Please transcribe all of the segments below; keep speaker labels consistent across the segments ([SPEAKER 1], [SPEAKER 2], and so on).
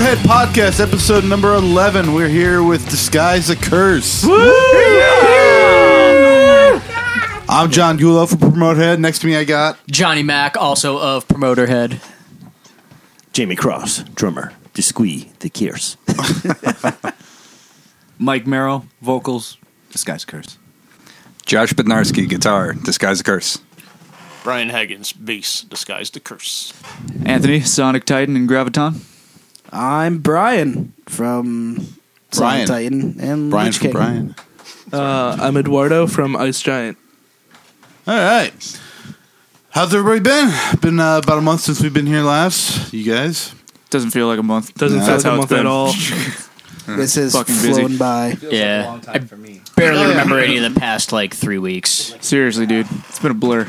[SPEAKER 1] Head Podcast, episode number 11. We're here with Disguise the Curse. I'm John Gulo from Promote Head. Next to me, I got.
[SPEAKER 2] Johnny Mack, also of Promoter Head.
[SPEAKER 3] Jamie Cross, drummer, the Squee, the Kears.
[SPEAKER 4] Mike Merrill, vocals, Disguise Curse.
[SPEAKER 5] Josh Bednarski, guitar, Disguise the Curse.
[SPEAKER 6] Brian Higgins, bass, disguised the curse.
[SPEAKER 4] Anthony, Sonic Titan, and Graviton.
[SPEAKER 7] I'm Brian from
[SPEAKER 1] Brian.
[SPEAKER 7] Sonic Titan and
[SPEAKER 1] Brian
[SPEAKER 7] Lich
[SPEAKER 1] from
[SPEAKER 7] King.
[SPEAKER 1] Brian.
[SPEAKER 8] Uh, I'm Eduardo from Ice Giant.
[SPEAKER 1] All right. How's everybody been? Been uh, about a month since we've been here last. You guys?
[SPEAKER 4] Doesn't feel like a month.
[SPEAKER 8] Doesn't
[SPEAKER 4] That's
[SPEAKER 8] fit the
[SPEAKER 4] how it's
[SPEAKER 8] month at
[SPEAKER 4] been.
[SPEAKER 8] all.
[SPEAKER 7] This has
[SPEAKER 4] Fucking busy.
[SPEAKER 7] flown by.
[SPEAKER 2] yeah, I barely remember any of the past like three weeks.
[SPEAKER 4] Seriously, dude, it's been a blur.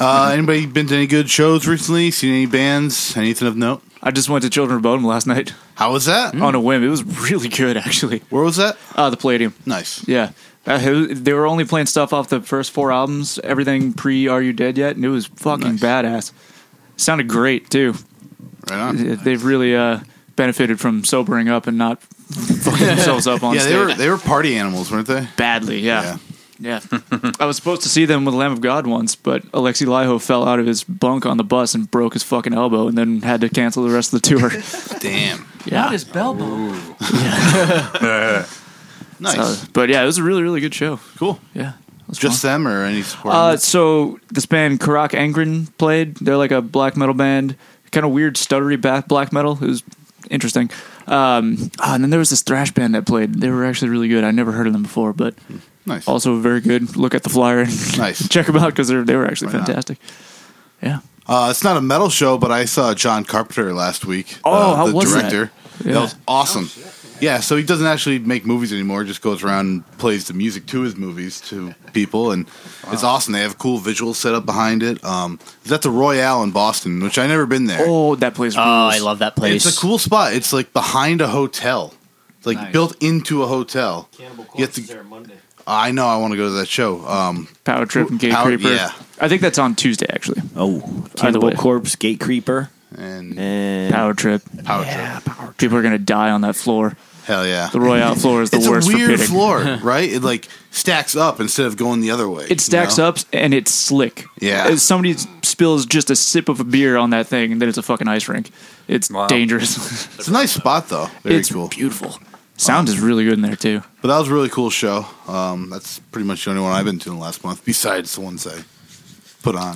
[SPEAKER 1] Uh, anybody been to any good shows recently? Seen any bands? Anything of note?
[SPEAKER 4] I just went to Children of Bodom last night
[SPEAKER 1] How was that?
[SPEAKER 4] on a whim. It was really good, actually.
[SPEAKER 1] Where was that?
[SPEAKER 4] Uh, the Palladium.
[SPEAKER 1] Nice.
[SPEAKER 4] Yeah. Uh, it- they were only playing stuff off the first four albums, everything pre Are You Dead Yet, and it was fucking badass. Sounded great, too.
[SPEAKER 1] Right on.
[SPEAKER 4] They- They've really uh, benefited from sobering up and not fucking themselves up on
[SPEAKER 1] Yeah,
[SPEAKER 4] stage.
[SPEAKER 1] they were they were party animals, weren't they?
[SPEAKER 4] badly. Yeah, yeah. I was supposed to see them with Lamb of God once, but Alexi Laiho fell out of his bunk on the bus and broke his fucking elbow, and then had to cancel the rest of the tour.
[SPEAKER 1] Damn.
[SPEAKER 4] yeah,
[SPEAKER 2] Belbo.
[SPEAKER 1] Nice.
[SPEAKER 4] Uh, but yeah, it was a really really good show.
[SPEAKER 1] cool.
[SPEAKER 4] Yeah, it was
[SPEAKER 1] Just
[SPEAKER 4] fun.
[SPEAKER 1] them or any support?
[SPEAKER 4] Uh, so this band Karak Angren played. They're like a black metal band, kind of weird, stuttery ba- black metal. It was interesting. Um, ah, and then there was this thrash band that played. They were actually really good. I never heard of them before, but
[SPEAKER 1] nice.
[SPEAKER 4] also very good. Look at the flyer.
[SPEAKER 1] Nice.
[SPEAKER 4] Check them out because they were actually
[SPEAKER 1] Why not?
[SPEAKER 4] fantastic. Yeah.
[SPEAKER 1] Uh, it's not a metal show, but I saw John Carpenter last week.
[SPEAKER 4] Oh,
[SPEAKER 1] uh,
[SPEAKER 4] how
[SPEAKER 1] the
[SPEAKER 4] was that?
[SPEAKER 1] director. That,
[SPEAKER 4] Yeah.
[SPEAKER 1] was awesome. yeah, so he doesn't actually make movies anymore; just goes around and plays the music to his movies to people, and it's awesome. They have a cool visual setup behind it. Um, it's at the Royale in Boston, which I never been there.
[SPEAKER 4] Oh, that place.
[SPEAKER 2] Oh, I love that place.
[SPEAKER 1] it's a cool spot. It's like behind a hotel, it's like built into a hotel. You have to- I know. I want to go to that show. Um,
[SPEAKER 4] Power Trip and Gate
[SPEAKER 1] Power-
[SPEAKER 4] Creeper.
[SPEAKER 1] yeah.
[SPEAKER 4] I think that's on Tuesday actually.
[SPEAKER 3] Oh,
[SPEAKER 4] Either way.
[SPEAKER 3] Cannibal Corpse, Gate Creeper,
[SPEAKER 1] and
[SPEAKER 3] and
[SPEAKER 4] Power Trip.
[SPEAKER 1] Power Trip.
[SPEAKER 4] People are gonna die on that floor.
[SPEAKER 1] Hell yeah.
[SPEAKER 4] The Royale floor is the
[SPEAKER 1] it's
[SPEAKER 4] worst
[SPEAKER 1] a
[SPEAKER 4] for
[SPEAKER 1] weird
[SPEAKER 4] pitting.
[SPEAKER 1] floor, right? It like stacks up instead of going the other way.
[SPEAKER 4] It stacks up and it's slick.
[SPEAKER 1] Yeah.
[SPEAKER 4] If somebody spills just a sip of a beer on that thing, then it's a fucking ice rink. It's
[SPEAKER 5] Wow.
[SPEAKER 4] dangerous.
[SPEAKER 1] Oh. It's a nice spot though. Very
[SPEAKER 4] it's
[SPEAKER 1] cool.
[SPEAKER 4] beautiful. Sound is really good in there too.
[SPEAKER 1] But that was a really cool show. Um, that's pretty much the only one I've been to in the last month, besides the ones I put on.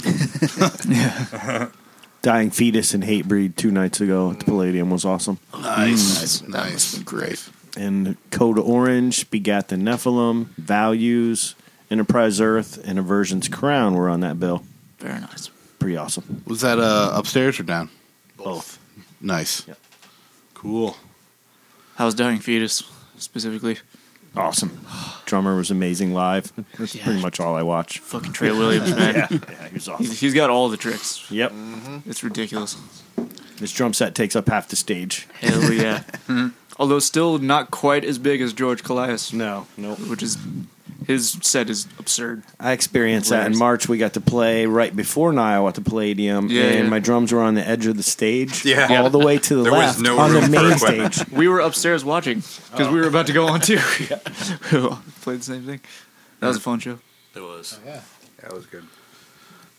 [SPEAKER 3] Dying Fetus and Hate Breed two nights ago at the Palladium was awesome.
[SPEAKER 1] Mm. nice, nice, great.
[SPEAKER 3] And Code Orange, Begat the Nephilim, Values, Enterprise Earth, and Aversion's Crown were on that bill.
[SPEAKER 4] Very nice.
[SPEAKER 3] Pretty awesome.
[SPEAKER 1] Was that uh, upstairs or down?
[SPEAKER 3] Both.
[SPEAKER 1] Nice.
[SPEAKER 3] Yep.
[SPEAKER 1] Cool.
[SPEAKER 4] How's Dying Fetus specifically?
[SPEAKER 3] Awesome. Drummer was amazing live. That's
[SPEAKER 4] Yeah.
[SPEAKER 3] pretty much all I watch.
[SPEAKER 4] Fucking Trey Williams, man.
[SPEAKER 3] Yeah, he was
[SPEAKER 4] He's- he's got all the tricks.
[SPEAKER 3] Yep.
[SPEAKER 1] Mm-hmm.
[SPEAKER 4] It's ridiculous.
[SPEAKER 3] This drum set takes up half the stage.
[SPEAKER 4] Hell yeah. Mm-hmm. Although still not quite as big as George Colias,
[SPEAKER 3] No, no.
[SPEAKER 4] which is his set is absurd.
[SPEAKER 3] I experienced that in
[SPEAKER 4] Layers.
[SPEAKER 3] March. We got to play right before Nile at the Palladium,
[SPEAKER 4] Yeah,
[SPEAKER 3] and
[SPEAKER 4] yeah.
[SPEAKER 3] my drums were on the edge of the stage,
[SPEAKER 5] Yeah.
[SPEAKER 3] all the way to the
[SPEAKER 5] There was
[SPEAKER 3] left
[SPEAKER 5] no
[SPEAKER 3] on the
[SPEAKER 5] room for
[SPEAKER 3] main
[SPEAKER 5] equipment.
[SPEAKER 3] stage.
[SPEAKER 4] We were upstairs watching because we were about to go on too. Played the same thing. That was a fun show.
[SPEAKER 6] It was.
[SPEAKER 2] Oh,
[SPEAKER 5] That was good.
[SPEAKER 1] And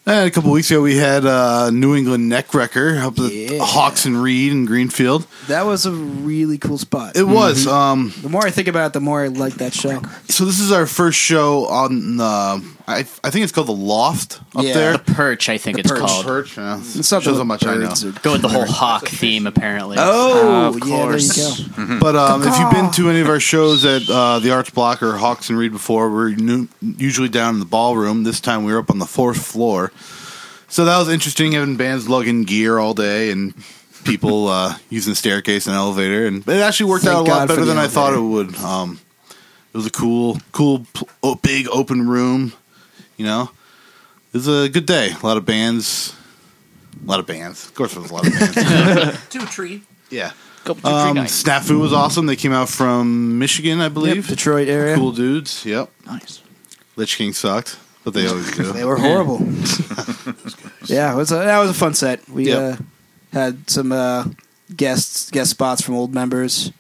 [SPEAKER 1] Eh, a couple weeks ago, we had uh, New England Neck Wrecker up at
[SPEAKER 7] Yeah.
[SPEAKER 1] Hawks and Reed in Greenfield.
[SPEAKER 7] That was a really cool spot.
[SPEAKER 1] It was. Um,
[SPEAKER 7] Mm-hmm. the more I think about it, the more I like that show.
[SPEAKER 1] so this is our first show on. Uh, I I think it's called the Loft up
[SPEAKER 7] Yeah.
[SPEAKER 1] there.
[SPEAKER 7] The
[SPEAKER 2] Perch, I think it's
[SPEAKER 1] Perch.
[SPEAKER 2] called.
[SPEAKER 1] Perch, yeah.
[SPEAKER 7] It's something
[SPEAKER 1] Shows how
[SPEAKER 7] with
[SPEAKER 1] much I know.
[SPEAKER 7] birds
[SPEAKER 2] Go with the whole hawk theme, apparently.
[SPEAKER 7] Oh,
[SPEAKER 4] Of
[SPEAKER 7] yeah, there you
[SPEAKER 4] course. Mm-hmm.
[SPEAKER 7] go.
[SPEAKER 1] But um, if you've been to any of our shows at uh, the Arts Block or Hawks and Reed before, we're nu- usually down in the ballroom. This time we were up on the fourth floor. So that was interesting having bands lugging gear all day and people uh, using the staircase and elevator. And it actually worked
[SPEAKER 7] Thank
[SPEAKER 1] out a
[SPEAKER 7] God
[SPEAKER 1] lot
[SPEAKER 7] for
[SPEAKER 1] better
[SPEAKER 7] the
[SPEAKER 1] than I thought it
[SPEAKER 7] elevator.
[SPEAKER 1] would. Um, it was a cool, cool, pl- oh, big open room. You know, it was a good day. A lot of bands. A lot of bands. Of course, there was a lot of bands.
[SPEAKER 2] Two tree.
[SPEAKER 1] yeah.
[SPEAKER 2] Couple two
[SPEAKER 1] Um,
[SPEAKER 2] tree guys.
[SPEAKER 1] Snafu was awesome. They came out from Michigan, I
[SPEAKER 7] Yep,
[SPEAKER 1] believe.
[SPEAKER 7] Detroit area.
[SPEAKER 1] Cool dudes. Yep.
[SPEAKER 4] Nice.
[SPEAKER 1] Lich King sucked, but they always
[SPEAKER 7] They
[SPEAKER 1] do.
[SPEAKER 7] were horrible. yeah, it was a, that was a fun set. We
[SPEAKER 1] Yep.
[SPEAKER 7] uh, had some uh, guests guest spots from old members.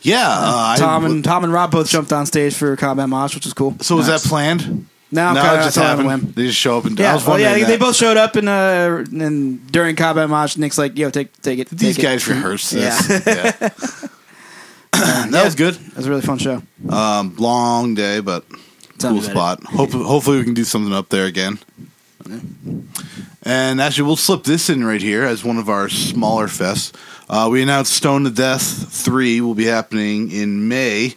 [SPEAKER 1] Yeah, uh,
[SPEAKER 7] Tom
[SPEAKER 1] I,
[SPEAKER 7] and Tom and Rob both jumped on stage for combat mosh, which was cool.
[SPEAKER 1] so was
[SPEAKER 7] Nice.
[SPEAKER 1] that planned?
[SPEAKER 7] No,
[SPEAKER 1] no,
[SPEAKER 7] kinda,
[SPEAKER 1] it just
[SPEAKER 7] I thought it
[SPEAKER 1] happened.
[SPEAKER 7] went.
[SPEAKER 1] They just show up and I
[SPEAKER 7] Yeah,
[SPEAKER 1] was
[SPEAKER 7] oh, yeah.
[SPEAKER 1] wondering
[SPEAKER 7] They
[SPEAKER 1] that.
[SPEAKER 7] both showed up and uh, and during combat mosh, Nick's like, "Yo, take take it."
[SPEAKER 1] These
[SPEAKER 7] take it.
[SPEAKER 1] guys rehearse
[SPEAKER 7] Yeah.
[SPEAKER 1] this. Yeah. that was good.
[SPEAKER 7] It was a really fun show.
[SPEAKER 1] Um, long day, but
[SPEAKER 7] Tell me
[SPEAKER 1] cool
[SPEAKER 7] about
[SPEAKER 1] spot. Hope, hopefully, we can do something up there again. And actually, we'll slip this in right here as one of our smaller fests. Uh, we announced Stone to Death 3 will be happening in May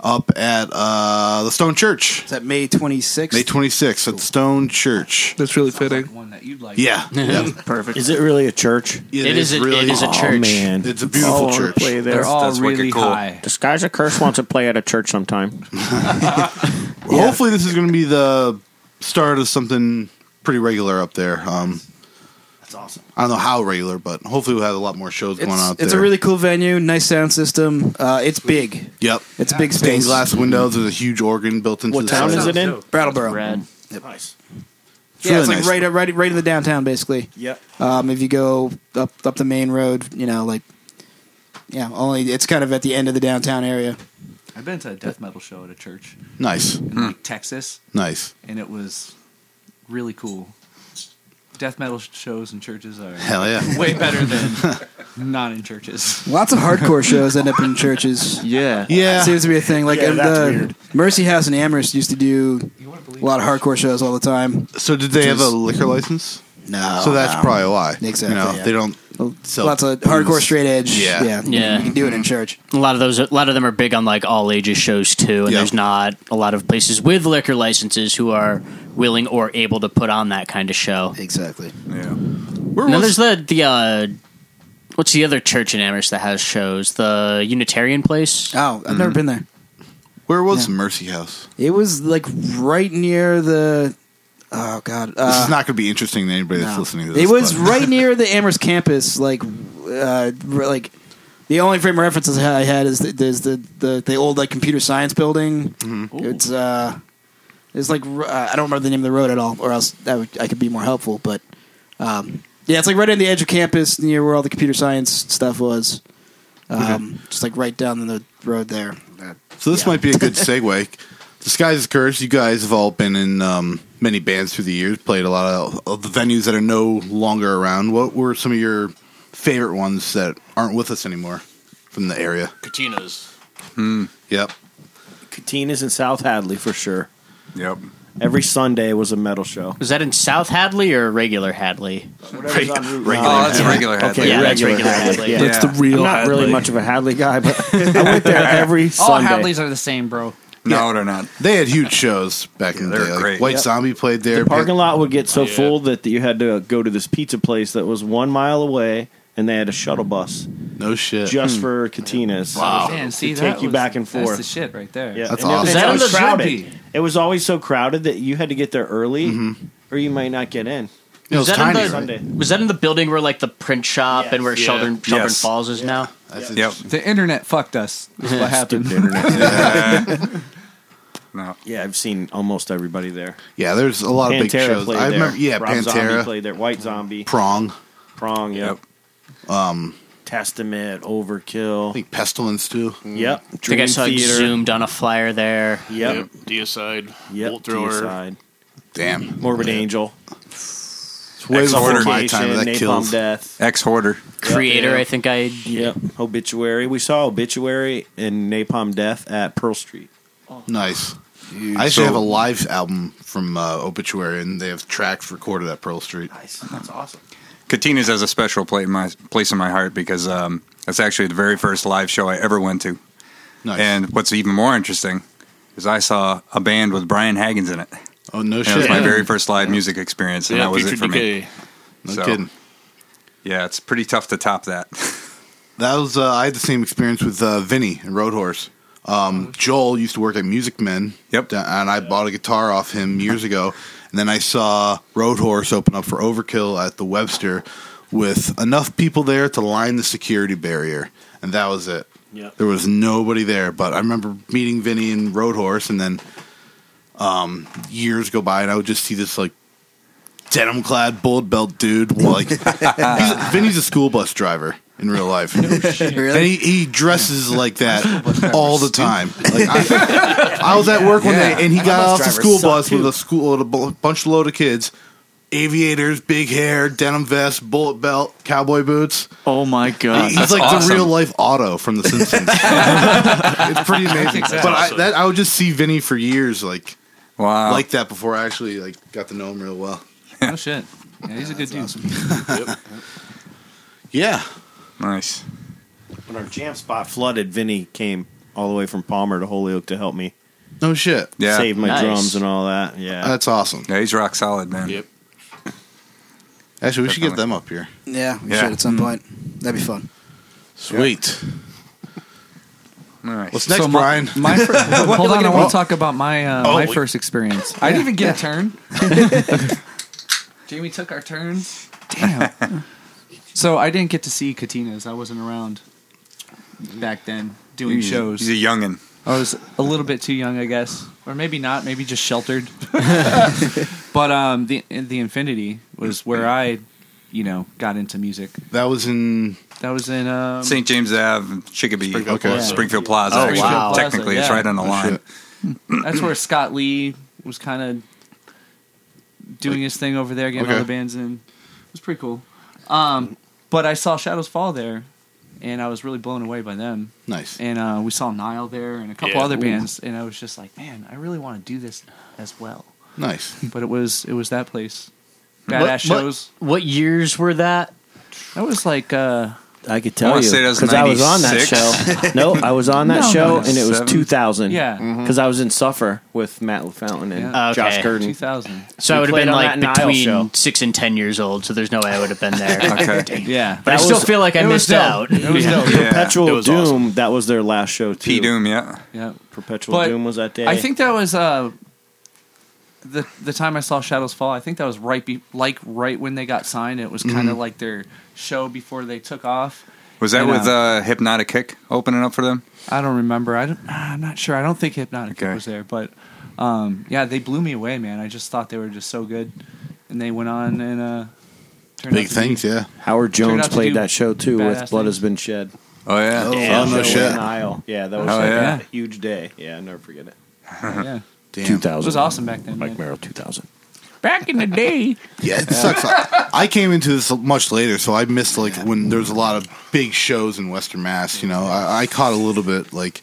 [SPEAKER 1] up at uh, the Stone Church,
[SPEAKER 7] Is that May twenty sixth?
[SPEAKER 1] May 26th at the Stone Church.
[SPEAKER 8] That's really fitting.
[SPEAKER 4] One that you'd like.
[SPEAKER 1] Yeah. yeah.
[SPEAKER 4] perfect.
[SPEAKER 3] Is it really a church?
[SPEAKER 2] It is a- it is a
[SPEAKER 3] Aw,
[SPEAKER 2] church.
[SPEAKER 3] Oh, man.
[SPEAKER 1] It's a beautiful church.
[SPEAKER 4] They're
[SPEAKER 5] That's-
[SPEAKER 4] all
[SPEAKER 5] that's wicked
[SPEAKER 4] really
[SPEAKER 5] cool.
[SPEAKER 4] high.
[SPEAKER 3] Disguise a curse wants to play at a church sometime.
[SPEAKER 1] Well, Hopefully, this is going to be the start of something pretty regular up there. Um,
[SPEAKER 7] That's awesome.
[SPEAKER 1] I don't know how regular, but hopefully, we'll have a lot more shows
[SPEAKER 7] It's,
[SPEAKER 1] going on. Up
[SPEAKER 7] it's
[SPEAKER 1] there.
[SPEAKER 7] a really cool venue. Nice sound system. Uh, it's big.
[SPEAKER 1] yep.
[SPEAKER 7] It's a big
[SPEAKER 1] Stained
[SPEAKER 7] space.
[SPEAKER 1] glass windows. There's a huge organ built into
[SPEAKER 3] What
[SPEAKER 1] the
[SPEAKER 3] town
[SPEAKER 1] side.
[SPEAKER 3] is it in?
[SPEAKER 7] Brattleboro.
[SPEAKER 2] Rad.
[SPEAKER 3] Nice.
[SPEAKER 1] It's
[SPEAKER 7] Yeah,
[SPEAKER 1] really
[SPEAKER 7] it's like
[SPEAKER 1] nice.
[SPEAKER 7] right, right, right in the downtown, basically.
[SPEAKER 3] Yep.
[SPEAKER 7] Um, if you go up up the main road, you know, like yeah, only it's kind of at the end of the downtown area.
[SPEAKER 9] I've been to a death metal show at a church
[SPEAKER 1] Nice, Hmm.
[SPEAKER 9] in like, Texas,
[SPEAKER 1] nice.
[SPEAKER 9] and it was really cool. Death metal sh- shows in churches are
[SPEAKER 1] Hell yeah.
[SPEAKER 9] way better than not in churches.
[SPEAKER 7] Lots of hardcore shows end up in churches.
[SPEAKER 4] Yeah.
[SPEAKER 1] Yeah.
[SPEAKER 7] Seems to be a thing. Like
[SPEAKER 3] Yeah,
[SPEAKER 7] um,
[SPEAKER 3] that's
[SPEAKER 7] the
[SPEAKER 3] weird.
[SPEAKER 7] Mercy House in Amherst used to do a lot of hardcore shows all the time.
[SPEAKER 1] So did they have a liquor license?
[SPEAKER 7] No,
[SPEAKER 1] so that's
[SPEAKER 3] Oh,
[SPEAKER 7] no.
[SPEAKER 1] probably why.
[SPEAKER 7] Exactly,
[SPEAKER 1] You know,
[SPEAKER 7] yeah.
[SPEAKER 1] They don't. So
[SPEAKER 7] Lots of
[SPEAKER 1] booze.
[SPEAKER 7] hardcore straight edge.
[SPEAKER 1] Yeah.
[SPEAKER 7] yeah,
[SPEAKER 2] Yeah.
[SPEAKER 7] You can do it in church.
[SPEAKER 2] A lot of those, a lot of them are big on like all ages shows too, and
[SPEAKER 1] Yeah.
[SPEAKER 2] there's not a lot of places with liquor licenses who are willing or able to put on that kind of show.
[SPEAKER 7] Exactly.
[SPEAKER 5] Yeah.
[SPEAKER 1] Where
[SPEAKER 2] And then
[SPEAKER 1] was
[SPEAKER 2] there's the the uh, what's the other church in Amherst that has shows? The Unitarian place.
[SPEAKER 7] Oh, I've never been there.
[SPEAKER 1] Where was
[SPEAKER 7] Yeah.
[SPEAKER 1] Mercy House?
[SPEAKER 7] It was like right near the. Oh God, uh,
[SPEAKER 1] This is not going to be interesting to anybody that's
[SPEAKER 7] No.
[SPEAKER 1] listening to this.
[SPEAKER 7] It was
[SPEAKER 1] but-
[SPEAKER 7] right near the Amherst campus. Like, uh, re- like the only frame of references I had is the, there's the, the the old like computer science building.
[SPEAKER 1] Mm-hmm.
[SPEAKER 7] It's uh, it's like r- uh, I don't remember the name of the road at all, or else I, would, I could be more helpful. But um, yeah, it's like right on the edge of campus, near where all the computer science stuff was. Um, Just like right down the road there.
[SPEAKER 1] So this might be a good segue. Disguise is Curse, you guys have all been in um, many bands through the years, played a lot of, of the venues that are no longer around. What were some of your favorite ones that aren't with us anymore from the area?
[SPEAKER 6] Katina's.
[SPEAKER 3] Hmm.
[SPEAKER 1] Yep.
[SPEAKER 3] Katina's in South Hadley for sure.
[SPEAKER 5] Yep.
[SPEAKER 3] Every Sunday was a metal show.
[SPEAKER 2] Was that in South Hadley or regular Hadley?
[SPEAKER 3] Whatever's on Route
[SPEAKER 5] Regular.
[SPEAKER 3] nine.
[SPEAKER 5] Oh, that's a regular Hadley.
[SPEAKER 3] Okay,
[SPEAKER 2] Yeah, that's
[SPEAKER 3] regular,
[SPEAKER 2] regular
[SPEAKER 3] Hadley.
[SPEAKER 2] Hadley.
[SPEAKER 3] Yeah.
[SPEAKER 8] That's the
[SPEAKER 5] Yeah.
[SPEAKER 8] real.
[SPEAKER 3] I'm not really
[SPEAKER 8] Hadley.
[SPEAKER 3] much of a Hadley guy, but I went there every
[SPEAKER 9] All
[SPEAKER 3] Sunday.
[SPEAKER 9] Hadleys are the same, bro.
[SPEAKER 5] No, they're not.
[SPEAKER 1] They had huge shows back in the
[SPEAKER 5] they're
[SPEAKER 1] day. Like
[SPEAKER 5] great.
[SPEAKER 1] White
[SPEAKER 3] Yep.
[SPEAKER 1] Zombie played there.
[SPEAKER 3] the parking lot would get so
[SPEAKER 6] Oh, yeah.
[SPEAKER 3] full that you had to go to this pizza place that was one mile away, and they had a shuttle bus
[SPEAKER 1] No shit.
[SPEAKER 3] just for Katina's.
[SPEAKER 9] Hmm. Man, see,
[SPEAKER 3] To
[SPEAKER 9] that
[SPEAKER 3] take you
[SPEAKER 9] was-
[SPEAKER 3] back and
[SPEAKER 9] that's
[SPEAKER 3] forth.
[SPEAKER 9] the shit right there.
[SPEAKER 3] Yeah,
[SPEAKER 1] That's
[SPEAKER 3] and it was
[SPEAKER 1] awesome. Is
[SPEAKER 2] that
[SPEAKER 3] always
[SPEAKER 2] on the
[SPEAKER 3] crowded.
[SPEAKER 9] Zooty?
[SPEAKER 3] It was always so crowded that you had to get there early, or you might not get in.
[SPEAKER 1] Mm-hmm. it was
[SPEAKER 2] that in
[SPEAKER 1] tiny.
[SPEAKER 2] the-
[SPEAKER 1] right?
[SPEAKER 3] Sunday.
[SPEAKER 2] Was that in the building where like the print shop
[SPEAKER 3] Yes.
[SPEAKER 2] and where
[SPEAKER 6] Yeah.
[SPEAKER 2] Shelburne, Shelburne
[SPEAKER 5] Yes.
[SPEAKER 2] Falls is now?
[SPEAKER 1] That's
[SPEAKER 5] Yep.
[SPEAKER 1] interesting.
[SPEAKER 9] The internet fucked us. That's what happened.
[SPEAKER 5] No.
[SPEAKER 3] Yeah, I've seen almost everybody there.
[SPEAKER 1] Yeah, there's a lot of big
[SPEAKER 3] Pantera
[SPEAKER 1] shows.
[SPEAKER 3] played
[SPEAKER 1] I
[SPEAKER 3] there.
[SPEAKER 1] remember. Yeah,
[SPEAKER 3] Rob Zombie
[SPEAKER 1] Pantera,
[SPEAKER 3] played there. White Zombie,
[SPEAKER 1] Prong.
[SPEAKER 3] Prong, yep.
[SPEAKER 5] Yep.
[SPEAKER 2] Um,
[SPEAKER 3] Testament,
[SPEAKER 1] I
[SPEAKER 3] Overkill,
[SPEAKER 1] think Pestilence too.
[SPEAKER 3] yep. Dream
[SPEAKER 2] I think I saw it
[SPEAKER 3] Theater,
[SPEAKER 2] zoomed on a flyer there.
[SPEAKER 3] yep,
[SPEAKER 6] Yep. Deicide.
[SPEAKER 3] yep.
[SPEAKER 6] Bolt Thrower.
[SPEAKER 3] Deicide,
[SPEAKER 1] Damn,
[SPEAKER 3] Morbid Angel,
[SPEAKER 1] it's way before my time.
[SPEAKER 3] Exhortation,
[SPEAKER 1] That
[SPEAKER 3] Napalm
[SPEAKER 1] kills.
[SPEAKER 3] Death,
[SPEAKER 5] Ex hoarder.
[SPEAKER 2] Creator,
[SPEAKER 3] yeah.
[SPEAKER 2] I think I.
[SPEAKER 3] yep. Obituary. We saw Obituary and Napalm Death at Pearl Street.
[SPEAKER 1] Nice. I actually
[SPEAKER 5] So-
[SPEAKER 1] have a live album from uh, Obituary, and they have tracks recorded at Pearl Street.
[SPEAKER 5] Katina's has a special play in my, place in my heart because um, that's actually the very first live show I ever went to.
[SPEAKER 1] Nice.
[SPEAKER 5] And what's even more interesting is I saw a band with Brian Haggins in it.
[SPEAKER 1] oh no
[SPEAKER 5] And it
[SPEAKER 1] shit,
[SPEAKER 5] was my
[SPEAKER 6] Yeah.
[SPEAKER 5] very first live music experience, and
[SPEAKER 6] Yeah,
[SPEAKER 5] that was
[SPEAKER 6] Future
[SPEAKER 5] it for me.
[SPEAKER 6] Decay.
[SPEAKER 1] no
[SPEAKER 5] so-
[SPEAKER 1] kidding.
[SPEAKER 5] Yeah, it's pretty tough to top that.
[SPEAKER 1] That was uh, I had the same experience with uh, Vinny and Roadhorse. Um, Joel used to work at Music Men.
[SPEAKER 5] Yep.
[SPEAKER 1] da- And I bought a guitar off him years ago. And then I saw Roadhorse open up for Overkill at the Webster with enough people there to line the security barrier. And that was it.
[SPEAKER 3] Yep.
[SPEAKER 1] There was nobody there. But I remember meeting Vinny and Roadhorse, and then um, years go by, and I would just see this like denim clad bullet belt dude. Like, he's, Vinny's a school bus driver. in real life. And he, he dresses like that all the time. Like I, I was at work one
[SPEAKER 5] Yeah.
[SPEAKER 1] day and he
[SPEAKER 5] And
[SPEAKER 1] got
[SPEAKER 7] bus
[SPEAKER 1] off the
[SPEAKER 7] drivers
[SPEAKER 1] school
[SPEAKER 7] suck,
[SPEAKER 1] bus with
[SPEAKER 7] too.
[SPEAKER 1] a school with a bu- bunch load of kids, aviators, big hair, denim vest, bullet belt, cowboy boots.
[SPEAKER 4] Oh my god.
[SPEAKER 1] He's like
[SPEAKER 5] awesome.
[SPEAKER 1] the real life Otto from The Simpsons. it's pretty amazing. But I, that I would just see Vinny for years, like
[SPEAKER 5] Wow.
[SPEAKER 1] like that before I actually like got to know him real well.
[SPEAKER 9] Oh shit. Yeah, he's a good dude.
[SPEAKER 1] Yeah,
[SPEAKER 5] nice.
[SPEAKER 3] When our jam spot flooded, Vinny came all the way from Palmer to Holyoke to help me
[SPEAKER 1] no shit.
[SPEAKER 5] Yeah.
[SPEAKER 3] save my
[SPEAKER 2] Nice.
[SPEAKER 3] drums and all that. Yeah.
[SPEAKER 1] That's awesome.
[SPEAKER 5] Yeah, he's rock solid, man.
[SPEAKER 6] Yep.
[SPEAKER 1] Actually, we should get
[SPEAKER 5] Definitely.
[SPEAKER 1] them up here.
[SPEAKER 7] Yeah, we
[SPEAKER 5] Yeah.
[SPEAKER 7] should at some point. That'd be fun.
[SPEAKER 1] Sweet.
[SPEAKER 5] Nice.
[SPEAKER 1] What's next,
[SPEAKER 9] my-
[SPEAKER 1] Brian?
[SPEAKER 9] My fir- hold on, I
[SPEAKER 1] Oh.
[SPEAKER 9] want to talk about my uh,
[SPEAKER 1] Oh,
[SPEAKER 9] my
[SPEAKER 1] we-
[SPEAKER 9] first experience. I didn't even get a turn. Jamie took our turns. Damn. so I didn't get to see Katina's. I wasn't around back then doing shows.
[SPEAKER 5] He's a youngin.
[SPEAKER 9] I was a little bit too young, I guess, or maybe not. Maybe just sheltered. but um, the the Infinity was where I, you know, got into music.
[SPEAKER 1] That was in
[SPEAKER 9] That was in um,
[SPEAKER 5] St. James Ave, Chicopee,
[SPEAKER 1] Springfield
[SPEAKER 5] okay.
[SPEAKER 1] Plaza.
[SPEAKER 5] Springfield Plaza. Oh,
[SPEAKER 2] Oh,
[SPEAKER 5] actually.
[SPEAKER 2] wow.
[SPEAKER 5] Technically,
[SPEAKER 9] Plaza,
[SPEAKER 5] it's
[SPEAKER 9] yeah.
[SPEAKER 5] right on the line.
[SPEAKER 1] Oh, shit.
[SPEAKER 9] that's where Scott Lee was kind of doing his thing over there, getting
[SPEAKER 1] Okay.
[SPEAKER 9] all the bands in. It was pretty cool. Um, but I saw Shadows Fall there, and I was really blown away by them.
[SPEAKER 1] nice.
[SPEAKER 9] And uh, we saw Nile there and a couple
[SPEAKER 6] Yeah.
[SPEAKER 9] other bands, and I was just like, man, I really want to do this as well.
[SPEAKER 1] Nice.
[SPEAKER 9] But it was it was that place. Badass
[SPEAKER 2] What- what-
[SPEAKER 9] shows.
[SPEAKER 2] What years were that?
[SPEAKER 9] That was like uh,
[SPEAKER 3] I could
[SPEAKER 5] I
[SPEAKER 3] tell
[SPEAKER 5] wanna
[SPEAKER 3] you
[SPEAKER 5] say that was
[SPEAKER 3] because I was on that
[SPEAKER 5] 96.
[SPEAKER 3] show. no, I was on that
[SPEAKER 9] No,
[SPEAKER 3] show,
[SPEAKER 9] no,
[SPEAKER 3] and it was
[SPEAKER 5] 97.
[SPEAKER 3] 2000.
[SPEAKER 9] Yeah.
[SPEAKER 5] Mm-hmm.
[SPEAKER 3] because I was in Suffer with Matt LaFountain and
[SPEAKER 9] Yeah.
[SPEAKER 2] Okay.
[SPEAKER 3] Josh Curtin.
[SPEAKER 9] 2000.
[SPEAKER 2] So
[SPEAKER 3] We
[SPEAKER 2] I would have
[SPEAKER 3] played
[SPEAKER 2] been
[SPEAKER 3] on
[SPEAKER 2] like
[SPEAKER 3] that Nile show.
[SPEAKER 2] between six and ten years old. So there's no way I would have been there.
[SPEAKER 5] Okay.
[SPEAKER 9] Yeah.
[SPEAKER 2] But I
[SPEAKER 3] That
[SPEAKER 2] still
[SPEAKER 3] was-
[SPEAKER 2] feel like I
[SPEAKER 9] it was
[SPEAKER 2] missed
[SPEAKER 9] dope.
[SPEAKER 2] out.
[SPEAKER 9] It was dope.
[SPEAKER 5] Yeah.
[SPEAKER 3] Perpetual
[SPEAKER 6] It was
[SPEAKER 3] Doom.
[SPEAKER 6] awesome.
[SPEAKER 3] That was their last show too.
[SPEAKER 5] P Doom, yeah.
[SPEAKER 9] Yeah.
[SPEAKER 3] Perpetual
[SPEAKER 9] But
[SPEAKER 3] Doom was that day.
[SPEAKER 9] I think that was uh the the time I saw Shadows Fall. I think that was right be- like right when they got signed. It was
[SPEAKER 1] Mm-hmm.
[SPEAKER 9] kind of like their show before they took off.
[SPEAKER 5] Was that
[SPEAKER 9] And,
[SPEAKER 5] with
[SPEAKER 9] uh,
[SPEAKER 5] uh, Hypnotic Kick opening up for them?
[SPEAKER 9] I don't remember. I don't, I'm not sure. I don't think Hypnotic
[SPEAKER 5] Okay.
[SPEAKER 9] was there, but um, yeah, they blew me away, man. I just thought they were just so good, and they went on and uh, turned
[SPEAKER 1] Big
[SPEAKER 9] out to
[SPEAKER 1] things,
[SPEAKER 9] be-
[SPEAKER 1] yeah.
[SPEAKER 3] Howard
[SPEAKER 9] Turned
[SPEAKER 3] Jones
[SPEAKER 9] out to
[SPEAKER 3] played
[SPEAKER 9] do
[SPEAKER 3] that show too
[SPEAKER 9] badass
[SPEAKER 3] with Blood
[SPEAKER 9] things.
[SPEAKER 3] Has Been Shed.
[SPEAKER 5] Oh, yeah.
[SPEAKER 1] Oh, no
[SPEAKER 3] Show
[SPEAKER 1] shit.
[SPEAKER 3] in Nile. Yeah, that was
[SPEAKER 5] Oh, yeah.
[SPEAKER 3] a huge day. Yeah, I never forget it.
[SPEAKER 9] yeah.
[SPEAKER 1] Damn.
[SPEAKER 3] 2000.
[SPEAKER 9] It was awesome back then.
[SPEAKER 3] Mike
[SPEAKER 9] Man.
[SPEAKER 3] Merrill, 2000.
[SPEAKER 9] Back in the day,
[SPEAKER 1] Yeah, it sucks. I, I came into this much later, so I missed like when there was a lot of big shows in Western Mass. You know, I, I caught a little bit like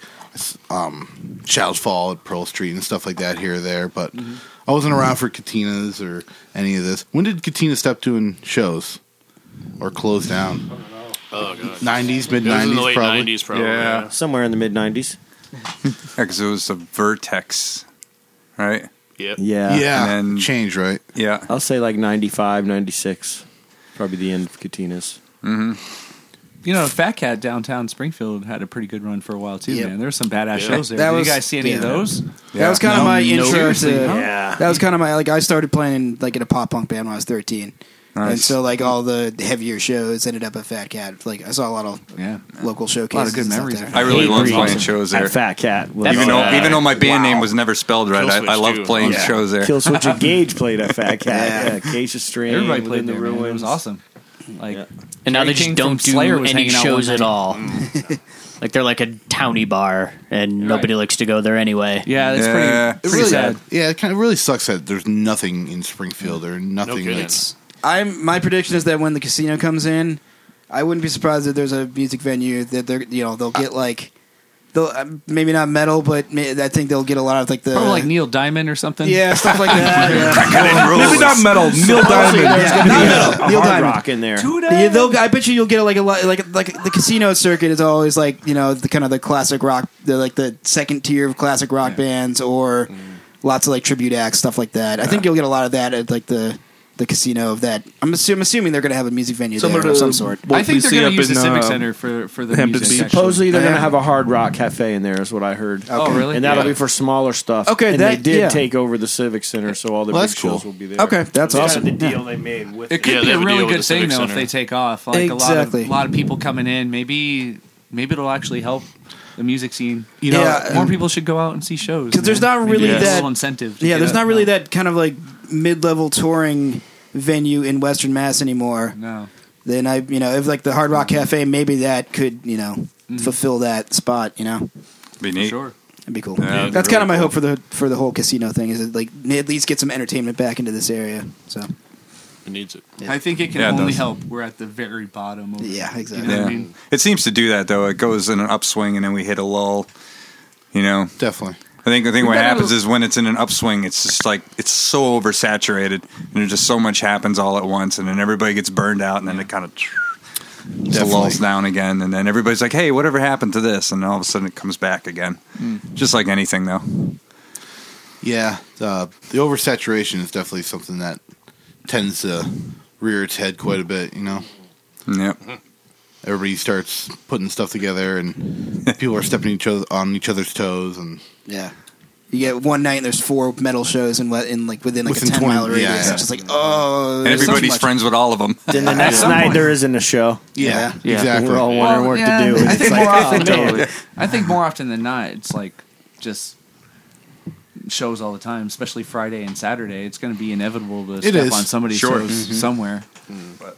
[SPEAKER 1] um, Child's Fall at Pearl Street and stuff like that here or there, but I wasn't around for Katina's or any of this. When did Katina stop doing shows or close down?
[SPEAKER 6] Oh god.
[SPEAKER 1] Nineties, mid
[SPEAKER 6] It was in the
[SPEAKER 1] nineties,
[SPEAKER 6] late
[SPEAKER 1] probably.
[SPEAKER 6] nineties, probably.
[SPEAKER 5] Yeah.
[SPEAKER 6] Yeah.
[SPEAKER 3] Somewhere in the mid 90s.
[SPEAKER 5] Because it was the Vertex, right?
[SPEAKER 6] Yep.
[SPEAKER 3] Yeah.
[SPEAKER 1] Yeah,
[SPEAKER 5] And then-
[SPEAKER 1] change right.
[SPEAKER 5] Yeah.
[SPEAKER 3] I'll say like 95, 96. Probably the end of Katina's.
[SPEAKER 9] Mm-hmm. you know, Fat Cat downtown Springfield had a pretty good run for a while too,
[SPEAKER 7] Yep.
[SPEAKER 9] man. There were some badass
[SPEAKER 6] Yeah.
[SPEAKER 9] shows there.
[SPEAKER 7] That
[SPEAKER 9] Did
[SPEAKER 7] was-
[SPEAKER 9] you guys see any of
[SPEAKER 7] yeah.
[SPEAKER 9] those?
[SPEAKER 7] That was kind of my intro to.
[SPEAKER 3] Yeah.
[SPEAKER 7] That was kind of my like. I started playing like in a pop punk band when I was thirteen, and
[SPEAKER 5] Nice.
[SPEAKER 7] so like all the heavier shows ended up at Fat Cat. Like I saw a lot of
[SPEAKER 9] Yeah.
[SPEAKER 7] local showcases.
[SPEAKER 9] A lot of good
[SPEAKER 7] and stuff
[SPEAKER 9] memories.
[SPEAKER 7] there.
[SPEAKER 5] I really
[SPEAKER 2] Hey,
[SPEAKER 5] loved
[SPEAKER 2] Green.
[SPEAKER 5] playing shows there.
[SPEAKER 3] That Fat Cat. Was, uh,
[SPEAKER 5] Even though,
[SPEAKER 2] That's-
[SPEAKER 5] even though my band name was never spelled right, I, I
[SPEAKER 6] Killswitch,
[SPEAKER 5] loved
[SPEAKER 6] too.
[SPEAKER 5] playing
[SPEAKER 6] Yeah.
[SPEAKER 5] shows there.
[SPEAKER 3] Kill Switch and Gage played at Fat Cat.
[SPEAKER 7] Yeah.
[SPEAKER 3] Yeah. Case of Strain.
[SPEAKER 9] Everybody
[SPEAKER 3] Within
[SPEAKER 9] played
[SPEAKER 3] the
[SPEAKER 9] there.
[SPEAKER 3] Ruins.
[SPEAKER 9] Man. It was awesome. Like
[SPEAKER 3] Yeah.
[SPEAKER 2] And now
[SPEAKER 9] Kerry
[SPEAKER 2] they just
[SPEAKER 9] King
[SPEAKER 2] don't
[SPEAKER 9] from
[SPEAKER 2] do
[SPEAKER 9] Slayer was
[SPEAKER 2] any
[SPEAKER 9] hanging out
[SPEAKER 2] shows
[SPEAKER 9] one
[SPEAKER 2] at
[SPEAKER 9] night.
[SPEAKER 2] all.
[SPEAKER 5] Mm.
[SPEAKER 2] like they're like a towny bar, and nobody likes to go there anyway.
[SPEAKER 9] yeah, that's
[SPEAKER 5] Yeah.
[SPEAKER 9] pretty, pretty
[SPEAKER 1] really,
[SPEAKER 9] sad.
[SPEAKER 1] Yeah, it kind of really sucks that there's nothing in Springfield or nothing.
[SPEAKER 6] kidding.
[SPEAKER 1] like,
[SPEAKER 7] It's I'm my prediction is that when the casino comes in, I wouldn't be surprised if there's a music venue that they're you know they'll get like they'll uh, maybe not metal, but ma- I think they'll get a lot of like the
[SPEAKER 9] Probably like Neil Diamond or something.
[SPEAKER 7] yeah stuff like that. yeah.
[SPEAKER 5] Maybe not metal. Neil
[SPEAKER 7] Honestly, there's gonna be a- Neil
[SPEAKER 3] Hard
[SPEAKER 7] Diamond.
[SPEAKER 3] rock in there.
[SPEAKER 7] Yeah, they'll, I bet you you'll get like a lot, like like the casino circuit is always like you know the kind of the classic rock, the like the second tier of classic rock bands or
[SPEAKER 8] Mm.
[SPEAKER 7] lots of like tribute acts stuff like that. I think you'll get a lot of that at like the the casino of that. I'm, assu- I'm assuming they're going to have a music venue
[SPEAKER 8] Similar
[SPEAKER 7] there of
[SPEAKER 8] to
[SPEAKER 7] some sort.
[SPEAKER 8] what
[SPEAKER 9] I think
[SPEAKER 8] we
[SPEAKER 9] they're
[SPEAKER 8] see
[SPEAKER 9] going
[SPEAKER 8] up
[SPEAKER 9] to use
[SPEAKER 8] in,
[SPEAKER 9] the Civic
[SPEAKER 8] uh,
[SPEAKER 9] Center for for the
[SPEAKER 8] Hampton
[SPEAKER 9] music.
[SPEAKER 8] Beach.
[SPEAKER 9] actually.
[SPEAKER 3] Supposedly they're going to have a hard rock cafe in there, is what I heard.
[SPEAKER 9] Oh, really?
[SPEAKER 3] And that'll
[SPEAKER 6] Yeah.
[SPEAKER 3] be for smaller stuff.
[SPEAKER 7] Okay,
[SPEAKER 3] and they
[SPEAKER 7] that-
[SPEAKER 3] did
[SPEAKER 7] yeah.
[SPEAKER 3] take over the Civic Center, so all the
[SPEAKER 1] Well,
[SPEAKER 3] big
[SPEAKER 1] that's
[SPEAKER 3] shows
[SPEAKER 1] cool.
[SPEAKER 3] will be there.
[SPEAKER 7] Okay, that's awesome.
[SPEAKER 3] Kind of the deal they made with
[SPEAKER 9] It could
[SPEAKER 6] Yeah,
[SPEAKER 9] be
[SPEAKER 6] they
[SPEAKER 9] a
[SPEAKER 6] have a
[SPEAKER 9] really
[SPEAKER 6] deal with
[SPEAKER 9] good
[SPEAKER 6] the
[SPEAKER 9] thing
[SPEAKER 6] Civic
[SPEAKER 9] though if
[SPEAKER 6] Center.
[SPEAKER 9] they take off. Like
[SPEAKER 7] Exactly.
[SPEAKER 9] a lot of lot of people coming in. Maybe maybe it'll actually help the music scene. You know,
[SPEAKER 7] Yeah,
[SPEAKER 9] more
[SPEAKER 7] um,
[SPEAKER 9] people should go out and see shows
[SPEAKER 7] 'Cause there's
[SPEAKER 9] man.
[SPEAKER 7] not
[SPEAKER 9] Maybe
[SPEAKER 7] really
[SPEAKER 9] it's a
[SPEAKER 7] that-
[SPEAKER 9] little incentive. to
[SPEAKER 7] Yeah,
[SPEAKER 9] get
[SPEAKER 7] there's
[SPEAKER 9] out
[SPEAKER 7] not
[SPEAKER 9] and
[SPEAKER 7] really
[SPEAKER 9] about.
[SPEAKER 7] that kind of like mid level touring venue in Western Mass anymore.
[SPEAKER 9] No,
[SPEAKER 7] then I, you know, if like the Hard Rock Cafe, maybe that could, you know,
[SPEAKER 9] Mm.
[SPEAKER 7] fulfill that spot. You know,
[SPEAKER 5] Be neat.
[SPEAKER 9] Sure.
[SPEAKER 7] that'd be cool.
[SPEAKER 5] Yeah, that'd be
[SPEAKER 7] That's kind of
[SPEAKER 5] really cool.
[SPEAKER 7] my hope for the for the whole casino thing is that like at least get some entertainment back into this area. So
[SPEAKER 6] It needs it.
[SPEAKER 9] I think it can
[SPEAKER 5] Yeah, it
[SPEAKER 9] only
[SPEAKER 5] does.
[SPEAKER 9] help. We're at the very bottom. Of
[SPEAKER 7] yeah, exactly.
[SPEAKER 9] Yeah.
[SPEAKER 5] Yeah.
[SPEAKER 9] I mean-
[SPEAKER 5] It seems to do that though. It goes in an upswing and then we hit a lull. You know,
[SPEAKER 1] Definitely.
[SPEAKER 5] I think I think what
[SPEAKER 4] gotta-
[SPEAKER 5] happens is when it's in an upswing, it's just like it's so oversaturated and there's just so much happens all at once, and then everybody gets burned out, and then it kind of just lulls down again, and then everybody's like, "Hey, whatever happened to this?" And all of a sudden, it comes back again,
[SPEAKER 9] Hmm.
[SPEAKER 5] just like anything though.
[SPEAKER 1] Yeah, uh, the oversaturation is definitely something that tends to rear its head quite a bit. You know,
[SPEAKER 5] Yep.
[SPEAKER 1] everybody starts putting stuff together, and people are stepping each other on each other's toes, and
[SPEAKER 7] Yeah. You get one night and there's four metal shows in what in like within like
[SPEAKER 1] Within
[SPEAKER 7] a ten
[SPEAKER 1] 20
[SPEAKER 7] mile radius.
[SPEAKER 1] yeah, yeah.
[SPEAKER 7] It's just like oh,
[SPEAKER 5] And
[SPEAKER 7] there's so
[SPEAKER 5] everybody's
[SPEAKER 7] much-
[SPEAKER 5] friends with all of them.
[SPEAKER 3] Then the next
[SPEAKER 9] some
[SPEAKER 3] night
[SPEAKER 9] point-
[SPEAKER 3] there isn't a show.
[SPEAKER 1] yeah,
[SPEAKER 7] Yeah.
[SPEAKER 4] Yeah.
[SPEAKER 1] exactly.
[SPEAKER 3] We're all wondering what to do.
[SPEAKER 9] I
[SPEAKER 3] It's
[SPEAKER 9] think,
[SPEAKER 3] like,
[SPEAKER 9] more often,
[SPEAKER 4] Totally.
[SPEAKER 9] I think more often than not, it's like just shows all the time, especially Friday and Saturday. It's going to be inevitable to step
[SPEAKER 1] is. Mm.
[SPEAKER 9] on somebody's
[SPEAKER 5] Sure.
[SPEAKER 9] toes
[SPEAKER 3] Mm-hmm.
[SPEAKER 9] somewhere.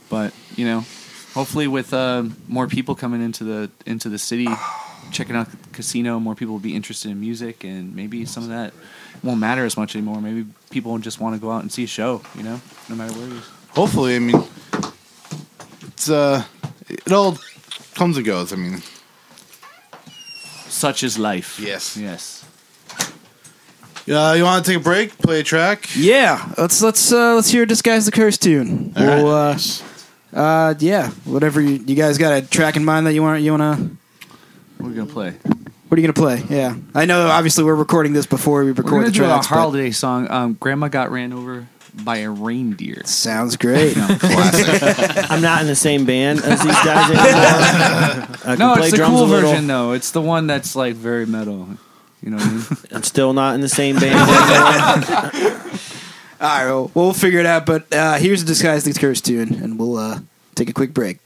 [SPEAKER 9] But you know, hopefully with uh, more people coming into the into the city, checking out the casino, more people will be interested in music, and maybe some of that won't matter as much anymore. Maybe people will just want to go out and see a show. You know, no matter where it is.
[SPEAKER 1] Hopefully, I mean, it's uh, it all comes and goes. I mean,
[SPEAKER 9] Such is life.
[SPEAKER 1] Yes.
[SPEAKER 9] Yes.
[SPEAKER 1] uh, you want to take a break, play a track?
[SPEAKER 7] Yeah, let's let's uh, let's hear disguise the curse tune.
[SPEAKER 1] All right.
[SPEAKER 7] Well, uh, uh, yeah, whatever you, you guys got a track in mind that you want you want to.
[SPEAKER 9] We're gonna play.
[SPEAKER 7] What are you gonna play? Yeah, I know. Obviously, we're recording this before we record
[SPEAKER 9] We're gonna
[SPEAKER 7] the
[SPEAKER 9] do a
[SPEAKER 7] tracks. but-
[SPEAKER 9] holiday song. Um, Grandma got ran over by a reindeer.
[SPEAKER 7] Sounds great.
[SPEAKER 3] I'm not in the same band as these guys anymore. I can
[SPEAKER 9] No,
[SPEAKER 3] play
[SPEAKER 9] it's the
[SPEAKER 3] drums
[SPEAKER 9] cool
[SPEAKER 3] a little.
[SPEAKER 9] version though. It's the one that's like very metal. You know what I mean?
[SPEAKER 3] I'm still not in the same band.
[SPEAKER 7] All right, well, we'll figure it out. But uh, here's a disguise the curse tune, and we'll uh, take a quick break.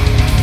[SPEAKER 10] Yeah!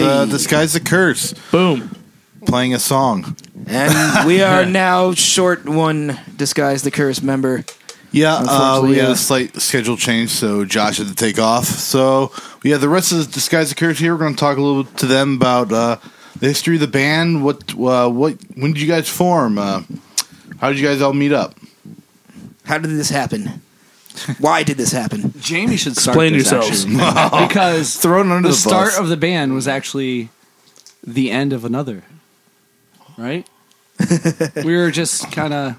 [SPEAKER 1] uh, Disguise the Curse,
[SPEAKER 8] Boom.
[SPEAKER 1] playing a song.
[SPEAKER 7] And we are now short one Disguise the Curse member.
[SPEAKER 1] Yeah, uh, we
[SPEAKER 7] Unfortunately,
[SPEAKER 1] had
[SPEAKER 7] yeah.
[SPEAKER 1] a slight schedule change, so Josh had to take off. So we have the rest of the Disguise the Curse here. We're going to talk a little to them about uh, the history of the band. What, uh, what, when did you guys form? Uh, how did you guys all meet up?
[SPEAKER 7] How did this happen? Why did this happen?
[SPEAKER 9] Jamie should start
[SPEAKER 8] Explain
[SPEAKER 9] this,
[SPEAKER 8] yourselves.
[SPEAKER 9] actually. because
[SPEAKER 1] Thrown under
[SPEAKER 9] the
[SPEAKER 1] the
[SPEAKER 9] start
[SPEAKER 1] bus.
[SPEAKER 9] of the band was actually the end of another. Right? we were just kind of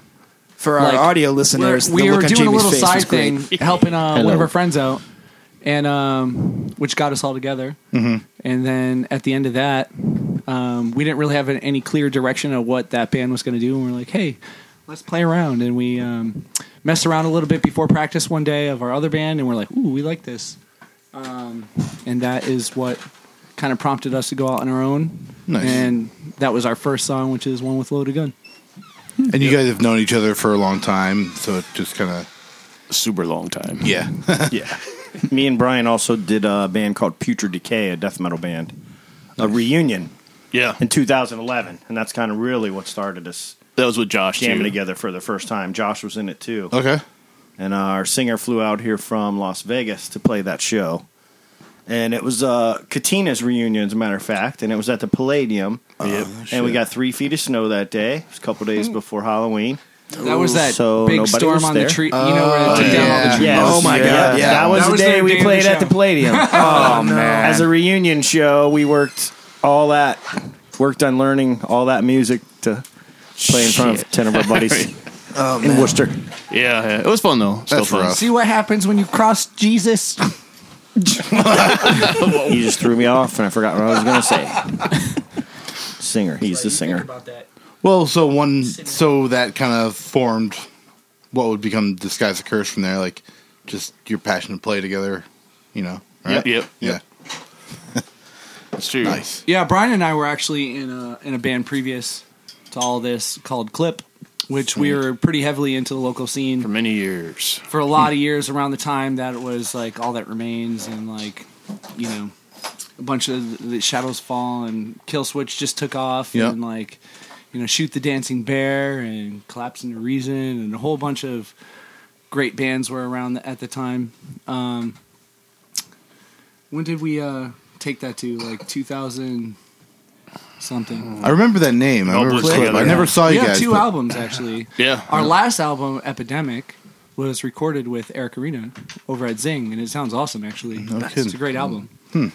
[SPEAKER 7] For our
[SPEAKER 9] Like,
[SPEAKER 7] audio
[SPEAKER 9] we're-
[SPEAKER 7] listeners,
[SPEAKER 9] we
[SPEAKER 7] the
[SPEAKER 9] were
[SPEAKER 7] look on
[SPEAKER 9] doing
[SPEAKER 7] Jamie's
[SPEAKER 9] a little
[SPEAKER 7] face
[SPEAKER 9] side
[SPEAKER 7] was great.
[SPEAKER 9] thing, helping uh, one
[SPEAKER 2] Hello.
[SPEAKER 9] of our friends out, and um, which got us all together.
[SPEAKER 2] Mm-hmm.
[SPEAKER 9] And then at the end of that, um, we didn't really have an, any clear direction of what that band was going to do, and we are like, "Hey, let's play around." And we um, messed around a little bit before practice one day of our other band, and we're like, "Ooh, we like this," um, and that is what kind of prompted us to go out on our own.
[SPEAKER 1] Nice.
[SPEAKER 9] And that was our first song, which is one with loaded gun.
[SPEAKER 1] And you guys have known each other for a long time, so it just kind of
[SPEAKER 6] Super long time.
[SPEAKER 1] yeah.
[SPEAKER 3] Yeah. Me and Brian also did a band called Putrid Decay, a death metal band, a reunion
[SPEAKER 6] Yeah.
[SPEAKER 3] in 2011, and that's kind of really what started us
[SPEAKER 6] That was with Josh
[SPEAKER 3] jamming
[SPEAKER 6] too. Oh,
[SPEAKER 3] together for the first time. Josh was in it too,
[SPEAKER 1] okay.
[SPEAKER 3] and our singer flew out here from Las Vegas to play that show. And it was uh, Katina's reunion, as a matter of fact, and it was at the Palladium.
[SPEAKER 1] Oh,
[SPEAKER 3] and we got three feet of snow that day. It was a couple
[SPEAKER 6] Hmm.
[SPEAKER 3] days before Halloween.
[SPEAKER 9] That was that
[SPEAKER 3] So
[SPEAKER 9] big
[SPEAKER 3] nobody
[SPEAKER 9] storm
[SPEAKER 3] was
[SPEAKER 9] on
[SPEAKER 3] there?
[SPEAKER 9] the tree. you know where they took down all the
[SPEAKER 7] yeah.
[SPEAKER 9] trees.
[SPEAKER 3] Yeah.
[SPEAKER 7] Oh my God, yeah.
[SPEAKER 3] That was
[SPEAKER 9] That
[SPEAKER 3] the
[SPEAKER 9] was
[SPEAKER 3] day
[SPEAKER 9] their
[SPEAKER 3] we
[SPEAKER 9] day of the
[SPEAKER 3] played at
[SPEAKER 9] show.
[SPEAKER 3] the Palladium. oh man! As a reunion show, we worked all that, worked on learning all that music to play in front of ten of our buddies
[SPEAKER 7] Oh,
[SPEAKER 3] in Worcester.
[SPEAKER 6] Yeah, yeah. It was fun though. Still
[SPEAKER 1] That's
[SPEAKER 6] fun.
[SPEAKER 1] rough.
[SPEAKER 9] See what happens when you cross Jesus.
[SPEAKER 3] You just threw me off, and I forgot what I was going to say. Singer, he's the singer.
[SPEAKER 1] Well, so one, so that kind of formed what would become Disguise the Curse from there, like just your passion to play together, you know.
[SPEAKER 6] Yep, yep,
[SPEAKER 1] Yeah.
[SPEAKER 6] yep. That's true.
[SPEAKER 1] Nice.
[SPEAKER 9] Yeah, Brian and I were actually in a in a band previous to all this called Clip, which we were pretty heavily into the local scene
[SPEAKER 6] For many years.
[SPEAKER 9] for a lot of years around the time that it was like all that remains and like you know a bunch of the shadows fall and kill switch just took off
[SPEAKER 1] Yeah.
[SPEAKER 9] and like you know shoot the dancing bear and collapse into reason and a whole bunch of great bands were around at the time um when did we uh take that to like 2000 something
[SPEAKER 1] I remember that name. I
[SPEAKER 6] All
[SPEAKER 1] remember
[SPEAKER 6] blue
[SPEAKER 1] Clip.
[SPEAKER 6] together.
[SPEAKER 1] I never saw you
[SPEAKER 9] yeah
[SPEAKER 1] guys.
[SPEAKER 9] two
[SPEAKER 1] but-
[SPEAKER 9] albums actually
[SPEAKER 6] Yeah.
[SPEAKER 9] our last album, Epidemic, was recorded with Eric Arena over at Zing, and it sounds awesome. Actually,
[SPEAKER 1] kidding.
[SPEAKER 9] it's a great album.
[SPEAKER 7] When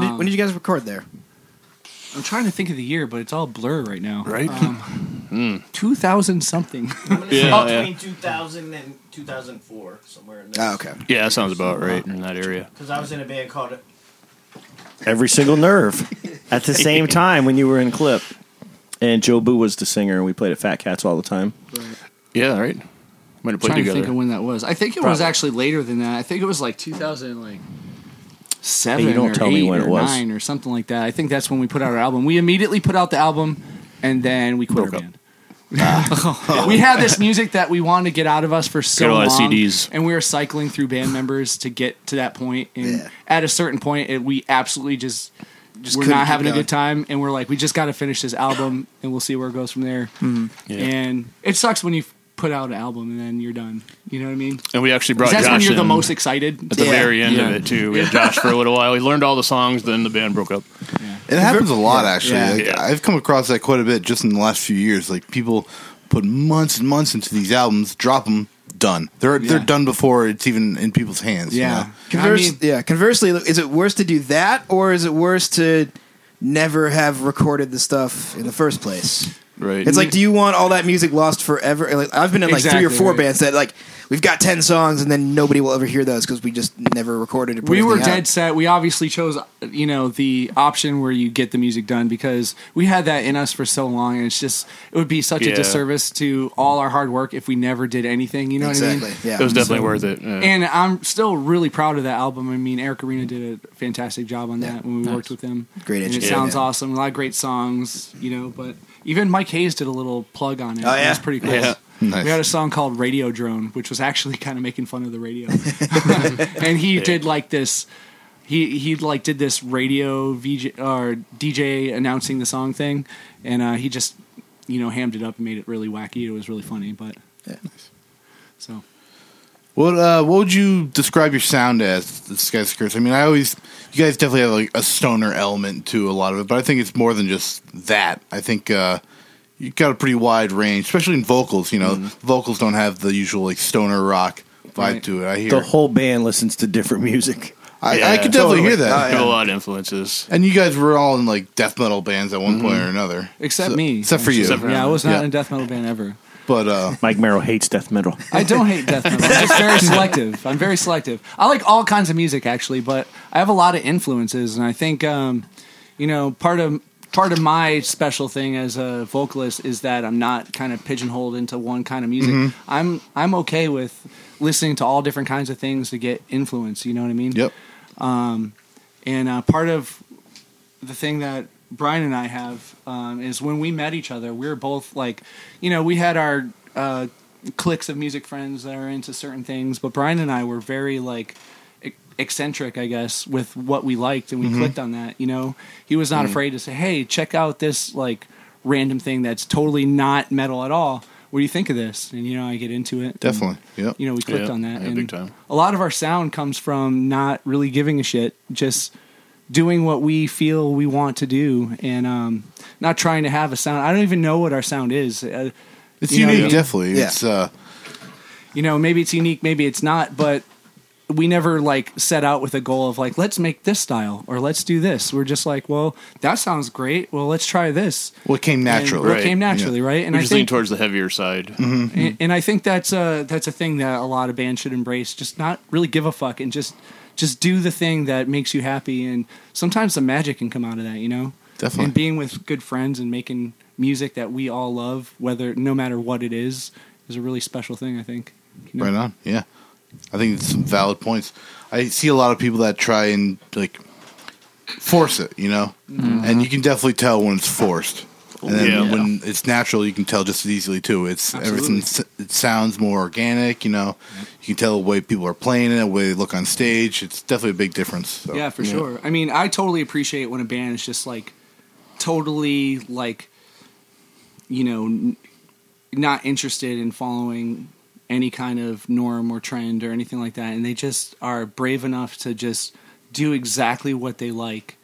[SPEAKER 7] did, when did you guys record there?
[SPEAKER 9] Um, I'm trying to think of the year, but it's all blur right now.
[SPEAKER 6] Right?
[SPEAKER 9] um, two thousand something.
[SPEAKER 6] yeah, yeah.
[SPEAKER 3] 2000 and 2004, somewhere in
[SPEAKER 7] Oh, okay.
[SPEAKER 6] yeah, that sounds about right in that area.
[SPEAKER 3] Because I was in a band called Every Single Nerve at the same time when you were in Clip. And Joe Boo was the singer, and we played at Fat Cats all the time.
[SPEAKER 6] Yeah, right. Might have played
[SPEAKER 9] trying to think
[SPEAKER 6] together.
[SPEAKER 9] of when that was. I think it was
[SPEAKER 3] Probably.
[SPEAKER 9] actually later than that. I think it was like 2000, like seven
[SPEAKER 3] Hey, you don't
[SPEAKER 9] or
[SPEAKER 3] tell
[SPEAKER 9] eight
[SPEAKER 3] me when
[SPEAKER 9] or
[SPEAKER 3] it was.
[SPEAKER 9] nine or something like that. I think that's when we put out our album. We immediately put out the album, and then we quit
[SPEAKER 6] Broke
[SPEAKER 9] our
[SPEAKER 6] up.
[SPEAKER 9] band. we had this music that we wanted to get out of us for so
[SPEAKER 6] Got a lot of
[SPEAKER 9] long,
[SPEAKER 6] CDs.
[SPEAKER 9] and we were cycling through band members to get to that point. And
[SPEAKER 7] Yeah.
[SPEAKER 9] at a certain point, it, we absolutely just. Just we're
[SPEAKER 7] couldn't
[SPEAKER 9] not
[SPEAKER 7] keep
[SPEAKER 9] having a
[SPEAKER 7] going.
[SPEAKER 9] good time, and we're like, we just got to finish this album, and we'll see where it goes from there.
[SPEAKER 6] Yeah.
[SPEAKER 9] And it sucks when you f- put out an album and then you're done. You know what I mean? 'Cause
[SPEAKER 6] and we actually brought
[SPEAKER 9] that's
[SPEAKER 6] Josh
[SPEAKER 9] when you're
[SPEAKER 6] in
[SPEAKER 9] the most excited.
[SPEAKER 6] at the
[SPEAKER 7] Yeah.
[SPEAKER 6] very end of
[SPEAKER 9] Yeah.
[SPEAKER 6] it too. We had Josh for a little while. He learned all the songs, then the band broke up.
[SPEAKER 1] It happens a lot, actually.
[SPEAKER 7] Yeah.
[SPEAKER 1] Like,
[SPEAKER 6] Yeah.
[SPEAKER 1] I've come across that quite a bit just in the last few years. Like people put months and months into these albums, drop them, done. They're they're
[SPEAKER 9] Yeah.
[SPEAKER 1] done before it's even in people's hands. you
[SPEAKER 9] Yeah.
[SPEAKER 1] know?
[SPEAKER 7] Converse,
[SPEAKER 9] I mean-
[SPEAKER 7] yeah. Conversely, is it worse to do that, or is it worse to never have recorded the stuff in the first place?
[SPEAKER 6] Right.
[SPEAKER 7] It's like, do you want all that music lost forever? Like, I've been in like three or
[SPEAKER 9] Exactly,
[SPEAKER 7] four
[SPEAKER 9] right.
[SPEAKER 7] bands that like we've got ten songs and then nobody will ever hear those because we just never recorded it.
[SPEAKER 9] we were dead set. We obviously chose, you know, the option where you get the music done because we had that in us for so long, and it's just it would be such
[SPEAKER 6] Yeah.
[SPEAKER 9] a disservice to all our hard work if we never did anything. You know what I
[SPEAKER 7] Exactly.
[SPEAKER 9] mean?
[SPEAKER 7] Yeah.
[SPEAKER 6] it was definitely worth it. Yeah.
[SPEAKER 9] And I'm still really proud of that album. I mean, Eric Arena did a fantastic job on that when we worked with him.
[SPEAKER 7] Great
[SPEAKER 9] and it
[SPEAKER 7] engineer,
[SPEAKER 9] sounds
[SPEAKER 7] yeah.
[SPEAKER 9] awesome. A lot of great songs, you know. But even Mike Hayes did a little plug on it.
[SPEAKER 7] Oh,
[SPEAKER 9] it
[SPEAKER 7] yeah?
[SPEAKER 9] was pretty cool.
[SPEAKER 6] Yeah.
[SPEAKER 1] Nice.
[SPEAKER 9] We had a song called Radio Drone, which was actually kind of making fun of the radio, and he did like this He he like did this radio VJ or DJ announcing the song thing, and uh, he just you know hammed it up and made it really wacky. It was really funny, but so
[SPEAKER 1] What uh, what would you describe your sound as, the Sky's Curse? I mean, I always you guys definitely have like a stoner element to a lot of it, but I think it's more than just that. I think uh, you've got a pretty wide range, especially in vocals. You know,
[SPEAKER 9] Mm-hmm.
[SPEAKER 1] vocals don't have the usual like stoner rock vibe
[SPEAKER 3] Right.
[SPEAKER 1] to it. I hear
[SPEAKER 3] The whole band listens to different music.
[SPEAKER 1] I, I could definitely hear that.
[SPEAKER 2] Got a lot of influences.
[SPEAKER 1] And you guys were all in like death metal bands at one point or another,
[SPEAKER 9] Mm-hmm. except
[SPEAKER 1] So-
[SPEAKER 9] me,
[SPEAKER 1] except for you.
[SPEAKER 2] Except for-
[SPEAKER 9] yeah, I was not
[SPEAKER 1] Yeah.
[SPEAKER 9] in a death metal band ever.
[SPEAKER 1] But uh,
[SPEAKER 3] Mike Merrill hates death metal.
[SPEAKER 9] I don't hate death metal. I'm just very selective. I'm very selective. I like all kinds of music actually, but I have a lot of influences, and I think um, you know part of part of my special thing as a vocalist is that I'm not kind of pigeonholed into one kind of music. I'm I'm okay with listening to all different kinds of things to get influence. You know what I mean? Um,
[SPEAKER 1] yep,
[SPEAKER 9] And uh, part of the thing that Brian and I have um, is when we met each other, we were both like, you know, we had our uh, cliques of music friends that are into certain things, but Brian and I were very like ec- eccentric, I guess, with what we liked, and we
[SPEAKER 1] Mm-hmm.
[SPEAKER 9] clicked on that. You know, he was not
[SPEAKER 1] Mm.
[SPEAKER 9] afraid to say, "Hey, check out this like random thing that's totally not metal at all. What do you think of this?" And you know, I get into it. and-
[SPEAKER 1] definitely, yep.
[SPEAKER 9] you know, we clicked on that.
[SPEAKER 2] yeah,
[SPEAKER 9] and
[SPEAKER 2] big time.
[SPEAKER 9] A lot of our sound comes from not really giving a shit, just doing what we feel we want to do, and um, not trying to have a sound. I don't even know what our sound is. Uh,
[SPEAKER 1] it's
[SPEAKER 9] you know,
[SPEAKER 1] unique,
[SPEAKER 9] you-
[SPEAKER 1] definitely.
[SPEAKER 7] Yeah.
[SPEAKER 1] It's uh,
[SPEAKER 9] you know, maybe it's unique, maybe it's not, but we never like set out with a goal of like let's make this style or let's do this. We're just like, well, that sounds great. Well, let's try this.
[SPEAKER 1] what came naturally.
[SPEAKER 9] And what
[SPEAKER 2] Right.
[SPEAKER 9] came naturally,
[SPEAKER 1] Yeah.
[SPEAKER 9] right? And
[SPEAKER 2] we
[SPEAKER 9] I
[SPEAKER 2] just lean
[SPEAKER 9] think
[SPEAKER 2] towards the heavier side.
[SPEAKER 9] and, and I think that's a that's a thing that a lot of bands should embrace. Just not really give a fuck and just just do the thing that makes you happy. And sometimes the magic can come out of that, you know.
[SPEAKER 1] Definitely.
[SPEAKER 9] And being with good friends and making music that we all love, whether no matter what it is, is a really special thing. I think. You know?
[SPEAKER 1] Right on. Yeah, I think it's some valid points. I see a lot of people that try and like force it, you know,
[SPEAKER 9] Mm-hmm.
[SPEAKER 1] and you can definitely tell when it's forced. And then
[SPEAKER 2] Yeah.
[SPEAKER 1] when it's natural, you can tell just as easily too. It's everything. s- It sounds more organic, you know. You can tell the way people are playing it, the way they look on stage. It's definitely a big difference. So.
[SPEAKER 9] Yeah, for sure. I mean, I totally appreciate when a band is just like totally like you know n- not interested in following any kind of norm or trend or anything like that and they just are brave enough to just do exactly what they like.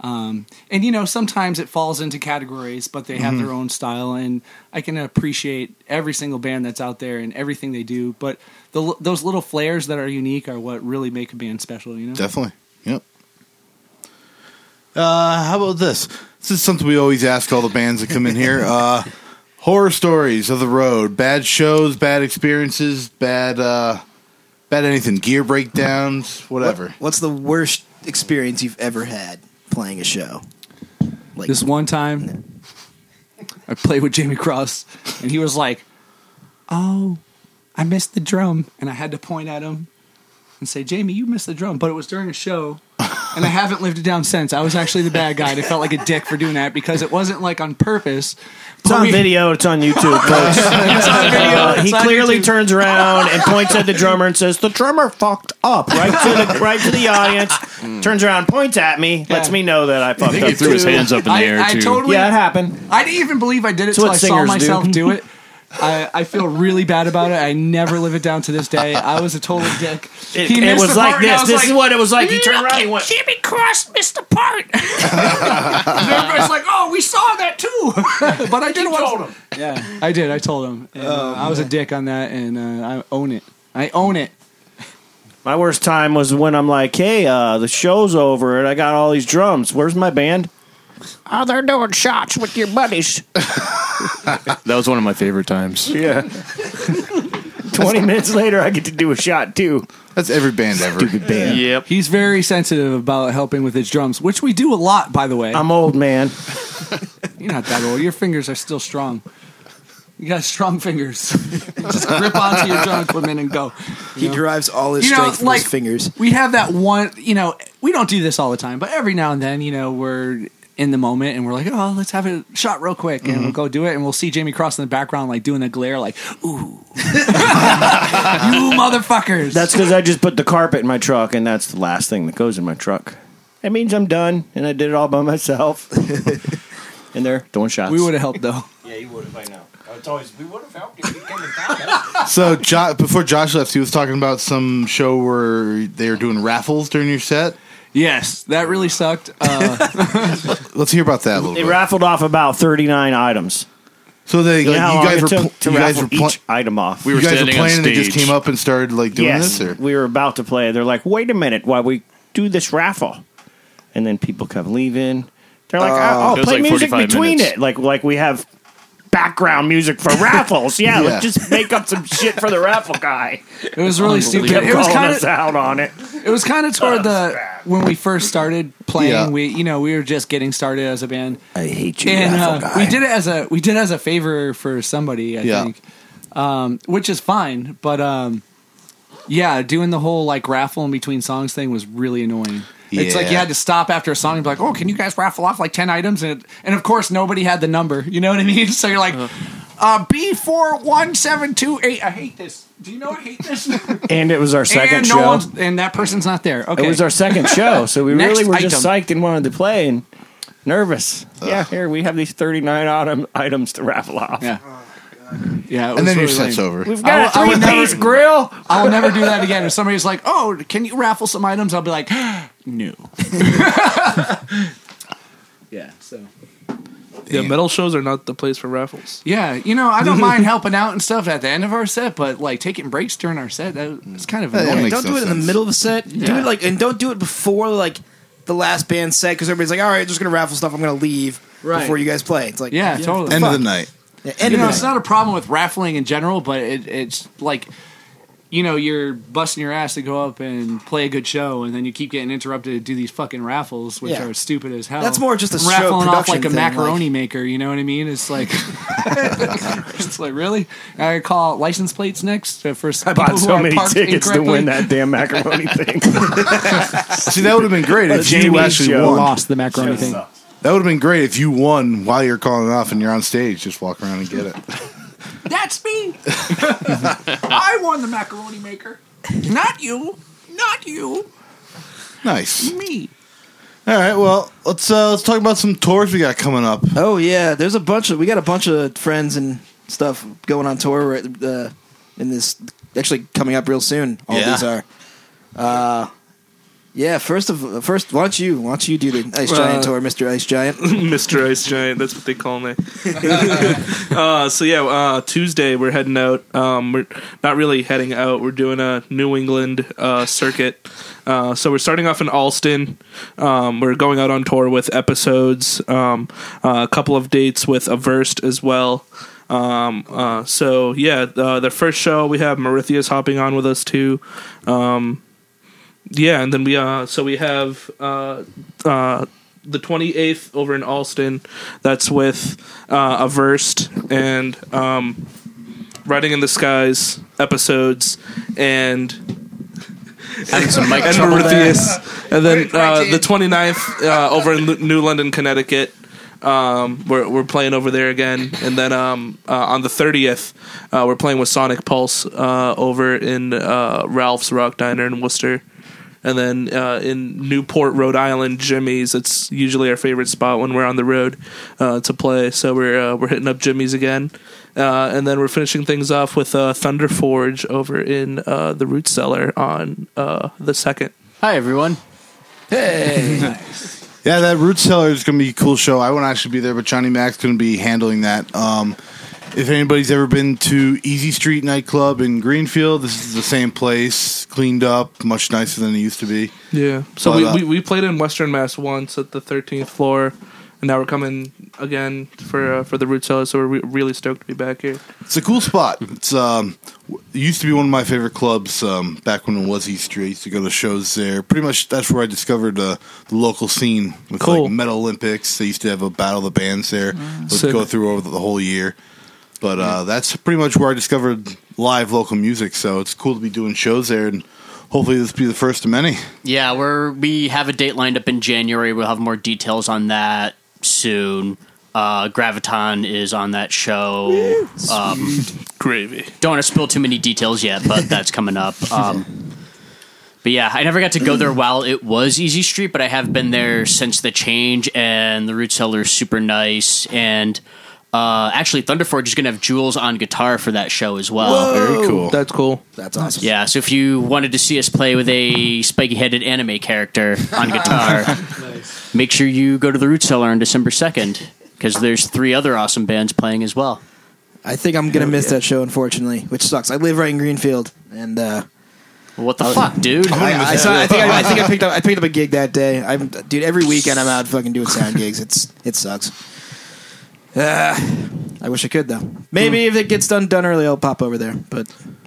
[SPEAKER 9] Um, and you know, sometimes it falls into categories, but they have their own style, and I can appreciate every single band that's out there and everything they do. But the, l- those little flares that are unique are what really make a band special, you know.
[SPEAKER 1] Definitely. Yep. Uh, how about this? This is something we always ask all the bands that come in here. Uh, horror stories of the road, bad shows, bad experiences, bad uh, bad anything, gear breakdowns, whatever.
[SPEAKER 7] What's the worst experience you've ever had playing a show? Like
[SPEAKER 9] this one time I played with Jamie Cross and he was like, Oh, I missed the drum. And I had to point at him and say, Jamie, you missed the drum. But it was during a show and I haven't lived it down since. I was actually the bad guy and I felt like a dick for doing that because it wasn't like on purpose.
[SPEAKER 3] It's
[SPEAKER 9] But
[SPEAKER 3] on
[SPEAKER 9] we-
[SPEAKER 3] video. It's on YouTube, folks. Uh, he clearly turns around and points at the drummer and says, "The drummer fucked up." Right to the right to the audience. Turns around, points at me, lets
[SPEAKER 9] Yeah.
[SPEAKER 3] me know that I fucked
[SPEAKER 2] I
[SPEAKER 3] up.
[SPEAKER 2] think he threw his
[SPEAKER 3] too.
[SPEAKER 2] hands up in the
[SPEAKER 9] I,
[SPEAKER 2] air
[SPEAKER 9] I
[SPEAKER 2] too.
[SPEAKER 9] totally
[SPEAKER 3] Yeah, it happened.
[SPEAKER 9] I didn't even believe I did it
[SPEAKER 3] It's what
[SPEAKER 9] till I saw
[SPEAKER 3] singers do.
[SPEAKER 9] myself do, it. I, I feel really bad about it. I never live it down to this day. I was a total dick.
[SPEAKER 3] It,
[SPEAKER 9] He
[SPEAKER 3] it
[SPEAKER 9] missed
[SPEAKER 3] was
[SPEAKER 9] the
[SPEAKER 3] like
[SPEAKER 9] part and I
[SPEAKER 3] this.
[SPEAKER 9] was
[SPEAKER 3] This
[SPEAKER 9] like,
[SPEAKER 3] is what it was like. He turned around. He went.
[SPEAKER 11] Jimmy Cross missed the part.
[SPEAKER 9] And everybody's like, "Oh, we saw that too," but I didn't want him. Yeah, I did. I told him. And,
[SPEAKER 3] Oh,
[SPEAKER 9] uh, I was a dick on that, and uh, I own it. I own it.
[SPEAKER 3] My worst time was when I'm like, "Hey, uh, the show's over, and I got all these drums. Where's my band?"
[SPEAKER 11] Oh, they're doing shots with your buddies.
[SPEAKER 2] That was one of my favorite times.
[SPEAKER 3] Yeah. Twenty minutes later, I get to do a shot too.
[SPEAKER 1] That's every band ever.
[SPEAKER 3] Band.
[SPEAKER 2] Yep.
[SPEAKER 9] He's very sensitive about helping with his drums, which we do a lot, by the way.
[SPEAKER 3] I'm old man.
[SPEAKER 9] You're not that old. Your fingers are still strong. You got strong fingers. Just grip onto your drum equipment and go.
[SPEAKER 7] he
[SPEAKER 9] know?
[SPEAKER 7] derives all his
[SPEAKER 9] You know,
[SPEAKER 7] strength from
[SPEAKER 9] like-
[SPEAKER 7] his fingers.
[SPEAKER 9] we have that one you know we don't do this all the time but every now and then you know we're in the moment and we're like, oh, let's have a shot real quick and
[SPEAKER 3] Mm-hmm.
[SPEAKER 9] we'll go do it and we'll see Jamie Cross in the background like doing the glare like, ooh, you motherfuckers.
[SPEAKER 3] That's because I just put the carpet in my truck, and that's the last thing that goes in my truck. That means I'm done, and I did it all by myself. and they're doing shots.
[SPEAKER 9] We would have helped though.
[SPEAKER 3] Yeah, you would have by now. It's always we would have helped.
[SPEAKER 1] So jo- before Josh left, he was talking about some show where they were doing raffles during your set.
[SPEAKER 9] Yes, that really sucked.
[SPEAKER 1] Uh, Let's hear about that a little
[SPEAKER 3] They
[SPEAKER 1] bit.
[SPEAKER 3] raffled off about 39 items.
[SPEAKER 1] So they,
[SPEAKER 3] You know how
[SPEAKER 1] like,
[SPEAKER 3] long
[SPEAKER 1] you guys
[SPEAKER 3] it
[SPEAKER 1] were, pl-
[SPEAKER 3] took to
[SPEAKER 1] you guys
[SPEAKER 3] raffle
[SPEAKER 1] were pl-
[SPEAKER 3] each item off.
[SPEAKER 1] you guys were playing, and they just came up and started like doing
[SPEAKER 3] yes,
[SPEAKER 1] this, or
[SPEAKER 3] we were about to play. They're like, wait a minute, while we do this raffle, and then people come leaving. They're like,
[SPEAKER 12] Oh.
[SPEAKER 1] Uh,
[SPEAKER 3] oh,
[SPEAKER 12] It
[SPEAKER 3] oh
[SPEAKER 12] was
[SPEAKER 3] play
[SPEAKER 12] like
[SPEAKER 3] music
[SPEAKER 12] 45
[SPEAKER 3] between
[SPEAKER 12] minutes.
[SPEAKER 3] it, like like we have background music for raffles. Yeah, let's
[SPEAKER 12] Yeah.
[SPEAKER 3] just make up some shit for the raffle guy.
[SPEAKER 9] It was really stupid.
[SPEAKER 3] Kept
[SPEAKER 9] It was
[SPEAKER 3] calling
[SPEAKER 9] kinda-
[SPEAKER 3] us out on it.
[SPEAKER 9] It was kind of toward the when we first started playing.
[SPEAKER 3] Yeah.
[SPEAKER 9] We you know we were just getting started as a band.
[SPEAKER 3] I hate
[SPEAKER 9] and uh, we did it as a we did it as a favor for somebody. I
[SPEAKER 3] Yeah.
[SPEAKER 9] think, um, which is fine. But um, yeah, doing the whole like raffle in between songs thing was really annoying. It's like you
[SPEAKER 12] Yeah.
[SPEAKER 9] had to stop after a song and be like, "Oh, can you guys raffle off like ten items?" And and of course nobody had the number. You know what I mean? So you're like, uh, B four one seven two eight. I hate this. Do you know I hate this?
[SPEAKER 3] And it was our second
[SPEAKER 9] and
[SPEAKER 3] show.
[SPEAKER 9] one's- and that person's not there. Okay,
[SPEAKER 3] It was our second show, so we
[SPEAKER 9] Next
[SPEAKER 3] really were just
[SPEAKER 9] item.
[SPEAKER 3] psyched and wanted to play and nervous. Yeah, here we have these 39 item, items to raffle off.
[SPEAKER 9] Yeah. Yeah,
[SPEAKER 1] Oh, and then your set's over.
[SPEAKER 3] We've got a three-piece grill.
[SPEAKER 9] I will never do that again. If somebody's like, "Oh, can you raffle some items?" I'll be like, "No." yeah. So.
[SPEAKER 8] Yeah, metal shows are not the place for raffles.
[SPEAKER 9] Yeah, you know, I don't mind helping out and stuff at the end of our set, but like taking breaks during our set, that, that's kind of annoying.
[SPEAKER 7] don't do it in the middle of a set. Do
[SPEAKER 9] Yeah.
[SPEAKER 7] it like and don't do it before like the last band set because everybody's like, all right, just gonna raffle stuff. I'm gonna leave
[SPEAKER 9] Right.
[SPEAKER 7] before you guys play. It's like
[SPEAKER 9] Yeah, totally. Fuck.
[SPEAKER 7] Yeah, end
[SPEAKER 9] you know,
[SPEAKER 7] of the
[SPEAKER 9] uh, it's
[SPEAKER 7] night.
[SPEAKER 9] not a problem with raffling in general, but it, it's like, you know, you're busting your ass to go up and play a good show, and then you keep getting interrupted to do these fucking raffles, which
[SPEAKER 7] Yeah.
[SPEAKER 9] are stupid as hell.
[SPEAKER 7] That's more just a show
[SPEAKER 9] raffling off
[SPEAKER 7] production
[SPEAKER 9] like a
[SPEAKER 7] thing,
[SPEAKER 9] macaroni maker. You know what I mean? It's like, it's like really. I call license plates next uh, for I
[SPEAKER 3] Bought so many tickets to win that damn macaroni thing.
[SPEAKER 1] See, that would have been great if you actually won.
[SPEAKER 9] the macaroni thing.
[SPEAKER 1] That would have been great if you won while you're calling it off and you're on stage. Just walk around and get it.
[SPEAKER 9] That's me. I won the macaroni maker, not you, not you,
[SPEAKER 1] Nice.
[SPEAKER 9] me.
[SPEAKER 1] All right. Well, let's uh, let's talk about some tours we got coming up.
[SPEAKER 7] Oh yeah, there's a bunch of we got a bunch of friends and stuff going on tour right, uh, in this actually coming up real soon. All
[SPEAKER 12] Yeah.
[SPEAKER 7] these are. Uh, yeah, first of first, why don't you why don't you do the Ice Giant
[SPEAKER 8] Uh,
[SPEAKER 7] tour, Mister Ice Giant?
[SPEAKER 8] Mr. Ice Giant, that's what they call me. uh, so yeah, uh, Tuesday we're heading out. Um, we're not really heading out. We're doing a New England uh, circuit. Uh, so we're starting off in Alston. Um, we're going out on tour with episodes. Um, uh, a couple of dates with Averst as well. Um, uh, so yeah, uh, the first show we have Mauritius hopping on with us too. Um, yeah, and then we uh so we have uh uh the 28th over in Alston that's with uh Averst and um Riding in the Skies episodes and
[SPEAKER 2] Having some mic
[SPEAKER 8] and
[SPEAKER 2] trouble there.
[SPEAKER 8] Mauritius. And then uh, the 29th uh, over in Lu- New London, Connecticut. Um, we're we're playing over there again, and then um, uh, on the thirtieth, uh, we're playing with Sonic Pulse uh, over in uh, Ralph's Rock Diner in Worcester, and then uh, in Newport, Rhode Island, Jimmy's. It's usually our favorite spot when we're on the road uh, to play. So we're uh, we're hitting up Jimmy's again, uh, and then we're finishing things off with uh, Thunder Forge over in uh, the Root Cellar on uh, the second.
[SPEAKER 2] Hi everyone.
[SPEAKER 7] Hey.
[SPEAKER 1] Yeah, that root cellar is going to be a cool show. I won't actually be there, but Johnny Mac's going to be handling that. Um, if anybody's ever been to Easy Street nightclub in Greenfield, this is the same place, cleaned up, much nicer than it used to be.
[SPEAKER 8] Yeah. So
[SPEAKER 1] But,
[SPEAKER 8] we,
[SPEAKER 1] uh,
[SPEAKER 8] we, we played in Western Mass once at the 13th floor, and now we're coming again for uh, for the Root Cellar. So we're re- really stoked to be back here.
[SPEAKER 1] It's a cool spot. It's um, w- it used to be one of my favorite clubs um, back when it was East Street. I used to go to shows there. Pretty much that's where I discovered uh, the local scene with like Metal Olympics. They used to have a battle of the bands there.
[SPEAKER 7] Mm.
[SPEAKER 1] Would
[SPEAKER 8] Sick.
[SPEAKER 1] go through over the whole year. But uh, that's pretty much where I discovered live local music. So it's cool to be doing shows there, and hopefully this will be the first of many.
[SPEAKER 2] Yeah, we're we have a date lined up in January. We'll have more details on that soon. Uh, Graviton is on that show. Um,
[SPEAKER 6] Gravy.
[SPEAKER 2] don't want to spill too many details yet, but that's coming up. Um, but yeah, I never got to go there while it was Easy Street, but I have been there since the change, and the root cellar is super nice. And uh, actually, Thunderforge is going to have Jules on guitar for that show as well.
[SPEAKER 1] Very cool.
[SPEAKER 13] That's cool.
[SPEAKER 7] That's awesome.
[SPEAKER 2] Yeah, so if you wanted to see us play with a spiky headed anime character on guitar, make sure you go to the Root Cellar on December 2nd because there's three other awesome bands playing as well.
[SPEAKER 7] I think I'm gonna miss that show, unfortunately, which sucks. I live right in Greenfield, and uh,
[SPEAKER 2] What the fuck, dude?
[SPEAKER 7] Oh, I, I saw, I think I, I think I picked up I picked up a gig that day. I'm dude every weekend I'm out fucking doing sound gigs. It's it sucks. Uh, I wish I could though. Maybe if it gets done done early, I'll pop over there. But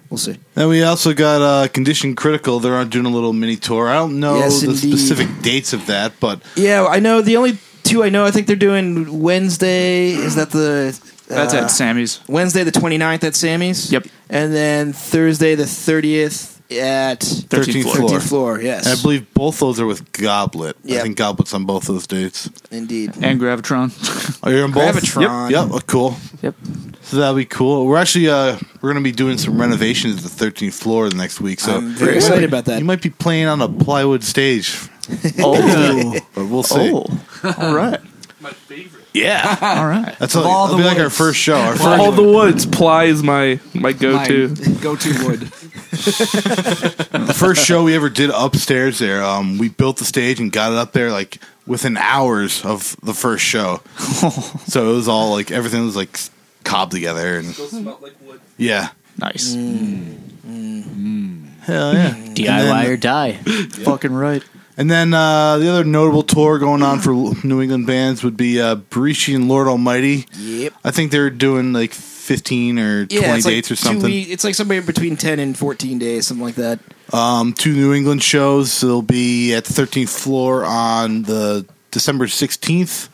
[SPEAKER 7] we'll see.
[SPEAKER 1] And we also got uh, Condition Critical. They're on doing a little mini tour. I don't know
[SPEAKER 7] Yes,
[SPEAKER 1] the
[SPEAKER 7] indeed.
[SPEAKER 1] specific dates of that, but
[SPEAKER 7] Yeah, I know the only two I know. I think they're doing Wednesday. Is that the
[SPEAKER 4] That's
[SPEAKER 7] uh,
[SPEAKER 4] at Sammy's.
[SPEAKER 7] Wednesday the 29th at Sammy's.
[SPEAKER 4] Yep.
[SPEAKER 7] and then Thursday the 30th at
[SPEAKER 1] 13th floor.
[SPEAKER 7] 13th floor. Yes,
[SPEAKER 1] And I believe both those are with Goblet.
[SPEAKER 7] Yeah.
[SPEAKER 1] I think Goblet's on both those dates.
[SPEAKER 7] indeed.
[SPEAKER 4] And Gravitron.
[SPEAKER 1] Are you on both?
[SPEAKER 7] Gravitron.
[SPEAKER 1] Yep. yep. Oh, cool.
[SPEAKER 4] Yep.
[SPEAKER 1] So that'll be cool. We're actually uh, we're gonna be doing some renovations at the 13th floor the next week. So
[SPEAKER 7] I'm very excited about that.
[SPEAKER 1] you might be playing on a plywood stage.
[SPEAKER 4] Oh.
[SPEAKER 1] But we'll see.
[SPEAKER 4] all right.
[SPEAKER 8] My favorite.
[SPEAKER 6] Yeah.
[SPEAKER 4] All right.
[SPEAKER 1] That's all,
[SPEAKER 9] all
[SPEAKER 1] it'll
[SPEAKER 9] the
[SPEAKER 1] be like our
[SPEAKER 9] woods.
[SPEAKER 1] first show. Our first,
[SPEAKER 8] All the woods. Ply is my my go to.
[SPEAKER 10] Go to wood.
[SPEAKER 1] the first show we ever did upstairs there. Um, we built the stage and got it up there like within hours of the first show. so it was all like everything was like cobbed together and yeah,
[SPEAKER 4] Nice.
[SPEAKER 7] Mm.
[SPEAKER 1] hell yeah.
[SPEAKER 2] Mm. DIY or die.
[SPEAKER 4] Fucking right.
[SPEAKER 1] And then uh, the other notable tour going on for New England bands would be uh, Barishi and Lord Almighty.
[SPEAKER 7] Yep.
[SPEAKER 1] I think they're doing like 15 or 20
[SPEAKER 7] it's like
[SPEAKER 1] dates or
[SPEAKER 7] two
[SPEAKER 1] something.
[SPEAKER 7] week- it's like somewhere between ten and fourteen days, something like that.
[SPEAKER 1] Um, two New England shows. They'll be at the 13th floor on the December 16th,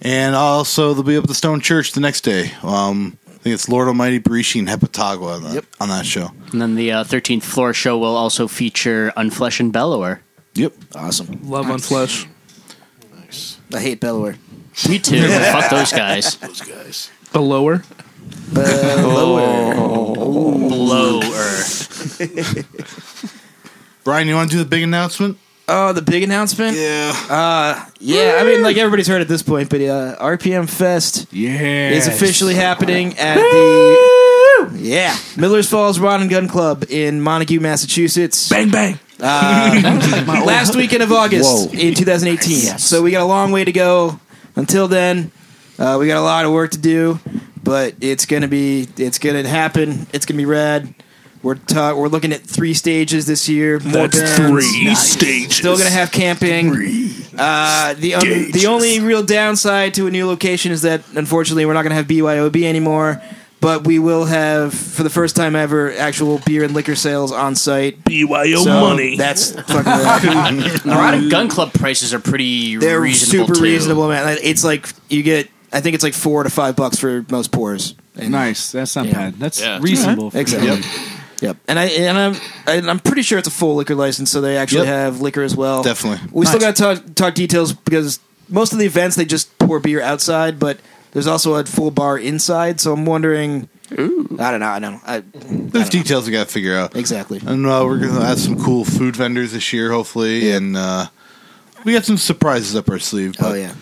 [SPEAKER 1] and also they'll be up at the Stone Church the next day. Um, I think it's Lord Almighty, Barishi, and Hepatagua on that,
[SPEAKER 7] Yep.
[SPEAKER 1] on that show.
[SPEAKER 2] And then the uh, 13th floor show will also feature Unflesh and Bellower.
[SPEAKER 1] Yep.
[SPEAKER 7] Awesome.
[SPEAKER 8] Love on flesh.
[SPEAKER 7] I hate Bellower.
[SPEAKER 2] Me too. Fuck those guys.
[SPEAKER 6] Those guys.
[SPEAKER 8] The lower.
[SPEAKER 3] Oh.
[SPEAKER 2] Blower.
[SPEAKER 1] Brian, you want to do the big announcement?
[SPEAKER 7] Oh, the big announcement.
[SPEAKER 1] Yeah.
[SPEAKER 7] Uh, Yeah, I mean, like everybody's heard at this point, but uh, RPM Fest
[SPEAKER 9] Yeah.
[SPEAKER 7] is officially happening at the yeah Miller's Falls Rod and Gun Club in Montague, Massachusetts. Uh,
[SPEAKER 9] Bang bang.
[SPEAKER 7] last weekend of August in 2018. So we got a long way to go. Until then, uh, we got a lot of work to do, but it's gonna be it's gonna happen. It's gonna be rad. We're ta- we're looking at three stages this year. More
[SPEAKER 6] That's
[SPEAKER 7] bands.
[SPEAKER 6] three stages.
[SPEAKER 7] Still gonna have camping. Uh, the un- the only real downside to a new location is that unfortunately we're not gonna have BYOB anymore. But we will have, for the first time ever, actual beer and liquor sales on site.
[SPEAKER 6] BYO
[SPEAKER 7] So
[SPEAKER 6] money.
[SPEAKER 7] That's fucking rad.
[SPEAKER 2] A lot of gun club prices are pretty
[SPEAKER 7] They're
[SPEAKER 2] reasonable.
[SPEAKER 7] super
[SPEAKER 2] too.
[SPEAKER 7] reasonable, man. Like, It's like you get, I think it's like four to five bucks for most pours. And-
[SPEAKER 9] Nice. That's not bad. That's
[SPEAKER 6] Yeah.
[SPEAKER 9] reasonable. for sure.
[SPEAKER 7] Exactly. Yep. And I and I'm and I'm pretty sure it's a full liquor license, so they actually
[SPEAKER 1] Yep.
[SPEAKER 7] have liquor as well.
[SPEAKER 1] Definitely.
[SPEAKER 7] We still got to talk, talk details because most of the events they just pour beer outside, but there's also a full bar inside. So I'm wondering. I don't know. I don't know. I,
[SPEAKER 1] There's details we got to figure out.
[SPEAKER 7] exactly.
[SPEAKER 1] And uh, we're going to add some cool food vendors this year, hopefully. And uh, we got some surprises up our sleeve. But
[SPEAKER 7] Oh yeah.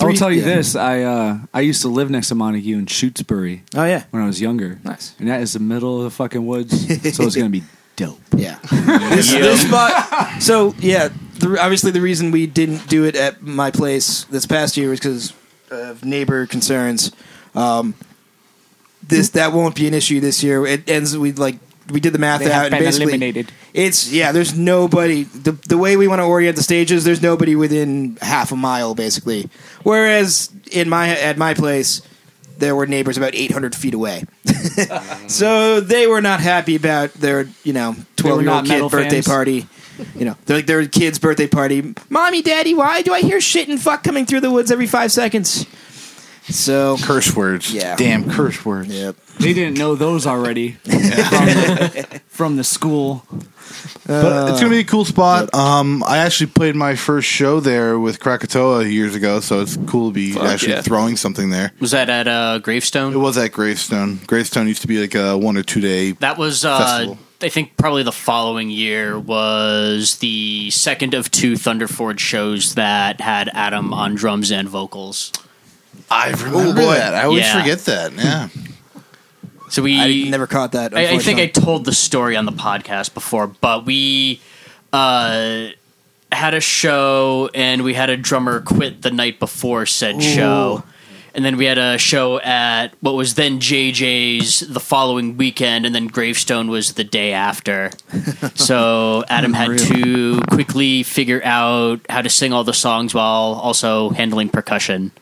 [SPEAKER 9] I will
[SPEAKER 7] Three-
[SPEAKER 9] tell you
[SPEAKER 7] yeah.
[SPEAKER 9] this: I uh, I used to live next to Montague in Shutesbury
[SPEAKER 7] Oh yeah.
[SPEAKER 9] when I was younger.
[SPEAKER 7] Nice.
[SPEAKER 9] And that is the middle of the fucking woods, so it's gonna be dope.
[SPEAKER 7] Yeah. this, this spot. So yeah, the, obviously the reason we didn't do it at my place this past year was because of neighbor concerns. Um, this that won't be an issue this year. It ends we like we did the math
[SPEAKER 4] They
[SPEAKER 7] out
[SPEAKER 4] have
[SPEAKER 7] and
[SPEAKER 4] been
[SPEAKER 7] basically
[SPEAKER 4] eliminated.
[SPEAKER 7] it's yeah. There's nobody. The the way we want to orient the stages, there's nobody within half a mile basically. Whereas in my at my place. There were neighbors about 800 feet away, so they were not happy about their, you know, 12 year
[SPEAKER 9] not
[SPEAKER 7] old kid
[SPEAKER 9] metal
[SPEAKER 7] birthday
[SPEAKER 9] fans.
[SPEAKER 7] party. You know, they're like their kid's birthday party. Mommy, daddy, why do I hear shit and fuck coming through the woods every five seconds? So
[SPEAKER 1] curse words.
[SPEAKER 7] Yeah.
[SPEAKER 1] Damn curse words.
[SPEAKER 7] Yep. Uh,
[SPEAKER 9] They didn't know those already from, the, from the school.
[SPEAKER 1] But it's gonna be a
[SPEAKER 2] Uh,
[SPEAKER 1] cool spot. Um, I actually played my first show there with Krakatoa years ago, so it's cool to be actually
[SPEAKER 2] yeah.
[SPEAKER 1] throwing something there.
[SPEAKER 2] Was that at uh, Gravestone?
[SPEAKER 1] It was at Gravestone. Gravestone used to be like a one or two day.
[SPEAKER 2] That was, uh,
[SPEAKER 1] Festival.
[SPEAKER 2] I think, probably the following year was the second of two Thunderford shows that had Adam on drums and vocals.
[SPEAKER 1] I
[SPEAKER 7] Oh,
[SPEAKER 1] remember
[SPEAKER 2] boy.
[SPEAKER 1] that. I always
[SPEAKER 2] Yeah.
[SPEAKER 1] forget that. Yeah.
[SPEAKER 2] So we
[SPEAKER 7] I never caught that.
[SPEAKER 2] I, I think I
[SPEAKER 7] unfortunately.
[SPEAKER 2] told the story on the podcast before, but we uh, had a show and we had a drummer quit the night before said show. And then we had a show at what was then JJ's the following weekend, and then Gravestone was the day after. So Adam had to quickly figure out how to sing all the songs while also handling percussion.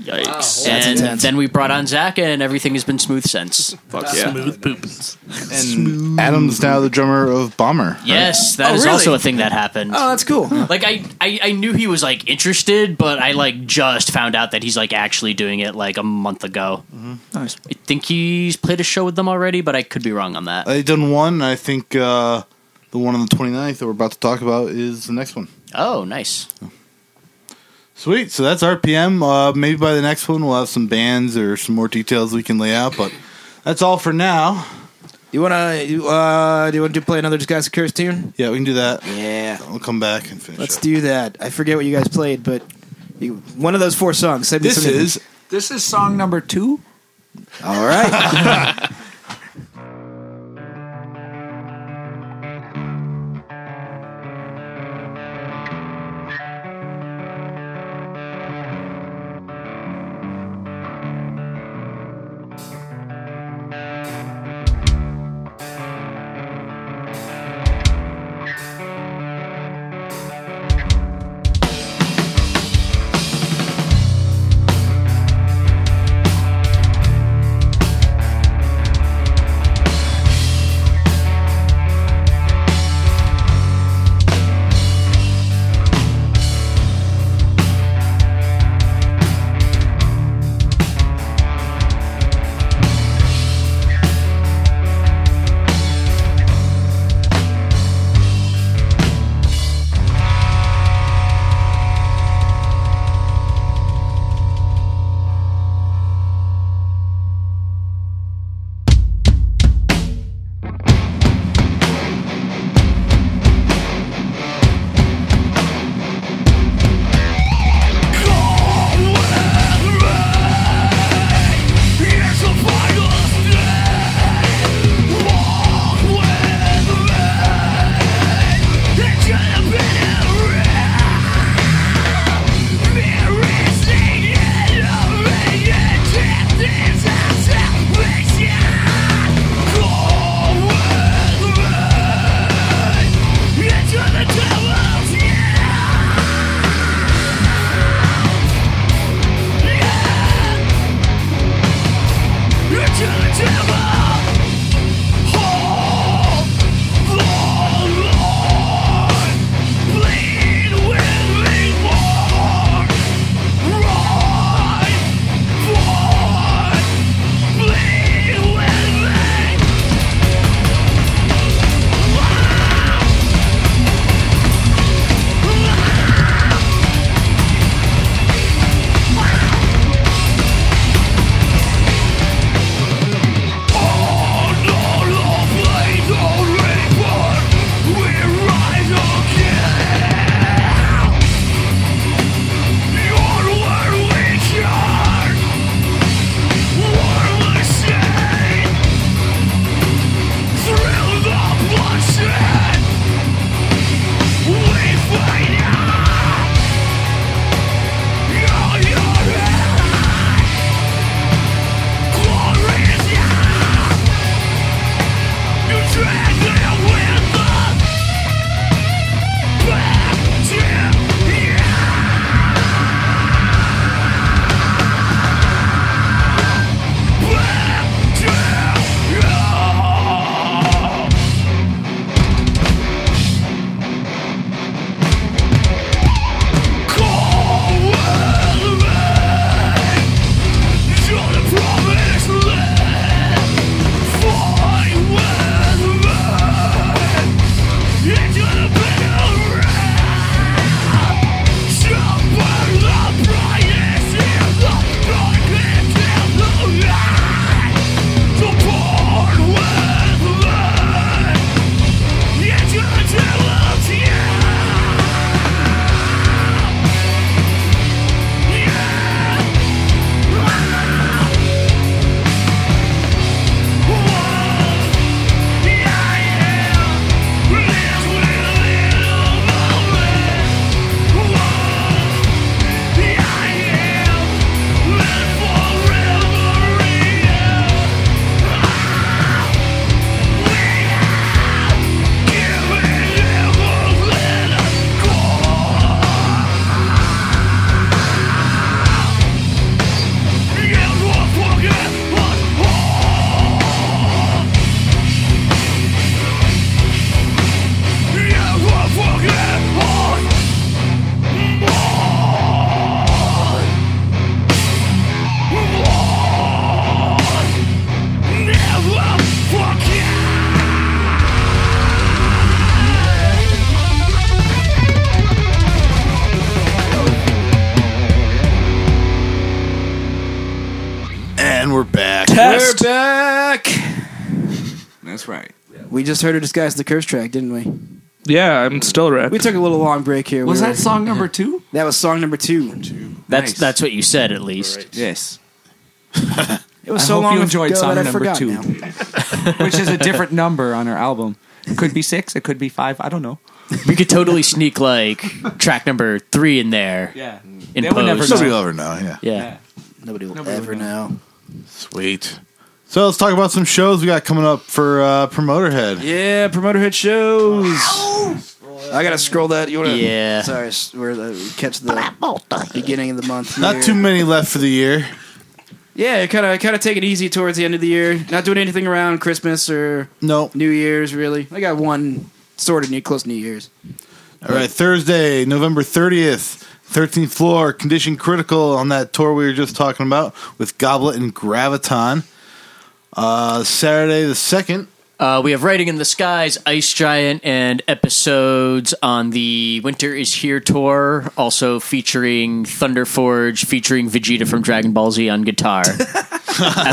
[SPEAKER 2] Yikes. and
[SPEAKER 7] intense.
[SPEAKER 2] then we brought on Zach, and everything has been smooth since.
[SPEAKER 9] Fuck yeah.
[SPEAKER 6] Smooth poopins.
[SPEAKER 1] Adam's now the drummer of Bomber.
[SPEAKER 2] Yes, that is
[SPEAKER 7] Oh, really?
[SPEAKER 2] also a thing that happened.
[SPEAKER 7] Oh, that's cool.
[SPEAKER 2] like I, I, I knew he was like interested, but I like just found out that he's like actually doing it like a month ago.
[SPEAKER 4] Nice.
[SPEAKER 2] I think he's played a show with them already, but I could be wrong on that.
[SPEAKER 1] I done one. I think uh, the one on the 29th that we're about to talk about is the next one.
[SPEAKER 2] oh, nice.
[SPEAKER 1] Sweet. So that's RPM. Uh, maybe by the next one we'll have some bands or some more details we can lay out. But that's all for now.
[SPEAKER 7] You wanna you, uh, do you want to play another Disguise Curse tune?
[SPEAKER 1] Yeah, we can do that.
[SPEAKER 7] Yeah.
[SPEAKER 1] We'll come back and finish.
[SPEAKER 7] Let's
[SPEAKER 1] up.
[SPEAKER 7] do that. I forget what you guys played, but you, one of those four songs. Send me
[SPEAKER 1] This
[SPEAKER 7] some-
[SPEAKER 1] is
[SPEAKER 9] This is song number two.
[SPEAKER 7] all right.
[SPEAKER 13] All
[SPEAKER 1] And we're back.
[SPEAKER 7] We're back.
[SPEAKER 9] That's right.
[SPEAKER 7] We just heard a disguise the curse track, didn't we?
[SPEAKER 8] Yeah, I'm still wrecked.
[SPEAKER 7] We took a little long break here.
[SPEAKER 9] Was
[SPEAKER 7] We were-
[SPEAKER 9] that song number two?
[SPEAKER 7] That was song number two.
[SPEAKER 2] That's
[SPEAKER 9] Nice.
[SPEAKER 2] that's what you said at least.
[SPEAKER 9] Yes.
[SPEAKER 7] It was
[SPEAKER 10] I
[SPEAKER 7] so
[SPEAKER 10] hope
[SPEAKER 7] long
[SPEAKER 10] you enjoyed
[SPEAKER 7] ago
[SPEAKER 10] song
[SPEAKER 7] that I
[SPEAKER 10] number
[SPEAKER 7] forgot
[SPEAKER 10] two.
[SPEAKER 7] now.
[SPEAKER 9] Which is a different number on our album. It could be six. It could be five. I don't know.
[SPEAKER 2] We could totally sneak like track number three in there.
[SPEAKER 9] Yeah.
[SPEAKER 2] In
[SPEAKER 9] They would never
[SPEAKER 2] post.
[SPEAKER 1] Nobody will ever know, yeah.
[SPEAKER 2] Yeah.
[SPEAKER 7] Nobody will
[SPEAKER 9] Nobody
[SPEAKER 7] ever
[SPEAKER 9] would
[SPEAKER 7] know.
[SPEAKER 1] Sweet. So let's talk about some shows we got coming up for uh, Promoterhead.
[SPEAKER 7] Yeah, promoter hit shows. I gotta scroll that. You wanna?
[SPEAKER 2] Yeah.
[SPEAKER 7] Sorry, s- we're uh, catch the beginning of the month.
[SPEAKER 1] Not
[SPEAKER 7] here.
[SPEAKER 1] too many left for the year.
[SPEAKER 7] Yeah, kind of kind of take it easy towards the end of the year. Not doing anything around Christmas or
[SPEAKER 1] Nope.
[SPEAKER 7] New Year's really. I got one sort of new close New Year's.
[SPEAKER 1] All right, Thursday, November 30th, 13th floor, condition critical on that tour we were just talking about with Goblet and Graviton. Uh, Saturday the 2nd,
[SPEAKER 2] Uh, we have Writing in the Skies, Ice Giant, and episodes on the Winter is Here tour, also featuring Thunderforge, featuring Vegeta from Dragon Ball Z on guitar at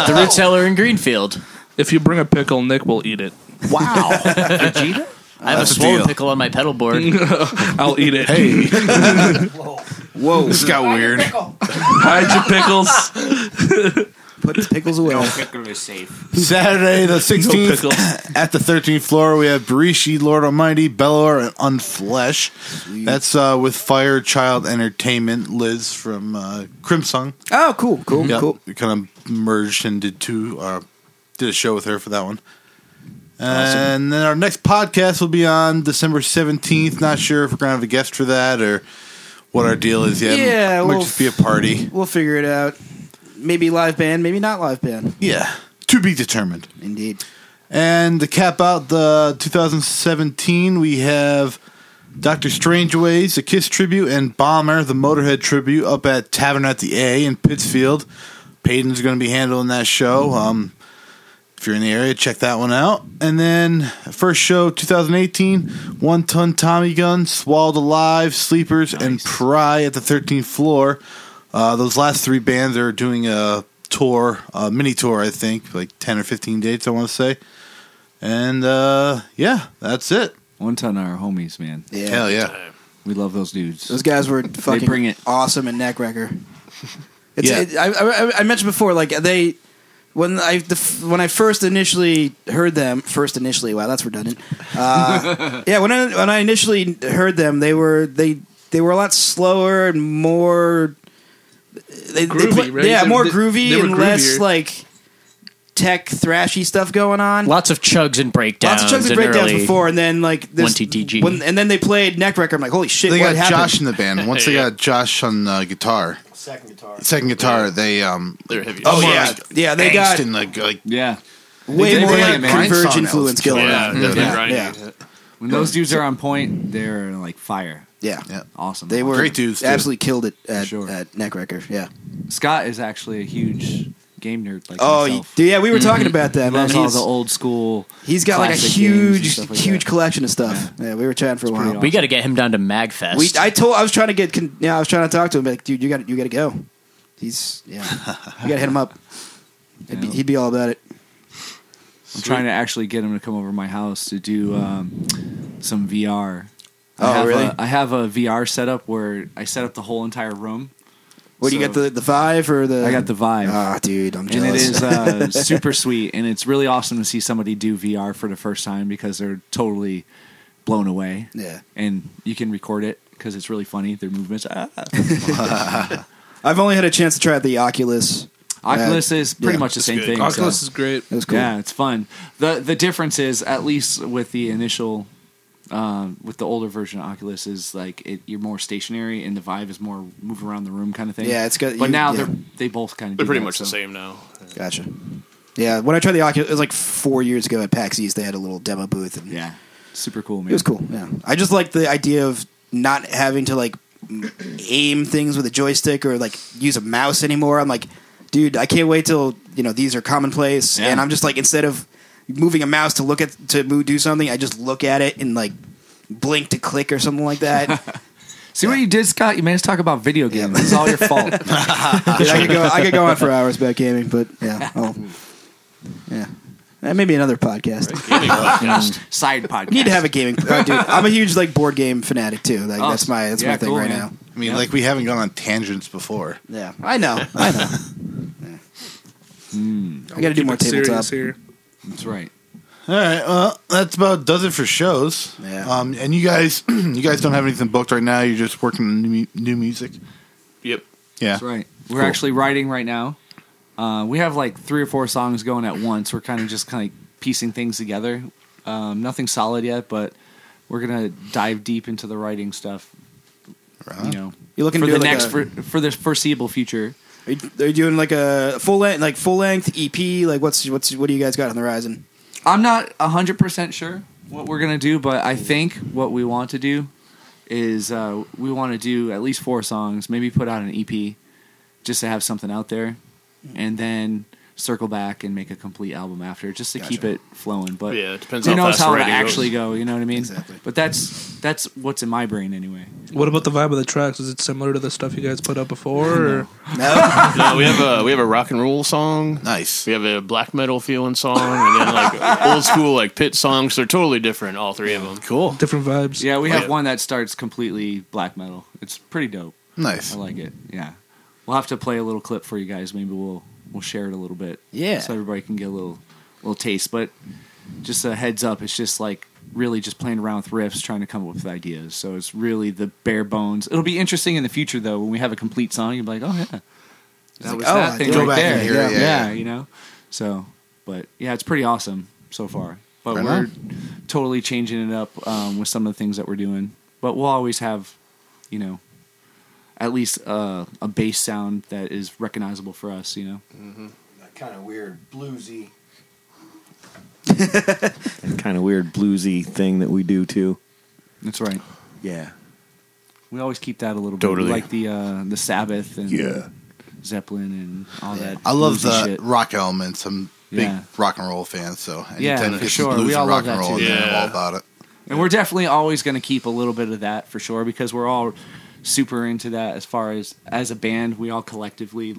[SPEAKER 2] the Root Cellar in Greenfield.
[SPEAKER 8] If you bring a pickle, Nick will eat it.
[SPEAKER 2] I have
[SPEAKER 1] That's
[SPEAKER 2] a
[SPEAKER 1] a
[SPEAKER 2] swollen
[SPEAKER 1] deal.
[SPEAKER 2] pickle on my pedal board.
[SPEAKER 8] I'll eat it. Hey,
[SPEAKER 1] this got weird.
[SPEAKER 8] hide your pickles.
[SPEAKER 7] Put the pickles away.
[SPEAKER 1] Saturday the 16th
[SPEAKER 8] pickle.
[SPEAKER 1] at the 13th floor, we have Barishi, Lord Almighty, Bellor, and Unflesh. That's uh, with Fire Child Entertainment, Liz from uh, Crimson.
[SPEAKER 7] Oh, cool, cool,
[SPEAKER 1] Yeah,
[SPEAKER 7] cool.
[SPEAKER 1] we kind of merged and did two. Uh, did a show with her for that one. And then our next podcast will be on December seventeenth. Not sure if we're gonna have a guest for that or what our deal is yet.
[SPEAKER 7] Yeah,
[SPEAKER 1] might
[SPEAKER 7] we'll-
[SPEAKER 1] just be a party.
[SPEAKER 7] We'll figure it out. Maybe live band, maybe not live band.
[SPEAKER 1] Yeah, to be determined.
[SPEAKER 7] Indeed.
[SPEAKER 1] And to cap out the 2017, we have Doctor Strangeways, the Kiss tribute, and Bomber, the Motorhead tribute, up at Tavern at the A in Pittsfield. Peyton's going to be handling that show. Um, if you're in the area, check that one out. And then first show 2018, One Ton Tommy Gun, Swallowed Alive, Sleepers, and Pry at the 13th floor. Uh, those last three bands are doing a tour, a mini tour, I think, like 10 or 15 dates, I want to say. And uh, yeah, that's it.
[SPEAKER 9] One ton are our homies, man.
[SPEAKER 7] Yeah.
[SPEAKER 1] Hell yeah.
[SPEAKER 9] We love those dudes.
[SPEAKER 7] Those guys were fucking
[SPEAKER 9] bring it.
[SPEAKER 7] awesome and Neckrecker. It's,
[SPEAKER 1] Yeah.
[SPEAKER 7] it, I, I, I mentioned before, like they when I the, f- when I first initially heard them, first initially, wow, that's redundant. Uh, yeah, when I when I initially heard them, they were they they were a lot slower and more they, they
[SPEAKER 8] Groovy,
[SPEAKER 7] play-
[SPEAKER 8] right?
[SPEAKER 7] Yeah,
[SPEAKER 8] They-
[SPEAKER 7] more
[SPEAKER 8] they-
[SPEAKER 7] groovy
[SPEAKER 8] they were
[SPEAKER 7] and less
[SPEAKER 8] groovier.
[SPEAKER 7] like tech thrashy stuff going on.
[SPEAKER 2] Lots of chugs and breakdowns.
[SPEAKER 7] Lots of chugs and
[SPEAKER 2] early-
[SPEAKER 7] breakdowns before, and then like this,
[SPEAKER 2] 1TTG.
[SPEAKER 7] when, and then they played Neckrecker. I'm like, holy shit!
[SPEAKER 1] They
[SPEAKER 7] what
[SPEAKER 1] got
[SPEAKER 7] happened?
[SPEAKER 1] Josh in the band. Once they got Josh on uh, guitar,
[SPEAKER 3] Second guitar.
[SPEAKER 1] second guitar, they um,
[SPEAKER 6] They're heavy.
[SPEAKER 1] oh
[SPEAKER 7] yeah. Yeah, they got-
[SPEAKER 1] in like, like
[SPEAKER 9] Yeah.
[SPEAKER 7] way
[SPEAKER 9] They
[SPEAKER 7] more
[SPEAKER 9] did
[SPEAKER 7] like
[SPEAKER 9] it, man.
[SPEAKER 7] converge
[SPEAKER 1] Song
[SPEAKER 7] influence going
[SPEAKER 6] yeah,
[SPEAKER 7] on.
[SPEAKER 6] definitely
[SPEAKER 7] Yeah,
[SPEAKER 6] grinding.
[SPEAKER 7] yeah.
[SPEAKER 9] When those dudes are on point, they're like fire.
[SPEAKER 7] Yeah.
[SPEAKER 1] yeah.
[SPEAKER 9] Awesome.
[SPEAKER 7] They were
[SPEAKER 1] Great dudes, too.
[SPEAKER 7] Absolutely killed it at,
[SPEAKER 9] Sure.
[SPEAKER 7] at Neckrecker. Yeah.
[SPEAKER 9] Scott is actually a huge game nerd. Like
[SPEAKER 7] Oh,
[SPEAKER 9] myself.
[SPEAKER 7] y- yeah. We were talking about that.
[SPEAKER 9] He
[SPEAKER 7] Man.
[SPEAKER 9] loves all
[SPEAKER 7] He's,
[SPEAKER 9] the old school.
[SPEAKER 7] he's got like a
[SPEAKER 9] classic games and
[SPEAKER 7] huge,
[SPEAKER 9] stuff like
[SPEAKER 7] huge
[SPEAKER 9] that.
[SPEAKER 7] collection of stuff. Yeah. we were chatting for a while.
[SPEAKER 9] pretty
[SPEAKER 2] We got to get him down to MagFest.
[SPEAKER 7] We, I told, I was trying to get, con- yeah, I was trying to talk to him. Like, dude, you got, to you got to go. He's, yeah, you got to hit him up. He'd, be,
[SPEAKER 9] Yeah.
[SPEAKER 7] he'd be all about it.
[SPEAKER 9] I'm trying to actually get him to come over to my house to do um, some VR.
[SPEAKER 7] Hmm. Oh,
[SPEAKER 9] I have
[SPEAKER 7] really?
[SPEAKER 9] A, I have a VR setup where I set up the whole entire room.
[SPEAKER 7] What do you
[SPEAKER 9] So-
[SPEAKER 7] got? The the five or the?
[SPEAKER 9] I got the Vive.
[SPEAKER 7] Ah, dude, I'm
[SPEAKER 9] and
[SPEAKER 7] jealous.
[SPEAKER 9] it is uh, super sweet, and it's really awesome to see somebody do VR for the first time because they're totally blown away.
[SPEAKER 7] yeah.
[SPEAKER 9] And you can record it because it's really funny. Their movements. Ah.
[SPEAKER 7] I've only had a chance to try the Oculus. Uh,
[SPEAKER 9] Oculus is pretty
[SPEAKER 7] yeah,
[SPEAKER 9] much the same thing.
[SPEAKER 8] Oculus
[SPEAKER 9] so-
[SPEAKER 8] is great.
[SPEAKER 7] It was cool.
[SPEAKER 9] Yeah, it's fun. the The difference is, at least with the initial, um, with the older version of Oculus, is like it, you're more stationary, and the Vive is more move around the room kind of thing.
[SPEAKER 7] Yeah, it's got-
[SPEAKER 9] But
[SPEAKER 7] you-
[SPEAKER 9] now
[SPEAKER 7] yeah.
[SPEAKER 9] they're they both kind of
[SPEAKER 6] They're pretty much the same now.
[SPEAKER 7] Gotcha. Yeah, when I tried the Oculus, it was like four years ago at PAX East. They had a little demo booth, and
[SPEAKER 9] Yeah, super cool. Man.
[SPEAKER 7] it was cool. Yeah, I just like the idea of not having to like aim things with a joystick or like use a mouse anymore. I'm like, dude, I can't wait till you know these are commonplace,
[SPEAKER 9] Yeah.
[SPEAKER 7] and I'm just like instead of moving a mouse to look at to move, do something, I just look at it and like blink to click or something like that.
[SPEAKER 9] See what you did, Scott? You made us talk about video games. This is all your fault. Dude,
[SPEAKER 7] Dude, I could go. I could go on for hours about gaming, but yeah, I'll, yeah, Eh, maybe another podcast.
[SPEAKER 9] Side podcast.
[SPEAKER 7] We need to have a gaming. oh, dude, I'm a huge like board game fanatic too. Like
[SPEAKER 9] Oh,
[SPEAKER 7] that's my that's
[SPEAKER 9] yeah,
[SPEAKER 7] my thing
[SPEAKER 9] cool,
[SPEAKER 7] right
[SPEAKER 9] man.
[SPEAKER 7] now.
[SPEAKER 1] I mean, like we haven't gone on tangents before.
[SPEAKER 7] Yeah, I know. I know. Yeah. I got to do more tabletop.
[SPEAKER 8] here.
[SPEAKER 9] That's right.
[SPEAKER 1] Hmm. All right, well, that's about does it for shows.
[SPEAKER 7] Yeah.
[SPEAKER 1] Um, and you guys, you guys don't have anything booked right now. You're just working on new, mu- new music.
[SPEAKER 8] Yep.
[SPEAKER 1] Yeah.
[SPEAKER 9] That's right. We're
[SPEAKER 1] Cool.
[SPEAKER 9] actually writing right now. Uh, we have like three or four songs going at once. We're kind of just kind of piecing things together. Um, nothing solid yet, but we're gonna dive deep into the writing stuff. You know,
[SPEAKER 7] You're looking
[SPEAKER 9] for
[SPEAKER 7] to
[SPEAKER 9] the
[SPEAKER 7] do like
[SPEAKER 9] next
[SPEAKER 7] a-
[SPEAKER 9] for, for the foreseeable future.
[SPEAKER 7] Are you, are you doing like a full length, like full length EP? Like what's what's what do you guys got on the horizon?
[SPEAKER 9] I'm not hundred percent sure what we're gonna do, but I think what we want to do is uh, we want to do at least four songs, maybe put out an EP, just to have something out there, and then circle back and make a complete album after, just to keep it flowing. But
[SPEAKER 6] Yeah, it depends
[SPEAKER 9] Who
[SPEAKER 6] how
[SPEAKER 9] knows
[SPEAKER 6] fast
[SPEAKER 9] how it
[SPEAKER 6] writing goes.
[SPEAKER 9] actually go? You know what I mean?
[SPEAKER 7] Exactly.
[SPEAKER 9] But that's that's what's in my brain anyway.
[SPEAKER 8] What about the vibe of the tracks? Is it similar to the stuff you guys put up before? Or?
[SPEAKER 6] no, we have a we have a rock and roll song.
[SPEAKER 1] Nice.
[SPEAKER 6] We have a black metal feeling song, and then like old school like pit songs. They're totally different, all three of them. Cool.
[SPEAKER 8] Different vibes.
[SPEAKER 9] Yeah, we have
[SPEAKER 6] Yeah.
[SPEAKER 9] one that starts completely black metal. It's pretty dope. I
[SPEAKER 1] Nice.
[SPEAKER 9] like it. Yeah, we'll have to play a little clip for you guys. Maybe we'll we'll share it a little bit.
[SPEAKER 7] Yeah.
[SPEAKER 9] so everybody can get a little little taste. But just a heads up, it's just like really just playing around with riffs, trying to come up with ideas. So it's really the bare bones. It'll be interesting in the future though when we have a complete song. You'll be like, oh yeah, that was
[SPEAKER 7] oh, I
[SPEAKER 9] that thing
[SPEAKER 7] did-
[SPEAKER 1] Go
[SPEAKER 9] right
[SPEAKER 1] back
[SPEAKER 9] there.
[SPEAKER 1] and hear
[SPEAKER 9] yeah.
[SPEAKER 1] it, yeah.
[SPEAKER 9] you know. So, but yeah, it's pretty awesome so far. But
[SPEAKER 1] Right
[SPEAKER 9] we're totally changing it up um, with some of the things that we're doing. But we'll always have, you know, at least uh, a bass sound that is recognizable for us. You know,
[SPEAKER 1] Mm-hmm.
[SPEAKER 3] Kind of weird bluesy. kind of weird bluesy thing that we do too.
[SPEAKER 9] that's right.
[SPEAKER 3] Yeah.
[SPEAKER 9] We always keep that a little
[SPEAKER 6] Totally.
[SPEAKER 9] bit, like the uh, the Sabbath and
[SPEAKER 3] Yeah.
[SPEAKER 9] Zeppelin and all that.
[SPEAKER 1] I love
[SPEAKER 9] bluesy
[SPEAKER 1] the
[SPEAKER 9] shit.
[SPEAKER 1] rock elements. I'm a big
[SPEAKER 9] Yeah.
[SPEAKER 1] rock and roll fan, so anytime
[SPEAKER 9] Yeah,
[SPEAKER 1] it
[SPEAKER 9] for
[SPEAKER 1] gets
[SPEAKER 9] sure.
[SPEAKER 1] blues
[SPEAKER 9] We all
[SPEAKER 1] and rock
[SPEAKER 9] love
[SPEAKER 1] and
[SPEAKER 9] that
[SPEAKER 1] roll,
[SPEAKER 9] too.
[SPEAKER 1] then I'm
[SPEAKER 6] Yeah.
[SPEAKER 1] all about it.
[SPEAKER 9] And we're definitely always going to keep a little bit of that for sure because we're all super into that as far as as a band, we all collectively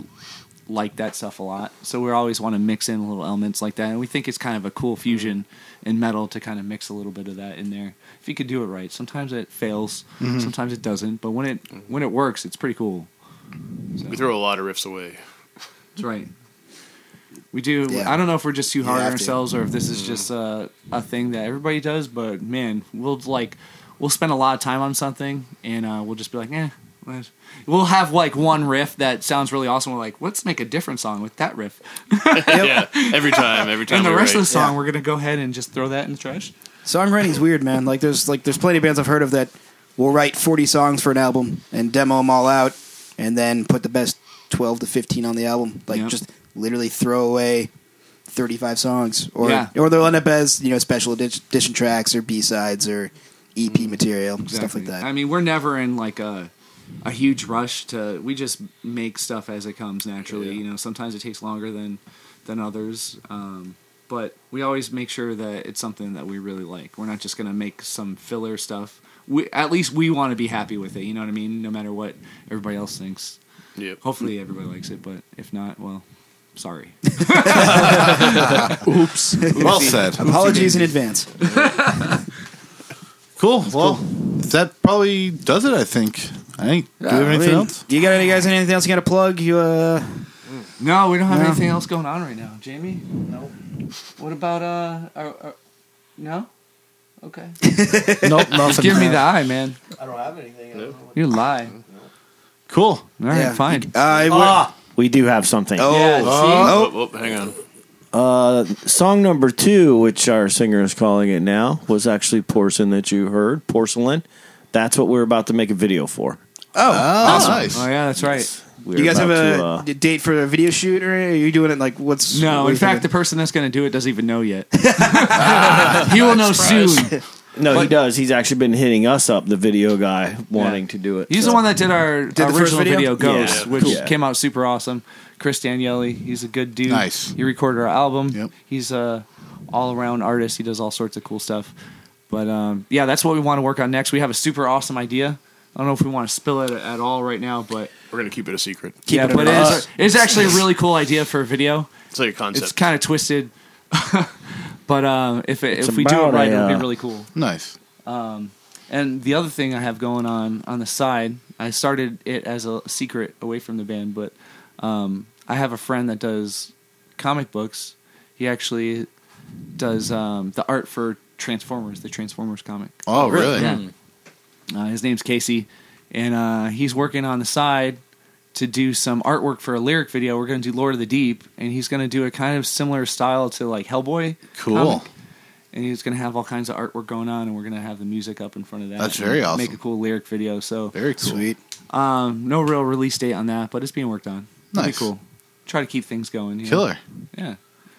[SPEAKER 9] like that stuff a lot. So we always want to mix in little elements like that. And we think it's kind of a cool fusion in metal to kind of mix a little bit of that in there. If you could do it right. Sometimes it fails,
[SPEAKER 1] Mm-hmm.
[SPEAKER 9] sometimes it doesn't, but when it when it works, it's pretty cool.
[SPEAKER 6] We throw a lot of riffs away.
[SPEAKER 9] That's right. We do.
[SPEAKER 7] Yeah.
[SPEAKER 9] I don't know if we're just too hard on
[SPEAKER 7] have to.
[SPEAKER 9] ourselves or if this
[SPEAKER 6] Mm-hmm.
[SPEAKER 9] is just a, a thing that everybody does, but man, we'll like we'll spend a lot of time on something and uh, we'll just be like, eh. let's- We'll have like one riff that sounds really awesome. We're like, let's make a different song with that riff.
[SPEAKER 6] Yeah, every time, every time.
[SPEAKER 9] and the
[SPEAKER 6] we
[SPEAKER 9] rest of the
[SPEAKER 6] write.
[SPEAKER 9] song,
[SPEAKER 7] Yeah.
[SPEAKER 9] we're gonna go ahead and just throw that in the trash.
[SPEAKER 7] Songwriting's weird, man. Like there's like there's plenty of bands I've heard of that will write 40 songs for an album and demo them all out and then put the best 12 to 15 on the album. Like
[SPEAKER 9] Yep.
[SPEAKER 7] just literally throw away 35 songs or
[SPEAKER 9] Yeah.
[SPEAKER 7] or they'll end up as, you know, special edi- edition tracks or B-sides or EP material, stuff like
[SPEAKER 9] Exactly.
[SPEAKER 7] that.
[SPEAKER 9] I mean, we're never in like a a huge rush to. We just make stuff as it comes naturally. You know, sometimes it takes longer than than others, um, but we always make sure that it's something that we really like. We're not just gonna make some filler stuff. We at least we want to be happy with it. You know what I mean? No matter what everybody else thinks.
[SPEAKER 6] Yep.
[SPEAKER 9] Hopefully, everybody likes it, but if not, well, sorry.
[SPEAKER 1] Well said.
[SPEAKER 7] Apologies in advance.
[SPEAKER 1] Cool. Well, that probably does it. I think. I think. Do you have
[SPEAKER 7] Uh, I
[SPEAKER 1] anything
[SPEAKER 7] mean,
[SPEAKER 1] else?
[SPEAKER 7] Do you got any guys anything else you got to plug? You uh
[SPEAKER 9] No, we don't have
[SPEAKER 7] No.
[SPEAKER 9] anything else going on right now. Jamie? No. What about uh? Our, our, no. Okay.
[SPEAKER 1] Nope. Nothing.
[SPEAKER 9] Give me the eye, man.
[SPEAKER 3] I don't have anything.
[SPEAKER 9] You lie. All
[SPEAKER 1] Cool.
[SPEAKER 9] right,
[SPEAKER 7] Yeah.
[SPEAKER 9] fine.
[SPEAKER 1] Uh,
[SPEAKER 7] I would-
[SPEAKER 3] Ah! We do have something.
[SPEAKER 7] Oh,
[SPEAKER 9] Yeah,
[SPEAKER 7] oh,
[SPEAKER 6] Oh, oh, hang on.
[SPEAKER 3] Uh, song number two, which our singer is calling it now, was actually porcelain that you heard, porcelain. That's what we're about to make a video for.
[SPEAKER 1] Oh, nice.
[SPEAKER 9] Oh yeah, that's right.
[SPEAKER 3] We're
[SPEAKER 7] you guys have
[SPEAKER 3] about
[SPEAKER 7] a
[SPEAKER 3] to, uh,
[SPEAKER 7] d- date for a video shoot, or are you doing it like what's?
[SPEAKER 9] No,
[SPEAKER 7] what are
[SPEAKER 9] in
[SPEAKER 7] you
[SPEAKER 9] fact, the
[SPEAKER 7] thinking?
[SPEAKER 9] person that's going to do it doesn't even know yet. Ah, he will know soon.
[SPEAKER 3] no, he does. He's actually been hitting us up, the video guy, wanting to do it.
[SPEAKER 9] He's
[SPEAKER 3] so.
[SPEAKER 9] the one that did our, our
[SPEAKER 7] the first
[SPEAKER 9] original video,
[SPEAKER 7] video?
[SPEAKER 9] Ghost,
[SPEAKER 3] Yeah.
[SPEAKER 9] which
[SPEAKER 3] Cool.
[SPEAKER 9] came out super awesome. Chris Daniele, he's a good dude.
[SPEAKER 1] Nice.
[SPEAKER 9] He recorded our album.
[SPEAKER 1] Yep.
[SPEAKER 9] He's a all around artist. He does all sorts of cool stuff. But um, yeah, that's what we want to work on next. We have a super awesome idea I don't know if we want to spill it at all right now, but
[SPEAKER 6] We're gonna keep it a secret.
[SPEAKER 9] yeah,
[SPEAKER 7] it
[SPEAKER 9] but
[SPEAKER 7] under
[SPEAKER 9] it's,
[SPEAKER 7] wraps.
[SPEAKER 9] it's actually a really cool idea for a video.
[SPEAKER 6] It's like a concept.
[SPEAKER 9] It's kind of twisted, but um, if it,
[SPEAKER 3] It's
[SPEAKER 9] if we do it
[SPEAKER 3] about
[SPEAKER 9] right,
[SPEAKER 3] a,
[SPEAKER 9] it'll be
[SPEAKER 3] uh,
[SPEAKER 9] really cool.
[SPEAKER 1] Nice.
[SPEAKER 9] Um, And the other thing I have going on on the side, I started it as a secret away from the band, but um, I have a friend that does comic books. He actually does um, the art for Transformers, the Transformers comic.
[SPEAKER 1] Oh, really?
[SPEAKER 9] Yeah. Uh, his name's Casey, and uh, he's working on the side to do some artwork for a lyric video. We're going to do Lord of the Deep, and he's going to do a kind of similar style to like Hellboy.
[SPEAKER 1] Cool.
[SPEAKER 9] comic and he's going to have all kinds of artwork going on, and we're going to have the music up in front of that.
[SPEAKER 1] That's
[SPEAKER 9] and
[SPEAKER 1] very awesome.
[SPEAKER 9] Make a cool lyric video. So,
[SPEAKER 1] Very cool.
[SPEAKER 7] Sweet.
[SPEAKER 9] um, no real release date on that, but it's being worked on. It'll be
[SPEAKER 1] Nice.
[SPEAKER 9] cool. Try to keep things going. you know?
[SPEAKER 1] Killer.
[SPEAKER 9] Yeah.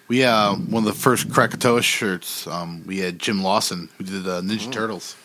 [SPEAKER 1] We uh, one of the first Krakatoa shirts. Um, we had Jim Lawson who did uh, Ninja Turtles.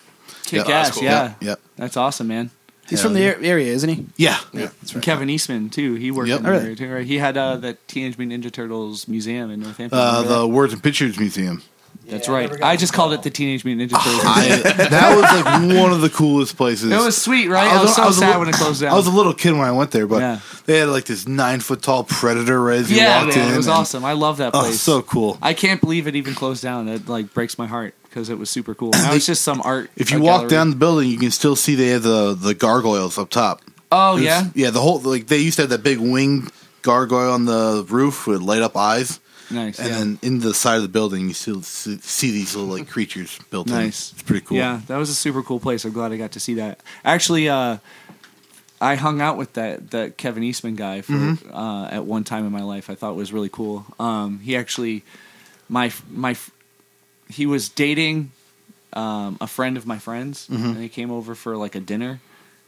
[SPEAKER 9] Kick
[SPEAKER 1] Yeah,
[SPEAKER 9] ass.
[SPEAKER 1] that's cool.
[SPEAKER 9] Yeah.
[SPEAKER 1] Yep, yep.
[SPEAKER 9] That's awesome, man.
[SPEAKER 7] He's
[SPEAKER 1] Hell
[SPEAKER 7] from the
[SPEAKER 1] yeah.
[SPEAKER 7] ar- area, isn't he?
[SPEAKER 1] Yeah, yeah.
[SPEAKER 9] And Kevin Eastman too. He worked
[SPEAKER 1] Yep.
[SPEAKER 9] in there
[SPEAKER 1] Oh,
[SPEAKER 7] really?
[SPEAKER 9] too. Right? He had uh, the Teenage Mutant Ninja Turtles museum in Northampton.
[SPEAKER 1] Uh,
[SPEAKER 9] Remember
[SPEAKER 1] the Words and Pictures Museum.
[SPEAKER 9] that? That's right. I just called it the Teenage Mutant Ninja Turtles.
[SPEAKER 1] I, that was like one of the coolest places.
[SPEAKER 9] it was sweet, right? I was, so
[SPEAKER 1] I was a
[SPEAKER 9] sad
[SPEAKER 1] little-
[SPEAKER 9] when it closed down.
[SPEAKER 1] I was a little kid when I went there, but
[SPEAKER 9] Yeah.
[SPEAKER 1] they had like this nine foot tall predator right as you
[SPEAKER 9] yeah,
[SPEAKER 1] walked
[SPEAKER 9] man,
[SPEAKER 1] in.
[SPEAKER 9] it was
[SPEAKER 1] and-
[SPEAKER 9] awesome. I love that
[SPEAKER 1] Oh,
[SPEAKER 9] place.
[SPEAKER 1] so cool.
[SPEAKER 9] I can't believe it even closed down. That like breaks my heart because it was super cool. Now it's just some art.
[SPEAKER 1] If you
[SPEAKER 9] a
[SPEAKER 1] walk
[SPEAKER 9] gallery.
[SPEAKER 1] down the building, you can still see they have the, the gargoyles up top.
[SPEAKER 9] oh
[SPEAKER 1] It was-
[SPEAKER 9] yeah,
[SPEAKER 1] yeah. The whole like they used to have that big winged gargoyle on the roof with light up eyes,
[SPEAKER 9] nice.
[SPEAKER 1] and
[SPEAKER 9] yeah.
[SPEAKER 1] then in the side of the building, you still see, see these little like creatures built in.
[SPEAKER 9] Nice.
[SPEAKER 1] It's pretty cool.
[SPEAKER 9] Yeah, that was a super cool place. I'm glad I got to see that. Actually, uh, I hung out with that that Kevin Eastman guy for
[SPEAKER 1] Mm-hmm.
[SPEAKER 9] uh, at one time in my life. I thought was really cool. Um, he actually my my he was dating um, a friend of my friend's,
[SPEAKER 1] Mm-hmm.
[SPEAKER 9] and he came over for like a dinner.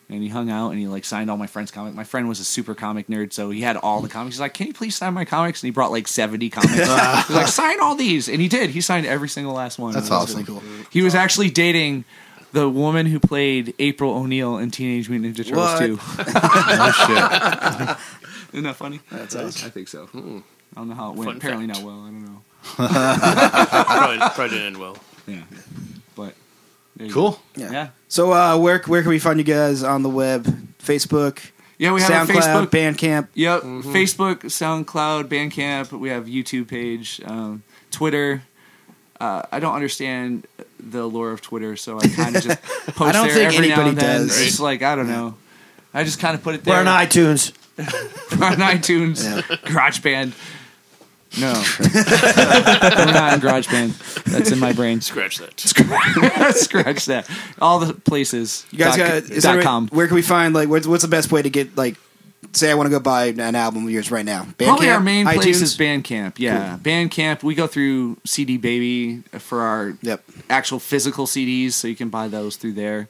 [SPEAKER 9] And he hung out and he like signed all my friends' comic. My friend was a super comic nerd, so he had all the comics. He's like, "Can you please sign my comics?" And he brought like seventy comics. He's like, "Sign all these," and he did. He signed every single last one.
[SPEAKER 1] That's
[SPEAKER 9] It was
[SPEAKER 1] awesome.
[SPEAKER 9] really cool. He was actually dating the woman who played April O'Neil in Teenage Mutant Ninja
[SPEAKER 7] What?
[SPEAKER 9] Turtles
[SPEAKER 1] Oh, shit.
[SPEAKER 9] 2. Isn't that funny?
[SPEAKER 7] That's awesome.
[SPEAKER 9] I think so.
[SPEAKER 6] Hmm.
[SPEAKER 9] I don't know how it went.
[SPEAKER 6] Fun
[SPEAKER 9] Apparently
[SPEAKER 6] fact.
[SPEAKER 9] not well. I don't know.
[SPEAKER 6] probably, probably didn't end well.
[SPEAKER 9] Yeah. But there you go.
[SPEAKER 1] Cool.
[SPEAKER 7] Yeah.
[SPEAKER 9] Yeah.
[SPEAKER 7] So uh, where where can we find you guys on the web? Facebook,
[SPEAKER 9] Yeah, we have a Facebook.
[SPEAKER 7] SoundCloud, Bandcamp.
[SPEAKER 9] yep.
[SPEAKER 6] Mm-hmm.
[SPEAKER 9] Facebook, SoundCloud, Bandcamp. We have YouTube page, um, Twitter. Uh, I don't understand the lore of Twitter, so I kind of just post
[SPEAKER 7] don't
[SPEAKER 9] there
[SPEAKER 7] think
[SPEAKER 9] every now
[SPEAKER 7] anybody
[SPEAKER 9] and then.
[SPEAKER 7] does.
[SPEAKER 9] It's like I don't know. I just kind of put it there.
[SPEAKER 7] We're on iTunes.
[SPEAKER 9] on iTunes, GarageBand. No, we're not in GarageBand. That's in my brain.
[SPEAKER 6] Scratch that.
[SPEAKER 9] Scratch that. All the places.
[SPEAKER 7] You guys
[SPEAKER 9] dot,
[SPEAKER 7] got
[SPEAKER 9] co-
[SPEAKER 7] is
[SPEAKER 9] dot
[SPEAKER 7] there a-
[SPEAKER 9] com.
[SPEAKER 7] Where can we find like what's, what's the best way to get like say I want to go buy an album of yours right now? Bandcamp,
[SPEAKER 9] Probably our main
[SPEAKER 7] iTunes?
[SPEAKER 9] place is Bandcamp. Yeah, Bandcamp. We go through CD Baby for our
[SPEAKER 7] Yep.
[SPEAKER 9] actual physical CDs, so you can buy those through there.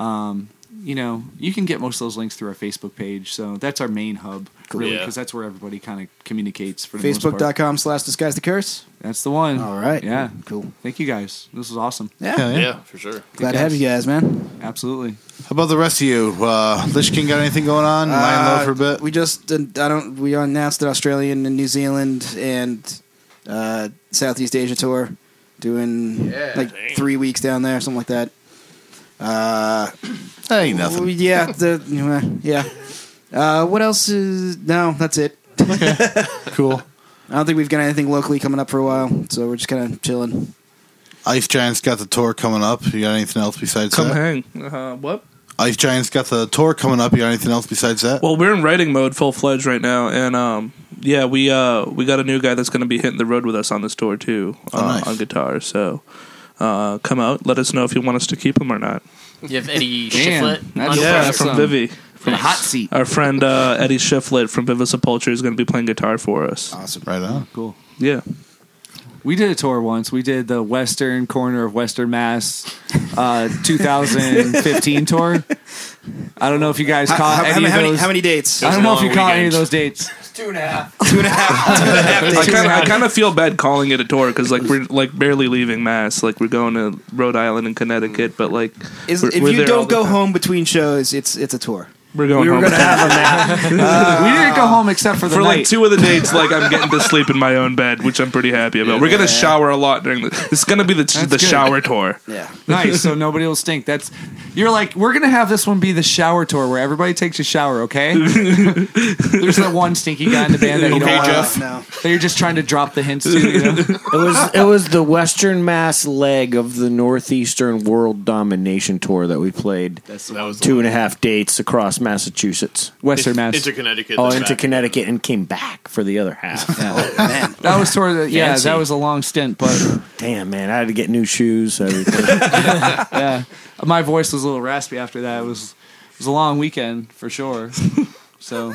[SPEAKER 9] Um, you know, you can get most of those links through our Facebook page. So that's our main hub, really,
[SPEAKER 6] Yeah.
[SPEAKER 9] because that's where everybody kind of communicates. For the most part.
[SPEAKER 7] Facebook.com slash disguise the curse.
[SPEAKER 9] That's the one.
[SPEAKER 7] All right.
[SPEAKER 9] Yeah.
[SPEAKER 7] Cool.
[SPEAKER 9] Thank you guys. This was awesome.
[SPEAKER 7] Yeah.
[SPEAKER 6] Yeah, for sure.
[SPEAKER 7] Glad to have you guys, man.
[SPEAKER 9] Absolutely.
[SPEAKER 1] How about the rest of you? Uh, Lich King got anything going on? Lying low
[SPEAKER 7] Uh,
[SPEAKER 1] for a bit.
[SPEAKER 7] We just didn't- I don't we announced that Australian and New Zealand and uh, Southeast Asia tour, doing like
[SPEAKER 6] Dang.
[SPEAKER 7] three weeks down there, something like that. Uh,
[SPEAKER 1] that ain't nothing.
[SPEAKER 7] we- yeah, the yeah. Uh, what else is no? That's it.
[SPEAKER 1] cool.
[SPEAKER 7] I don't think we've got anything locally coming up for a while, so we're just kind of chilling.
[SPEAKER 1] Ice Giants got the tour coming up. You got anything else besides
[SPEAKER 8] Come
[SPEAKER 1] that?
[SPEAKER 8] hang. Uh, what?
[SPEAKER 1] Ice Giants got the tour coming up. You got anything else besides that?
[SPEAKER 8] Well, we're in writing mode, full fledged right now, and um, yeah, we uh, we got a new guy that's going to be hitting the road with us on this tour too,
[SPEAKER 1] Oh,
[SPEAKER 8] uh,
[SPEAKER 1] nice.
[SPEAKER 8] on guitar. So, uh, come out, let us know if you want us to keep him or not.
[SPEAKER 2] You have Eddie
[SPEAKER 9] Damn,
[SPEAKER 2] Shiflett.
[SPEAKER 9] that's
[SPEAKER 2] on
[SPEAKER 9] Yeah,
[SPEAKER 2] the
[SPEAKER 8] Yeah,
[SPEAKER 2] front.
[SPEAKER 8] from
[SPEAKER 9] awesome.
[SPEAKER 8] Vivi.
[SPEAKER 9] From the hot seat.
[SPEAKER 8] Our friend uh, Eddie Shiflett from Viva Sepulture is going to be playing guitar for us.
[SPEAKER 7] Awesome.
[SPEAKER 1] Right on.
[SPEAKER 9] Cool.
[SPEAKER 8] Yeah,
[SPEAKER 9] We did a tour once. We did the western corner of Western Mass uh, 2015 tour. I don't know if you guys caught
[SPEAKER 7] How, how-
[SPEAKER 9] any
[SPEAKER 7] how
[SPEAKER 9] of
[SPEAKER 7] many,
[SPEAKER 9] those.
[SPEAKER 7] how many dates?
[SPEAKER 9] I don't know if you
[SPEAKER 6] Long
[SPEAKER 9] caught any of
[SPEAKER 6] weekend.
[SPEAKER 9] those dates.
[SPEAKER 7] Two and a half. Two and a half
[SPEAKER 8] I
[SPEAKER 7] dates.
[SPEAKER 8] kind of I kind of feel bad calling it a tour because like we're like barely leaving Mass, like we're going to Rhode Island and Connecticut, but like
[SPEAKER 7] Is,
[SPEAKER 8] we're-
[SPEAKER 7] if
[SPEAKER 8] we're
[SPEAKER 7] you
[SPEAKER 8] there all
[SPEAKER 7] don't
[SPEAKER 8] the
[SPEAKER 7] go
[SPEAKER 8] time.
[SPEAKER 7] home between shows, it's it's a tour.
[SPEAKER 8] We're going
[SPEAKER 7] We were
[SPEAKER 8] home.
[SPEAKER 7] going to have a nap.
[SPEAKER 9] Uh, we didn't go home except for the
[SPEAKER 8] for
[SPEAKER 9] night.
[SPEAKER 8] like two of the dates, like I'm getting to sleep in my own bed, which I'm pretty happy about. We're gonna shower a lot during this. It's gonna be the the
[SPEAKER 9] good.
[SPEAKER 8] shower tour.
[SPEAKER 7] yeah.
[SPEAKER 9] nice, so nobody will stink. That's you're like we're gonna have this one be the shower tour where everybody takes a shower. Okay, there's that one stinky guy in the band that you don't want.
[SPEAKER 7] Jeff. No.
[SPEAKER 9] That you're just trying to drop the hints to. You know?
[SPEAKER 13] It was it was the Western Mass leg of the Northeastern World Domination Tour that we played
[SPEAKER 6] that was
[SPEAKER 13] two and a half dates across Massachusetts.
[SPEAKER 9] Western Mass.
[SPEAKER 6] into Connecticut.
[SPEAKER 13] Oh,
[SPEAKER 6] then
[SPEAKER 13] into
[SPEAKER 6] back.
[SPEAKER 13] Connecticut and came back for the other half.
[SPEAKER 9] that was sort of yeah.
[SPEAKER 2] Fancy.
[SPEAKER 9] That was a long stint, but
[SPEAKER 13] Damn, man, I had to get new shoes. Everything.
[SPEAKER 9] yeah, my voice was a little raspy after that. It was it was a long weekend for sure. So
[SPEAKER 13] We,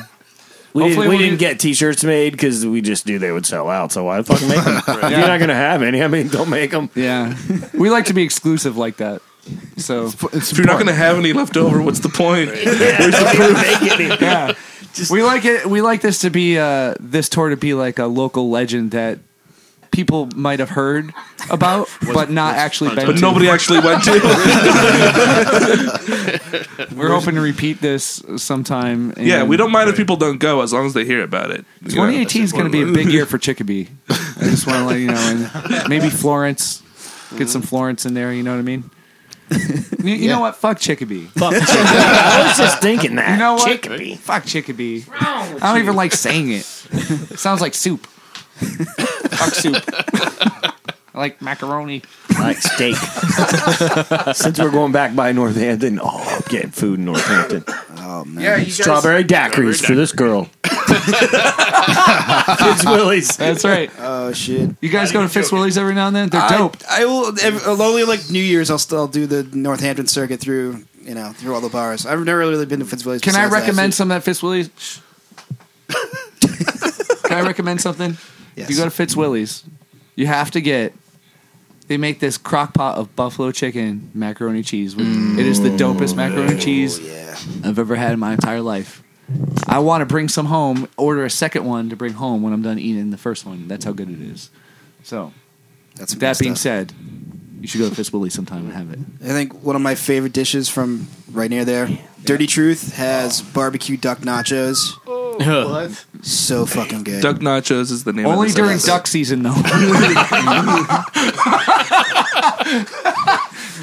[SPEAKER 13] didn't,
[SPEAKER 9] Hopefully
[SPEAKER 13] we
[SPEAKER 9] we'll
[SPEAKER 13] didn't
[SPEAKER 9] do-
[SPEAKER 13] get T-shirts made because we just knew they would sell out. So why the fuck make them? If You're not gonna have any. I mean, don't make them.
[SPEAKER 9] yeah, we like to be exclusive like that. So
[SPEAKER 8] If you're not gonna have any left over, what's the point?
[SPEAKER 9] yeah. we like it. We like this to be uh, this tour to be like a local legend that people might have heard about, but not actually been.
[SPEAKER 8] But
[SPEAKER 9] to.
[SPEAKER 8] nobody actually went to.
[SPEAKER 9] We're hoping to repeat this sometime. in-
[SPEAKER 8] Yeah, we don't mind if people don't go as long as they hear about it. You know?
[SPEAKER 9] 2018 is going to be a big year for Chickabee. I just want to let you know, and maybe Florence, get some Florence in there. You know what I mean? You, you know what? Fuck Chickabee.
[SPEAKER 13] I was just thinking that.
[SPEAKER 9] You know what?
[SPEAKER 13] Chickpea.
[SPEAKER 9] Fuck Chickabee. I don't even like saying it. It sounds like soup. Fuck soup. I like macaroni.
[SPEAKER 13] like steak. Since we're going back by Northampton, oh, I'm getting food in Northampton.
[SPEAKER 9] Yeah, you
[SPEAKER 13] Strawberry daiquiris for this girl. Kids Willie's.
[SPEAKER 9] That's right.
[SPEAKER 7] Oh shit.
[SPEAKER 9] You guys go to Fitz Willie's every now and then. They're dope.
[SPEAKER 7] I, I will ev- only like New Year's. I'll still do the Northampton circuit through you know through all the bars. I've never really been to Fitzwilliams.
[SPEAKER 9] Can I
[SPEAKER 7] besides that.
[SPEAKER 9] recommend some at Fitz Willie's? Can I recommend something?
[SPEAKER 7] Yes.
[SPEAKER 9] You go to Fitz Willie's, you have to get. They make this crock pot of buffalo chicken macaroni cheese. which- It is the dopest macaroni cheese
[SPEAKER 7] Mm. Oh, Yeah.
[SPEAKER 9] I've ever had in my entire life. I want to bring some home, order a second one to bring home when I'm done eating the first one. That's how good it is. So,
[SPEAKER 7] That's some
[SPEAKER 9] that
[SPEAKER 7] good
[SPEAKER 9] being
[SPEAKER 7] stuff.
[SPEAKER 9] said, you should go to Fitz Willie's sometime and have it.
[SPEAKER 7] I think one of my favorite dishes from right near there, Dirty Truth, has barbecue duck nachos. So fucking good.
[SPEAKER 8] Duck nachos is the name.
[SPEAKER 9] Only
[SPEAKER 8] of this
[SPEAKER 9] during
[SPEAKER 8] episode.
[SPEAKER 9] duck season, though.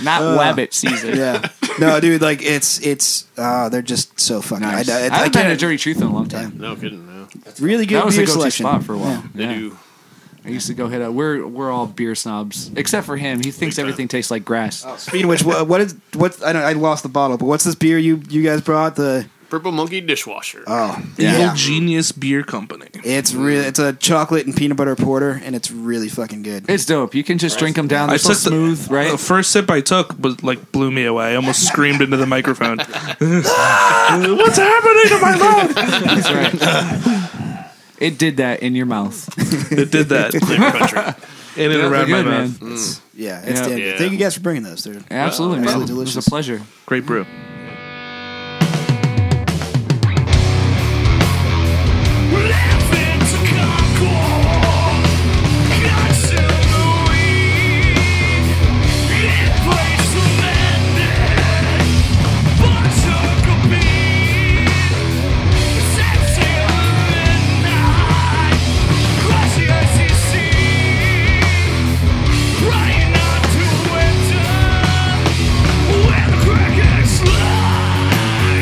[SPEAKER 9] Not wabbit season.
[SPEAKER 7] Uh, yeah. No, dude, like it's it's uh, they're just so fucking.
[SPEAKER 9] Nice. I,
[SPEAKER 7] I, I, I
[SPEAKER 9] haven't been to
[SPEAKER 7] can't.
[SPEAKER 9] Dirty Truth in a long time.
[SPEAKER 6] No kidding. No.
[SPEAKER 7] Really good
[SPEAKER 9] That was the
[SPEAKER 7] beer
[SPEAKER 9] go-to
[SPEAKER 7] selection.
[SPEAKER 9] spot for a while.
[SPEAKER 6] They
[SPEAKER 9] Yeah.
[SPEAKER 6] do.
[SPEAKER 9] I used to go hit up. We're we're all beer snobs, except for him. He
[SPEAKER 6] Big
[SPEAKER 9] thinks
[SPEAKER 6] time.
[SPEAKER 9] everything tastes like grass.
[SPEAKER 7] Oh, Speaking of which, what, what is what? I don't. I lost the bottle, but what's this beer you you guys brought? The
[SPEAKER 6] Purple Monkey Dishwasher.
[SPEAKER 9] Uh,
[SPEAKER 7] oh
[SPEAKER 8] Evil Genius Beer Company.
[SPEAKER 7] It's real. It's a chocolate and peanut butter porter, and it's really fucking good.
[SPEAKER 9] It's dope. You can just drink them down. They're so
[SPEAKER 8] took the-
[SPEAKER 9] smooth, right?
[SPEAKER 8] The first sip I took was like blew me away. I almost screamed into the microphone. What's happening to my mouth?
[SPEAKER 9] That's right. It did that in your mouth.
[SPEAKER 8] It did that
[SPEAKER 6] Flavor country.
[SPEAKER 8] in and
[SPEAKER 9] They're
[SPEAKER 8] around my
[SPEAKER 9] good,
[SPEAKER 8] mouth.
[SPEAKER 9] man.
[SPEAKER 7] Mm.
[SPEAKER 2] Mm.
[SPEAKER 7] yeah, it's
[SPEAKER 9] Yeah.
[SPEAKER 7] damn good.
[SPEAKER 6] Yeah.
[SPEAKER 7] Thank you guys for bringing those. They're
[SPEAKER 9] Absolutely, man.
[SPEAKER 7] absolutely
[SPEAKER 9] It was
[SPEAKER 7] delicious.
[SPEAKER 9] a pleasure.
[SPEAKER 8] Great brew.
[SPEAKER 12] Crack and slide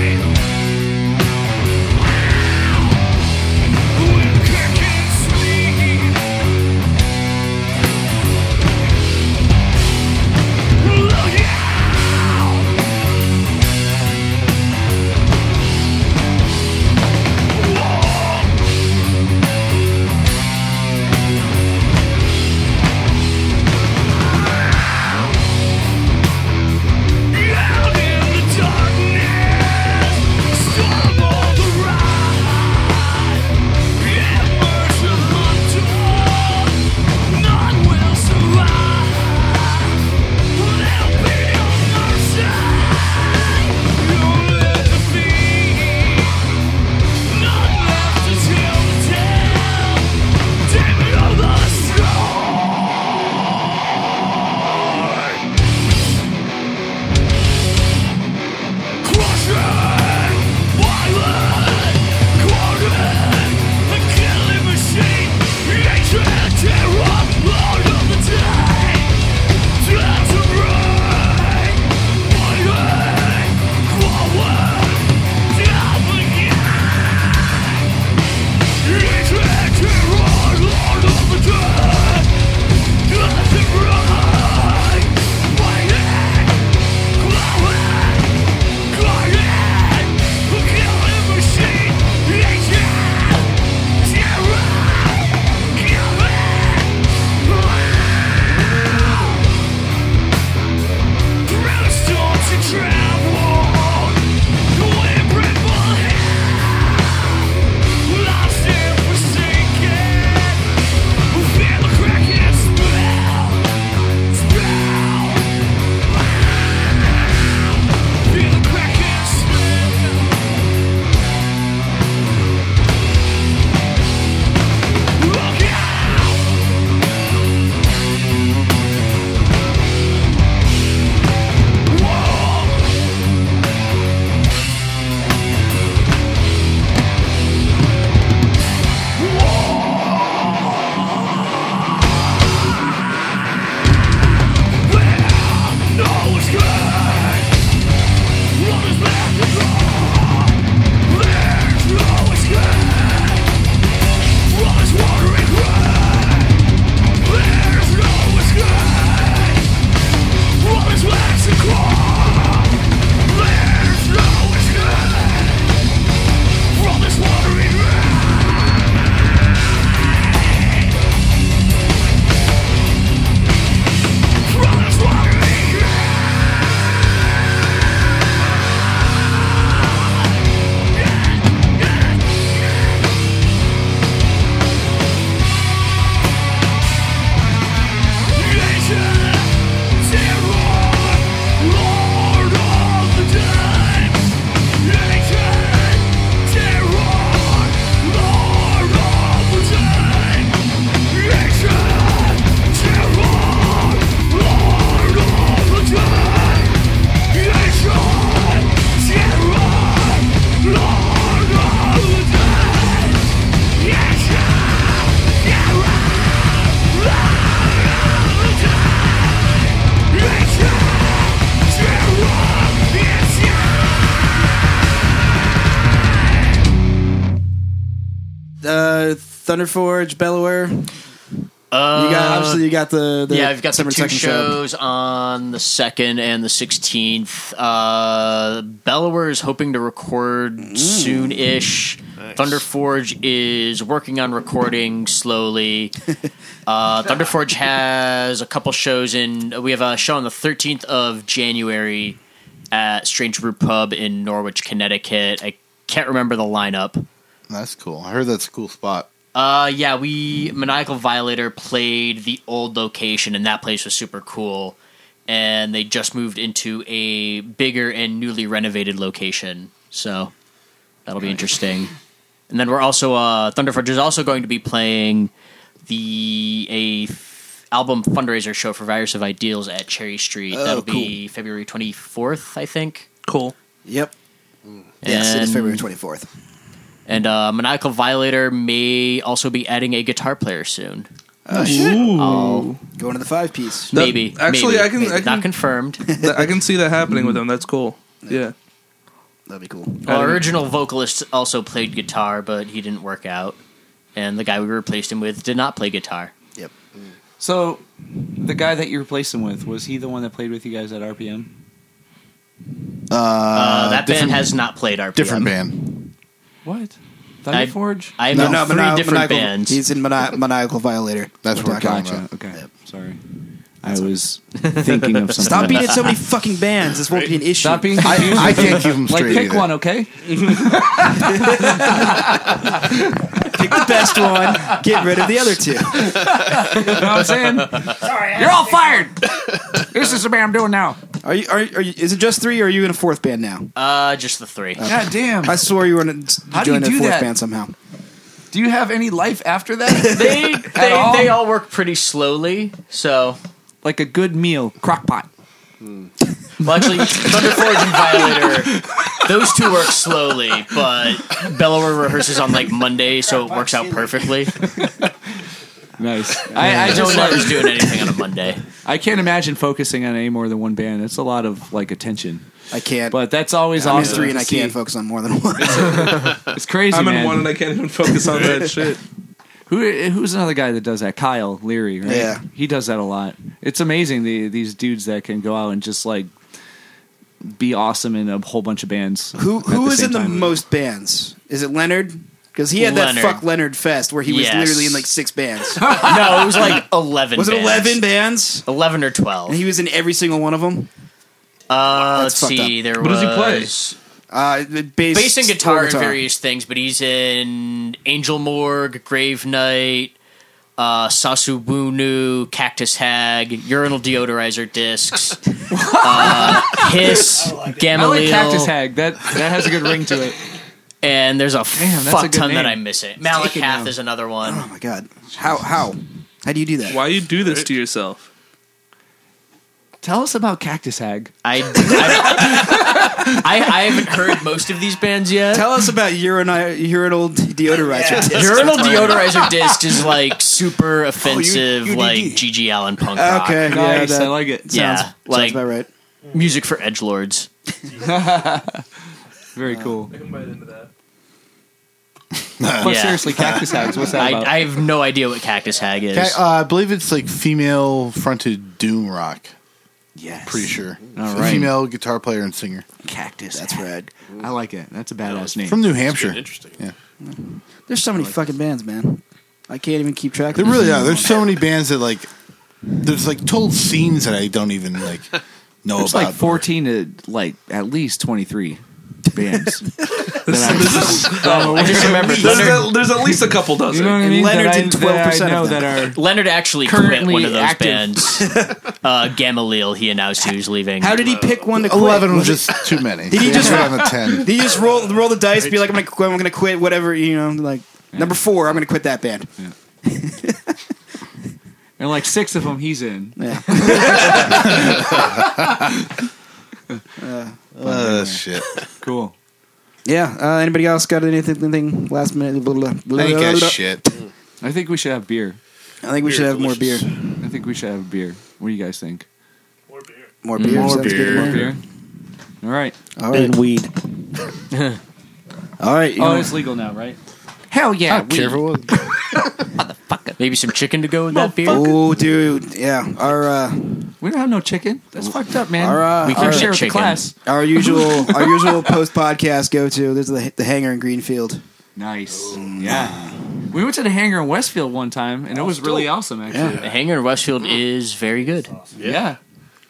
[SPEAKER 7] Uh, Thunderforge, Bellower.
[SPEAKER 2] Uh,
[SPEAKER 7] you got obviously you got the, the
[SPEAKER 2] yeah, I've got the
[SPEAKER 7] September
[SPEAKER 2] two
[SPEAKER 7] 2nd show.
[SPEAKER 2] shows on the second and the sixteenth. Uh, Bellower is hoping to record soon-ish. Thunderforge is working on recording slowly. uh, Thunderforge has a couple shows in. We have a show on the thirteenth of January at Strange Brew Pub in Norwich, Connecticut. I can't remember the lineup.
[SPEAKER 1] That's cool. I heard that's a cool spot.
[SPEAKER 2] Uh, yeah, we Maniacal Violator played the old location, and that place was super cool. And they just moved into a bigger and newly renovated location, so that'll be interesting. And then we're also uh, Thunderforge is also going to be playing the a f- album fundraiser show for Virus of Ideals at Cherry Street.
[SPEAKER 7] Oh,
[SPEAKER 2] that'll be February twenty fourth, I think.
[SPEAKER 8] Cool.
[SPEAKER 7] Yep. Yes, it is
[SPEAKER 2] And-
[SPEAKER 7] February twenty fourth.
[SPEAKER 2] And uh, Maniacal Violator may also be adding a guitar player soon.
[SPEAKER 7] Oh, shit.
[SPEAKER 2] I'll
[SPEAKER 7] Going to the five piece.
[SPEAKER 8] That-
[SPEAKER 2] maybe.
[SPEAKER 8] actually,
[SPEAKER 2] maybe.
[SPEAKER 8] I can- I
[SPEAKER 2] Maybe.
[SPEAKER 8] can-
[SPEAKER 2] not confirmed.
[SPEAKER 8] That- I can see that happening with them. That's cool. Yeah.
[SPEAKER 7] That'd be cool.
[SPEAKER 2] Our original vocalist also played guitar, but he didn't work out, and the guy we replaced him with did not play guitar.
[SPEAKER 7] Yep.
[SPEAKER 9] So, the guy that you replaced him with was he the one that played with you guys at RPM?
[SPEAKER 1] Uh,
[SPEAKER 2] Uh, that band
[SPEAKER 1] different-
[SPEAKER 2] has not played RPM.
[SPEAKER 1] Different band.
[SPEAKER 9] What?
[SPEAKER 2] I-
[SPEAKER 9] Thunderforge?
[SPEAKER 2] I, am in three
[SPEAKER 7] Mani-
[SPEAKER 2] different
[SPEAKER 7] maniacal,
[SPEAKER 2] bands.
[SPEAKER 7] He's in mani- Maniacal Violator.
[SPEAKER 1] That's what I'm talking
[SPEAKER 9] Gotcha.
[SPEAKER 1] about.
[SPEAKER 9] Okay. Sorry. I was thinking of something.
[SPEAKER 7] Stop being in so many fucking bands. This won't be an issue.
[SPEAKER 9] Stop being confused.
[SPEAKER 1] I can't keep them
[SPEAKER 9] like,
[SPEAKER 1] straight.
[SPEAKER 9] pick
[SPEAKER 1] either.
[SPEAKER 9] one, okay?
[SPEAKER 7] Pick the best one. Get rid of the other two.
[SPEAKER 9] You know what I'm saying? You're all fired. this is the band I'm doing now.
[SPEAKER 7] Are you? Are, you- are you? Is it just three? or Are you in a fourth band now?
[SPEAKER 2] Uh, just the three.
[SPEAKER 9] God damn.
[SPEAKER 7] I swore you were in a,
[SPEAKER 9] How do you
[SPEAKER 7] joined a
[SPEAKER 9] do
[SPEAKER 7] fourth
[SPEAKER 9] that?
[SPEAKER 7] band somehow.
[SPEAKER 9] Do you have any life after that?
[SPEAKER 2] They they,
[SPEAKER 9] all?
[SPEAKER 2] they all work pretty slowly. So, Hmm.
[SPEAKER 9] like a good meal, crock pot.
[SPEAKER 2] well, actually, Thunderforge and Violator, those two work slowly, but Bellower rehearses on like Monday, so it works out perfectly.
[SPEAKER 9] Nice. I, I don't
[SPEAKER 2] Slaughter's doing anything on a Monday.
[SPEAKER 9] I can't imagine focusing on any more than one band. It's a lot of like attention.
[SPEAKER 7] I can't.
[SPEAKER 9] But that's always
[SPEAKER 7] I'm in
[SPEAKER 9] awesome.
[SPEAKER 7] three, and
[SPEAKER 9] to
[SPEAKER 7] I
[SPEAKER 9] see.
[SPEAKER 7] can't focus on more than one.
[SPEAKER 9] It's crazy.
[SPEAKER 7] I'm in
[SPEAKER 9] man.
[SPEAKER 7] one and I
[SPEAKER 8] can't even focus on that shit.
[SPEAKER 9] Who who's another guy that does that? Kyle Leary, right?
[SPEAKER 7] Yeah.
[SPEAKER 9] he does that a lot. It's amazing the these dudes that can go out and just like be awesome in a whole bunch of bands.
[SPEAKER 7] Who
[SPEAKER 9] at
[SPEAKER 7] who is
[SPEAKER 9] same
[SPEAKER 7] in the
[SPEAKER 9] time.
[SPEAKER 7] most bands? Is it Leonard? Because he had that
[SPEAKER 9] Leonard.
[SPEAKER 7] fuck Leonard fest where he was
[SPEAKER 2] Yes.
[SPEAKER 7] literally in like six bands.
[SPEAKER 2] no, it was like eleven.
[SPEAKER 7] Was it
[SPEAKER 2] bands.
[SPEAKER 7] 11 bands?
[SPEAKER 2] Eleven or twelve?
[SPEAKER 7] and he was in every single one of them.
[SPEAKER 2] Uh, let's
[SPEAKER 7] That's fucked
[SPEAKER 2] see.
[SPEAKER 7] up.
[SPEAKER 2] There
[SPEAKER 7] What
[SPEAKER 2] was
[SPEAKER 7] does he play? Uh, the bass,
[SPEAKER 2] bass and guitar,
[SPEAKER 7] or
[SPEAKER 2] and various things, but he's in Angel Morgue, Grave Knight, uh, Sasu Bunu, Cactus Hag, Urinal Deodorizer Discs, uh, Hiss,
[SPEAKER 9] I
[SPEAKER 2] Gamaliel.
[SPEAKER 9] like Cactus Hag. That that has a good ring to it.
[SPEAKER 2] And there's a
[SPEAKER 9] Damn, that's a
[SPEAKER 2] fuck
[SPEAKER 9] good
[SPEAKER 2] ton that
[SPEAKER 9] name.
[SPEAKER 2] I'm missing.
[SPEAKER 9] It's
[SPEAKER 2] Malik
[SPEAKER 9] taken
[SPEAKER 2] Hath
[SPEAKER 9] down.
[SPEAKER 2] is another one.
[SPEAKER 7] Oh my god! How how how do you do that?
[SPEAKER 8] Why you do this to yourself?
[SPEAKER 9] Tell us about Cactus Hag.
[SPEAKER 2] I I, I, I haven't heard most of these bands yet.
[SPEAKER 7] Tell us about urinal urinal deodorizer. discs.
[SPEAKER 2] Urinal Deodorizer Disc is like super offensive, like GG Allen punk rock.
[SPEAKER 7] Okay,
[SPEAKER 9] Nice, I like it.
[SPEAKER 2] yeah,
[SPEAKER 9] Sounds-
[SPEAKER 2] like
[SPEAKER 7] about right.
[SPEAKER 2] Music for edge lords.
[SPEAKER 9] Very
[SPEAKER 3] Uh,
[SPEAKER 9] cool.
[SPEAKER 2] But
[SPEAKER 9] seriously, Cactus Hags, what's that
[SPEAKER 2] I,
[SPEAKER 9] about?
[SPEAKER 2] I have no idea what Cactus Hag is.
[SPEAKER 1] Ca- uh, I believe it's like female fronted doom rock. Yeah, pretty sure.
[SPEAKER 9] All
[SPEAKER 1] F-
[SPEAKER 9] right.
[SPEAKER 1] Female guitar player and singer
[SPEAKER 7] Cactus. That's rad.
[SPEAKER 9] I like it. That's a badass name.
[SPEAKER 1] from New Hampshire.
[SPEAKER 6] Interesting.
[SPEAKER 1] Yeah,
[SPEAKER 7] There's so many fucking bands, man. I can't even keep track. of
[SPEAKER 1] there
[SPEAKER 7] them.
[SPEAKER 1] really are. There's so many bands that like there's like total scenes that I don't even like know
[SPEAKER 9] There's
[SPEAKER 1] about.
[SPEAKER 9] like 14 to like at least 23 bands. that I-
[SPEAKER 2] I
[SPEAKER 9] uh,
[SPEAKER 2] just remember
[SPEAKER 8] There's,
[SPEAKER 2] Leonard,
[SPEAKER 8] at- there's at least a couple
[SPEAKER 9] you
[SPEAKER 8] dozen.
[SPEAKER 9] know what I mean?
[SPEAKER 7] Leonard's in
[SPEAKER 9] that I- that I
[SPEAKER 7] 12% of
[SPEAKER 9] know
[SPEAKER 7] them.
[SPEAKER 9] that are
[SPEAKER 2] Leonard actually quit
[SPEAKER 9] Currently
[SPEAKER 2] one of those
[SPEAKER 9] active.
[SPEAKER 2] bands. Uh, Gamaliel, he announced he was leaving.
[SPEAKER 7] How did he pick one to quit?
[SPEAKER 1] Eleven was
[SPEAKER 7] it-
[SPEAKER 1] just too many.
[SPEAKER 7] Did he just-
[SPEAKER 1] on the ten?
[SPEAKER 7] Did you just roll roll the dice, be like, I'm gonna qu- I'm gonna quit whatever you know, like number four, I'm gonna quit that band.
[SPEAKER 9] and like six of them he's in.
[SPEAKER 7] Yeah. Oh,
[SPEAKER 1] Uh, shit.
[SPEAKER 9] Cool.
[SPEAKER 7] Yeah. Uh, anybody else got anything? anything last minute? Blah, blah, blah,
[SPEAKER 1] I ain't
[SPEAKER 7] blah,
[SPEAKER 1] got
[SPEAKER 7] blah.
[SPEAKER 1] shit.
[SPEAKER 9] I think we should have beer.
[SPEAKER 7] I think we should have more beer.
[SPEAKER 9] I think we should have beer. What do you guys think?
[SPEAKER 7] More beer.
[SPEAKER 1] More
[SPEAKER 7] sounds good to
[SPEAKER 1] beer.
[SPEAKER 7] me.
[SPEAKER 1] More
[SPEAKER 9] Beer? All right.
[SPEAKER 7] All right.
[SPEAKER 13] weed.
[SPEAKER 7] All right. you
[SPEAKER 9] Oh,
[SPEAKER 7] know-
[SPEAKER 9] it's legal now, right?
[SPEAKER 13] Hell yeah.
[SPEAKER 1] Careful.
[SPEAKER 2] Maybe some chicken to go with that beer.
[SPEAKER 7] Oh, dude, yeah. Our uh,
[SPEAKER 9] We don't have no chicken. That's fucked up, man.
[SPEAKER 7] Our, uh,
[SPEAKER 2] We can
[SPEAKER 9] Our
[SPEAKER 2] get
[SPEAKER 9] share with the
[SPEAKER 2] chicken.
[SPEAKER 9] class.
[SPEAKER 7] our usual our usual post podcast go to. There's the the hangar in Greenfield.
[SPEAKER 9] Nice. Yeah. We went to the hangar in Westfield one time, and it was really awesome, actually.
[SPEAKER 2] The hangar in Westfield is very good.
[SPEAKER 9] Yeah.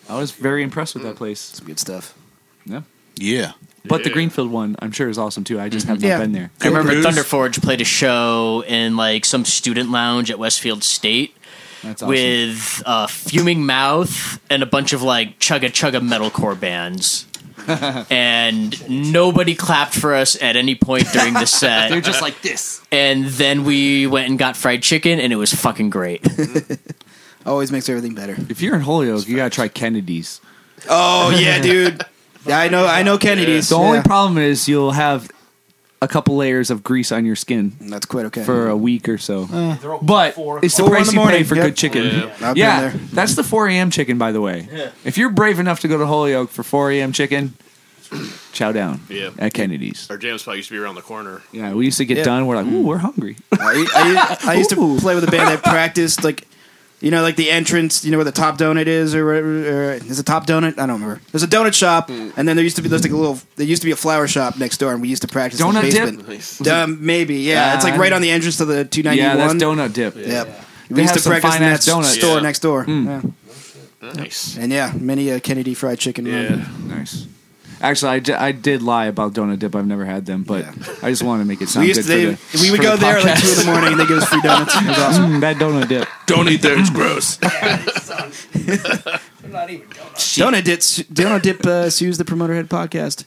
[SPEAKER 9] I was very impressed with that place.
[SPEAKER 7] Mm. Some good stuff.
[SPEAKER 1] Yeah.
[SPEAKER 9] But the Greenfield one, I'm sure, is awesome too. I just have not
[SPEAKER 7] Yeah.
[SPEAKER 9] been there.
[SPEAKER 2] I remember
[SPEAKER 8] Bruce.
[SPEAKER 2] Thunderforge played a show in like some student lounge at Westfield State
[SPEAKER 9] That's awesome.
[SPEAKER 2] with uh, Fuming Mouth and a bunch of like chugga chugga metalcore bands. and nobody clapped for us at any point during the set.
[SPEAKER 9] They're just like this.
[SPEAKER 2] and then we went and got fried chicken, and it was fucking great.
[SPEAKER 7] Always makes everything better.
[SPEAKER 9] If you're in Holyoke, you gotta try Kennedy's.
[SPEAKER 7] Oh yeah, dude. I know. I know Kennedy's.
[SPEAKER 9] The only
[SPEAKER 7] Yeah.
[SPEAKER 9] problem is you'll have a couple layers of grease on your skin
[SPEAKER 7] That's quite okay.
[SPEAKER 9] for a week or so. but it's the
[SPEAKER 7] Eh. Four in
[SPEAKER 9] price
[SPEAKER 7] the
[SPEAKER 9] you pay
[SPEAKER 7] morning,
[SPEAKER 9] for
[SPEAKER 7] yep.
[SPEAKER 9] good chicken. Yeah,
[SPEAKER 7] I've been there.
[SPEAKER 9] that's the 4 a.m. chicken, by the way. If you're brave enough to go to Holyoke for 4 a.m. chicken, chow down
[SPEAKER 6] Yeah.
[SPEAKER 9] at Kennedy's.
[SPEAKER 6] Our jam spot used to be around the corner.
[SPEAKER 9] Yeah, we used to get done. We're like, ooh, we're hungry.
[SPEAKER 7] I, I, I used to play with a band that practiced like, you know, like the entrance. You know where the top donut is, or, whatever- or is a top donut? I don't remember. There's a donut shop, and then there used to be there's like a little. There used to be a flower shop next door, and we used to practice in the
[SPEAKER 9] Donut dip?
[SPEAKER 7] basement. Um, maybe yeah. it's like right on the entrance to the two ninety
[SPEAKER 9] yeah, that's
[SPEAKER 7] one.
[SPEAKER 9] donut dip.
[SPEAKER 7] Yep.
[SPEAKER 9] They
[SPEAKER 7] We used
[SPEAKER 9] have
[SPEAKER 7] to
[SPEAKER 9] some
[SPEAKER 7] practice in
[SPEAKER 9] fine-ass
[SPEAKER 7] that
[SPEAKER 9] donuts. Hmm.
[SPEAKER 7] s- store
[SPEAKER 6] Yeah.
[SPEAKER 7] next door. Yeah.
[SPEAKER 6] Nice.
[SPEAKER 7] And yeah, many uh, Kennedy fried chicken.
[SPEAKER 6] Yeah.
[SPEAKER 7] Run.
[SPEAKER 9] Nice. Actually, I, d- I did lie about donut dip. I've never had them, but
[SPEAKER 7] Yeah.
[SPEAKER 9] I just wanted to make it sound
[SPEAKER 7] We
[SPEAKER 9] good
[SPEAKER 7] used to,
[SPEAKER 9] for
[SPEAKER 7] they,
[SPEAKER 9] the,
[SPEAKER 7] we would
[SPEAKER 9] for
[SPEAKER 7] go
[SPEAKER 9] the
[SPEAKER 7] there at like
[SPEAKER 9] podcast.
[SPEAKER 7] two in the morning. and They give us free donuts. It was awesome.
[SPEAKER 9] Mm, that donut dip.
[SPEAKER 8] Don't eat there; it's gross.
[SPEAKER 7] Donut dip, donut dip. Uh, Sue's the promoter head podcast.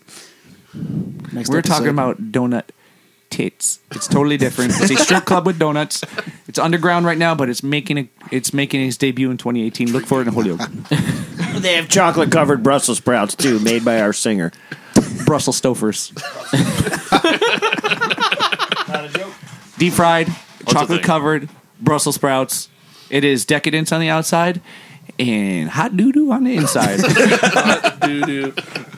[SPEAKER 7] Next
[SPEAKER 9] We're
[SPEAKER 7] episode.
[SPEAKER 9] talking about donut tits. It's totally different. It's a strip club with donuts. It's underground right now, but it's making a, it's making its debut in 2018. Look for it in Holyoke.
[SPEAKER 13] They have chocolate covered Brussels sprouts too, made by our singer.
[SPEAKER 9] Brussels Stofers. Deep fried,
[SPEAKER 6] a
[SPEAKER 9] chocolate covered Brussels sprouts. It is decadence on the outside and hot doo doo on the inside.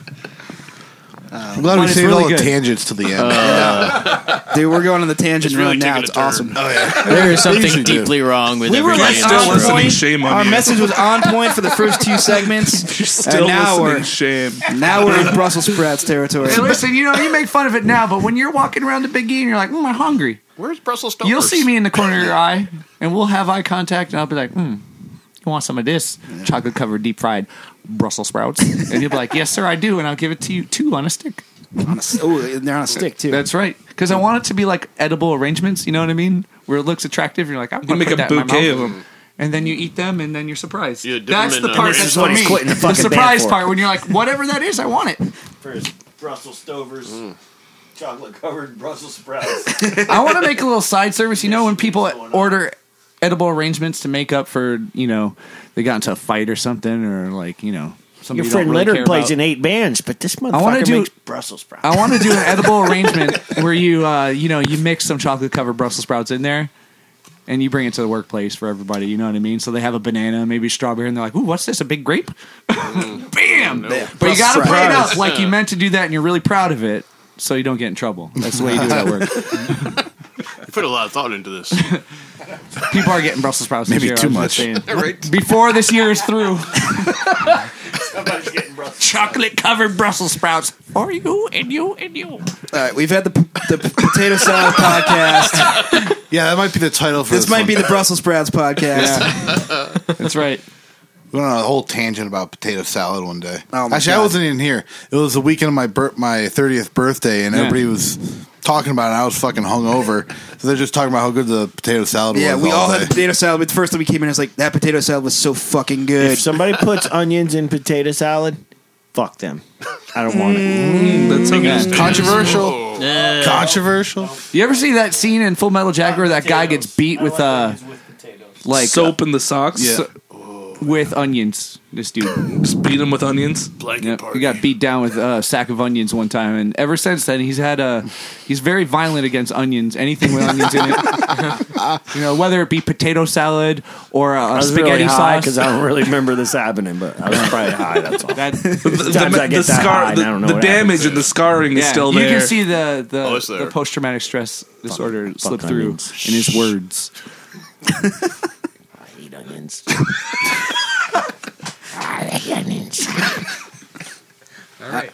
[SPEAKER 1] I'm glad
[SPEAKER 9] Mine
[SPEAKER 1] we
[SPEAKER 9] is
[SPEAKER 1] saved
[SPEAKER 9] really
[SPEAKER 1] all the
[SPEAKER 9] good.
[SPEAKER 1] tangents to the
[SPEAKER 7] Uh,
[SPEAKER 1] end.
[SPEAKER 7] Dude, we're going on the tangent
[SPEAKER 2] It's really
[SPEAKER 7] road
[SPEAKER 2] taking
[SPEAKER 7] now.
[SPEAKER 2] a
[SPEAKER 7] It's
[SPEAKER 2] turn.
[SPEAKER 7] awesome.
[SPEAKER 1] Oh yeah,
[SPEAKER 2] Uh, There is
[SPEAKER 1] They
[SPEAKER 2] something
[SPEAKER 1] usually do.
[SPEAKER 2] deeply wrong with
[SPEAKER 7] We were
[SPEAKER 2] everybody.
[SPEAKER 7] like
[SPEAKER 2] in this
[SPEAKER 7] on
[SPEAKER 2] room.
[SPEAKER 7] point.
[SPEAKER 8] Shame on
[SPEAKER 7] Our
[SPEAKER 8] you.
[SPEAKER 7] message was on point for the first two segments.
[SPEAKER 8] Still
[SPEAKER 7] and now
[SPEAKER 8] listening,
[SPEAKER 7] we're
[SPEAKER 8] shame.
[SPEAKER 7] now we're in Brussels sprouts territory.
[SPEAKER 9] Hey, listen, you know, you make fun of it now, but when you're walking around the Big E and you're like, mm, I'm hungry,
[SPEAKER 6] Where's Brussels Stompers?
[SPEAKER 9] you'll see me in the corner of your eye, and we'll have eye contact, and I'll be like, hmm, you want some of this chocolate covered deep fried Brussels sprouts? and you'll be like, yes, sir, I do, and I'll give it to you two on a stick.
[SPEAKER 7] On a s- oh, and they're on a stick too.
[SPEAKER 9] That's right, because I want it to be like edible arrangements. You know what I mean? Where it looks attractive, you're like, I'm
[SPEAKER 8] You
[SPEAKER 9] gonna
[SPEAKER 8] make
[SPEAKER 9] put
[SPEAKER 8] a
[SPEAKER 9] that in my
[SPEAKER 8] bouquet of
[SPEAKER 9] mouth.
[SPEAKER 8] them.
[SPEAKER 9] And then you eat them, and then you're surprised.
[SPEAKER 6] Yeah, dip
[SPEAKER 9] that's
[SPEAKER 6] them
[SPEAKER 9] the
[SPEAKER 6] in uh,
[SPEAKER 9] part
[SPEAKER 6] the-
[SPEAKER 9] that's
[SPEAKER 6] This is what
[SPEAKER 9] funny.
[SPEAKER 6] he's
[SPEAKER 7] quitting the
[SPEAKER 9] the
[SPEAKER 7] fucking band
[SPEAKER 9] surprise
[SPEAKER 7] for.
[SPEAKER 9] part when you're like, whatever that is, I want it.
[SPEAKER 3] Brussels Stovers, chocolate covered Brussels sprouts.
[SPEAKER 9] I want to make a little side service. You know, when people order edible arrangements to make up for, you know, they got into a fight or something, or like, you know, somebody
[SPEAKER 13] Your
[SPEAKER 9] you
[SPEAKER 13] friend
[SPEAKER 9] don't really
[SPEAKER 13] Leonard
[SPEAKER 9] care
[SPEAKER 13] plays
[SPEAKER 9] about.
[SPEAKER 13] in eight bands, but this
[SPEAKER 9] wanna
[SPEAKER 13] motherfucker
[SPEAKER 9] do-
[SPEAKER 13] makes Brussels sprouts.
[SPEAKER 9] I want to do an edible arrangement where you, uh, you know, you mix some chocolate covered Brussels sprouts in there, and you bring it to the workplace for everybody. You know what I mean? So they have a banana, maybe strawberry, and they're like, "Ooh, what's this? A big grape?" Bam! But you got to play it up like you meant to do that, and you're really proud of it, so you don't get in trouble. That's the way you do it at work.
[SPEAKER 6] I put a lot of thought into this.
[SPEAKER 9] People are getting Brussels sprouts. this
[SPEAKER 1] Maybe
[SPEAKER 9] year,
[SPEAKER 1] too
[SPEAKER 9] I was
[SPEAKER 1] much.
[SPEAKER 9] just saying. Before this year is through,
[SPEAKER 2] Chocolate covered Brussels sprouts for you and you and you.
[SPEAKER 7] All right, we've had the, p- the p- potato salad podcast.
[SPEAKER 1] yeah, that might be the title for this.
[SPEAKER 7] This might
[SPEAKER 1] one.
[SPEAKER 7] be the Brussels sprouts podcast.
[SPEAKER 9] that's right.
[SPEAKER 1] We went on a whole tangent about potato salad one day.
[SPEAKER 7] Oh, my
[SPEAKER 1] Actually,
[SPEAKER 7] God.
[SPEAKER 1] I wasn't even here. It was the weekend of my bir- my thirtieth birthday, and
[SPEAKER 9] Yeah.
[SPEAKER 1] everybody was talking about it. and I was fucking hungover, so they're just talking about how good the potato salad
[SPEAKER 7] Yeah,
[SPEAKER 1] was.
[SPEAKER 7] we all
[SPEAKER 1] day.
[SPEAKER 7] had potato salad. But the first time we came in, it was like that potato salad was so fucking good.
[SPEAKER 13] if somebody puts onions in potato salad, fuck them. I don't want it. Mm.
[SPEAKER 1] controversial. Controversial.
[SPEAKER 9] You ever see that scene in Full Metal Jacket where that guy gets beat with uh, like
[SPEAKER 8] Soap in the socks.
[SPEAKER 1] Yeah.
[SPEAKER 8] So-
[SPEAKER 9] with onions? This dude.
[SPEAKER 8] just beat them with onions.
[SPEAKER 9] Yep. He got beat down with a sack of onions one time, and ever since then he's had a he's very violent against onions. Anything with onions in it, you know, whether it be potato salad or a,
[SPEAKER 13] I
[SPEAKER 9] a
[SPEAKER 13] was
[SPEAKER 9] spaghetti
[SPEAKER 13] really high
[SPEAKER 9] sauce.
[SPEAKER 13] because I don't really remember this happening, but I was probably high. That's all.
[SPEAKER 9] that,
[SPEAKER 13] Sometimes I get that high and
[SPEAKER 8] the,
[SPEAKER 13] I don't know
[SPEAKER 8] the
[SPEAKER 13] what
[SPEAKER 8] damage
[SPEAKER 13] happens.
[SPEAKER 8] and the scarring is
[SPEAKER 9] yeah,
[SPEAKER 8] still
[SPEAKER 9] you
[SPEAKER 8] there.
[SPEAKER 9] can see the the,
[SPEAKER 6] Oh, it's there.
[SPEAKER 9] the post traumatic stress disorder slip
[SPEAKER 13] fuck
[SPEAKER 9] through
[SPEAKER 13] onions.
[SPEAKER 9] in his words.
[SPEAKER 13] I hate onions. I hate onions.
[SPEAKER 9] Ah.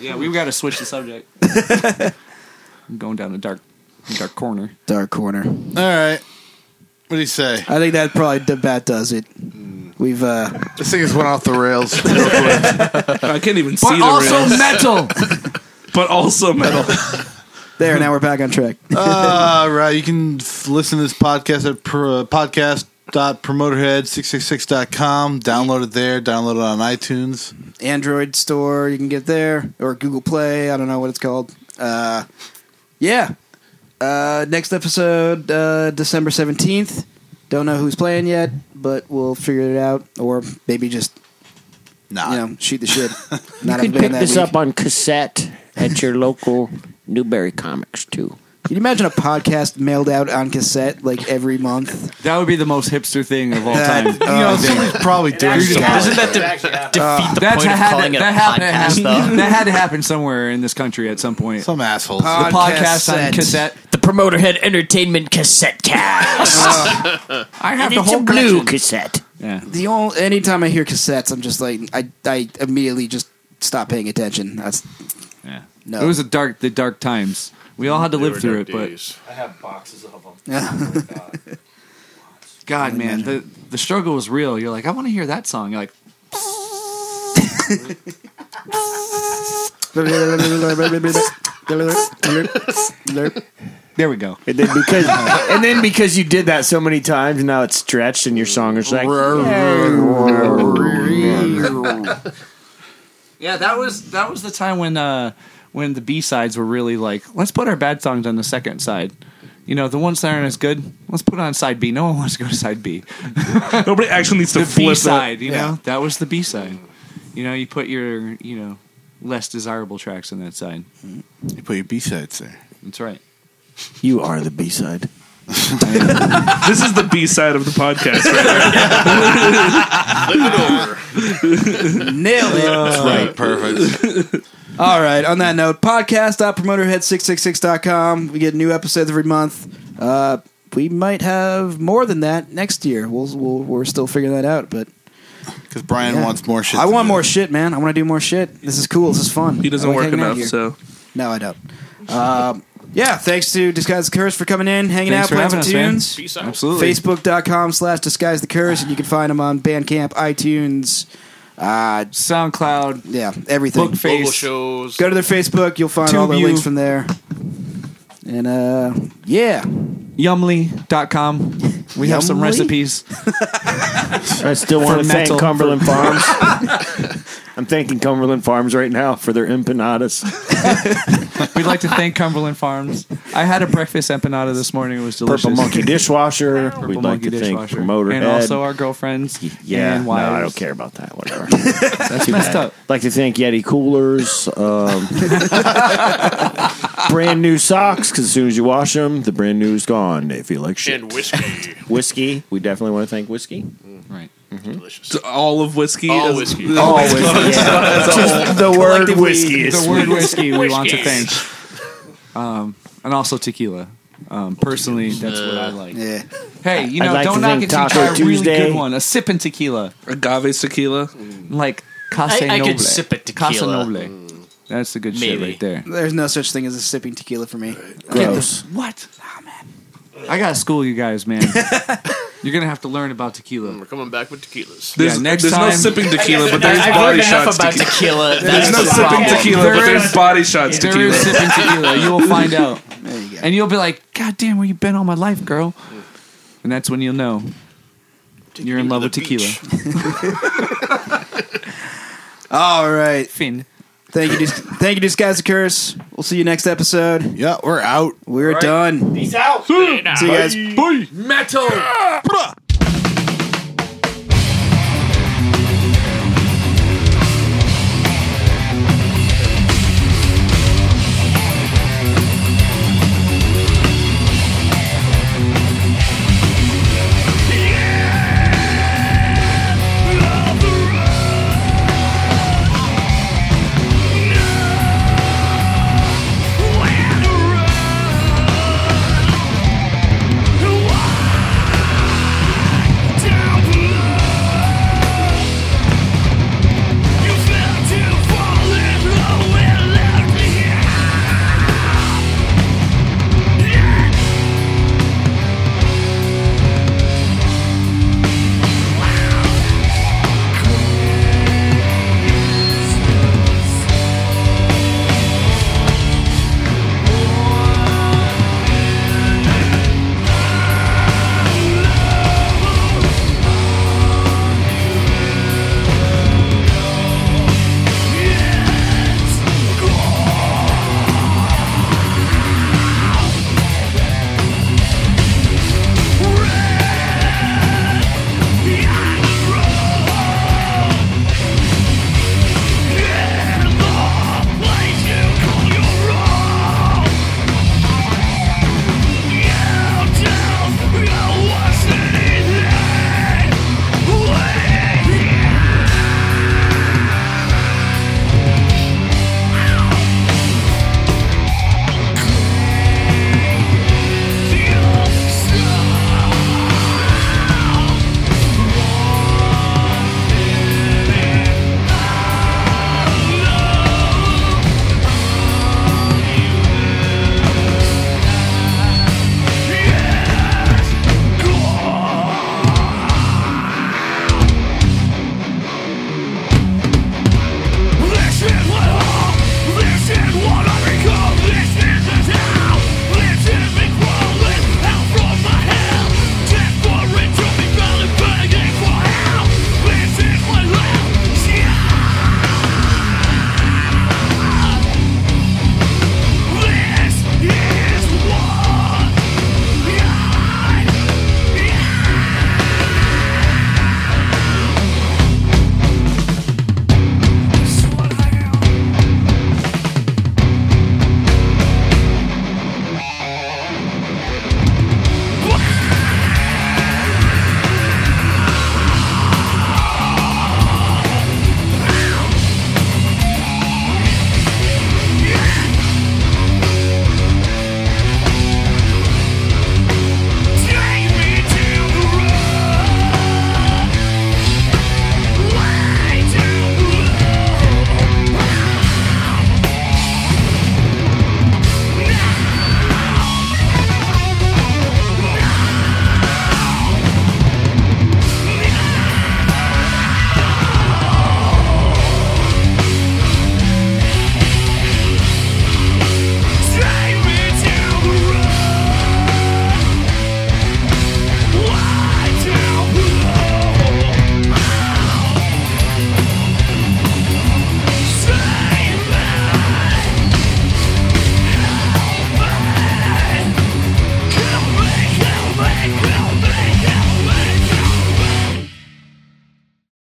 [SPEAKER 9] Yeah, we've got to switch the subject. I'm going down a dark dark corner.
[SPEAKER 7] Dark corner.
[SPEAKER 1] All right. What do you say?
[SPEAKER 7] I think that probably d- about does it. We've uh,
[SPEAKER 1] This thing just went off the rails.
[SPEAKER 8] I can't even see
[SPEAKER 9] But
[SPEAKER 8] the
[SPEAKER 9] also
[SPEAKER 8] rails.
[SPEAKER 9] metal.
[SPEAKER 8] But also metal.
[SPEAKER 7] there now. We're back on track.
[SPEAKER 13] Uh,
[SPEAKER 1] All Ah, right. You can f- listen to this podcast at uh, pro- podcast.promoterhead666.com. Download it there. Download it on iTunes.
[SPEAKER 7] Android store you can get there or Google Play. I don't know what it's called. Uh, yeah. Uh, next episode, uh, December seventeenth. Don't know who's playing yet, but we'll figure it out, or maybe just
[SPEAKER 1] Nah.
[SPEAKER 7] you know shoot the shit. Not
[SPEAKER 13] You
[SPEAKER 7] have a
[SPEAKER 13] could pick
[SPEAKER 7] band that
[SPEAKER 13] this
[SPEAKER 7] week.
[SPEAKER 13] up on cassette at your local Newberry Comics too.
[SPEAKER 7] Can you imagine a podcast mailed out on cassette like every month?
[SPEAKER 9] That would be the most hipster thing of all
[SPEAKER 7] That-
[SPEAKER 13] uh,
[SPEAKER 9] time.
[SPEAKER 1] you know, somebody's probably doing
[SPEAKER 2] uh, Isn't
[SPEAKER 1] something.
[SPEAKER 2] that de- defeat the
[SPEAKER 9] That's
[SPEAKER 2] point of
[SPEAKER 9] had
[SPEAKER 2] calling
[SPEAKER 9] to,
[SPEAKER 2] it a
[SPEAKER 9] that
[SPEAKER 2] podcast,
[SPEAKER 9] happened,
[SPEAKER 2] though?
[SPEAKER 9] That had to happen somewhere in this country at some point.
[SPEAKER 1] Some assholes.
[SPEAKER 9] the podcast on
[SPEAKER 7] cassette.
[SPEAKER 9] cassette.
[SPEAKER 2] The Promoter Head Entertainment Cassette Cast.
[SPEAKER 9] I
[SPEAKER 13] And
[SPEAKER 9] have the
[SPEAKER 13] it's a
[SPEAKER 9] whole
[SPEAKER 13] blue
[SPEAKER 9] collection.
[SPEAKER 13] cassette.
[SPEAKER 9] Yeah.
[SPEAKER 7] The only anytime I hear cassettes, I'm just like I I immediately just stop paying attention. That's
[SPEAKER 9] yeah.
[SPEAKER 7] No.
[SPEAKER 9] It was a dark, the dark times. We all had to live through it,
[SPEAKER 6] but
[SPEAKER 9] but God, man, the the struggle was real. You're like, I want to hear that song. You're like, there we go.
[SPEAKER 13] And then because and then because you did that so many times, now it's stretched and your song is like
[SPEAKER 9] Yeah, that was that was the time when uh when the B sides were really like, let's put our bad songs on the second side. You know, the ones that aren't as good, let's put it on side B. No one wants to go to side B.
[SPEAKER 8] Nobody actually needs to
[SPEAKER 9] the
[SPEAKER 8] flip
[SPEAKER 9] B
[SPEAKER 8] that.
[SPEAKER 9] side, you know? That was the B side. You know, you put your, you know, less desirable tracks on that side.
[SPEAKER 1] You put your B sides there.
[SPEAKER 9] That's right.
[SPEAKER 13] You are the B side.
[SPEAKER 5] this is the B side of the podcast. Right
[SPEAKER 7] Nailed it.
[SPEAKER 1] That's right. Perfect.
[SPEAKER 7] All right. On that note, podcast.promoterhead666.com. We get new episodes every month. Uh, we might have more than that next year. We'll, we'll we're still figuring that out, but
[SPEAKER 1] because Brian wants more shit.
[SPEAKER 7] I
[SPEAKER 1] to
[SPEAKER 7] want
[SPEAKER 1] do.
[SPEAKER 7] more shit, man. I want to do more shit. This is cool. This is fun.
[SPEAKER 5] He doesn't
[SPEAKER 7] I like
[SPEAKER 5] work
[SPEAKER 7] hanging
[SPEAKER 5] enough,
[SPEAKER 7] out here.
[SPEAKER 5] so
[SPEAKER 7] no, I don't. Um, yeah, thanks to Disguise the Curse for coming in, hanging
[SPEAKER 9] Thanks for
[SPEAKER 7] out, playing some
[SPEAKER 9] having us, man.
[SPEAKER 7] tunes.
[SPEAKER 9] Peace out. Absolutely.
[SPEAKER 7] Facebook.com slash Disguise the Curse, and you can find them on Bandcamp, iTunes, uh,
[SPEAKER 9] SoundCloud.
[SPEAKER 7] Yeah, everything.
[SPEAKER 9] Bookface. Local
[SPEAKER 8] shows.
[SPEAKER 7] Go to their Facebook. You'll find all the
[SPEAKER 9] TubeU.
[SPEAKER 7] links from there. And uh, yeah.
[SPEAKER 9] Yumly.com. We have some
[SPEAKER 7] Yumly?
[SPEAKER 9] recipes.
[SPEAKER 3] I still want
[SPEAKER 9] For
[SPEAKER 3] to thank
[SPEAKER 9] mental-
[SPEAKER 3] Cumberland
[SPEAKER 9] for-
[SPEAKER 3] Farms. I'm thanking Cumberland Farms right now for their empanadas.
[SPEAKER 9] We'd like to thank Cumberland Farms. I had a breakfast empanada this morning. It was delicious.
[SPEAKER 3] Purple Monkey Dishwasher.
[SPEAKER 9] Purple
[SPEAKER 3] We'd like
[SPEAKER 9] Monkey
[SPEAKER 3] to thank
[SPEAKER 9] Dishwasher.
[SPEAKER 3] promoter
[SPEAKER 9] And
[SPEAKER 3] Ed.
[SPEAKER 9] also our girlfriends.
[SPEAKER 3] yeah,
[SPEAKER 9] And
[SPEAKER 3] no, I
[SPEAKER 9] wives.
[SPEAKER 3] don't care about that. Whatever.
[SPEAKER 9] That's
[SPEAKER 3] Too
[SPEAKER 9] messed
[SPEAKER 3] bad.
[SPEAKER 9] up.
[SPEAKER 3] Like to thank Yeti coolers, um, brand new socks. Because as soon as you wash them, the brand new is gone. They feel like shit.
[SPEAKER 8] And whiskey.
[SPEAKER 3] Whiskey. We definitely want to thank whiskey.
[SPEAKER 9] Right.
[SPEAKER 5] So all of whiskey.
[SPEAKER 8] All
[SPEAKER 5] is-
[SPEAKER 8] whiskey.
[SPEAKER 3] All whiskey, yeah.
[SPEAKER 5] As a whole.
[SPEAKER 3] Just the word whiskey is
[SPEAKER 9] The
[SPEAKER 3] sweet.
[SPEAKER 9] word whiskey we want to
[SPEAKER 3] Whiskey.
[SPEAKER 9] thank. Um, and also tequila. Um, personally, that's what I like.
[SPEAKER 7] Yeah.
[SPEAKER 9] Hey, you know,
[SPEAKER 5] I'd like
[SPEAKER 9] don't
[SPEAKER 5] to
[SPEAKER 9] knock
[SPEAKER 5] think
[SPEAKER 9] it till you
[SPEAKER 5] Taco
[SPEAKER 9] try a really
[SPEAKER 5] Tuesday.
[SPEAKER 9] good one. A sip and tequila.
[SPEAKER 5] agave tequila.
[SPEAKER 9] Like Casa
[SPEAKER 14] I- I
[SPEAKER 9] Noble.
[SPEAKER 14] could sip a tequila.
[SPEAKER 9] Casa Noble. That's the good shit
[SPEAKER 14] Maybe.
[SPEAKER 9] right there.
[SPEAKER 7] There's no such thing as a sipping tequila for me.
[SPEAKER 9] Gross. What? I gotta school you guys, man. You're gonna have to learn about tequila. We're
[SPEAKER 8] coming back with tequilas.
[SPEAKER 9] yeah,
[SPEAKER 8] There's-
[SPEAKER 9] next
[SPEAKER 8] there's no
[SPEAKER 9] time,
[SPEAKER 8] sipping tequila, but there is I've body learned enough shots about tequila. tequila. There's That's no the sipping problem. tequila,
[SPEAKER 9] There
[SPEAKER 8] but there's
[SPEAKER 9] is-
[SPEAKER 8] body shots
[SPEAKER 9] there
[SPEAKER 8] tequila.
[SPEAKER 9] is sipping tequila. You will find out,
[SPEAKER 7] There you go.
[SPEAKER 9] and you'll be like, "God damn, where you been all my life, girl?" And that's when you'll know you're in love with tequila.
[SPEAKER 7] All right.
[SPEAKER 9] Finn.
[SPEAKER 7] Thank you, Dis- thank you, Disguise the Curse. We'll see you next episode.
[SPEAKER 1] Yeah, we're out.
[SPEAKER 7] We're done.
[SPEAKER 3] He's out.
[SPEAKER 7] See you guys.
[SPEAKER 8] Metal.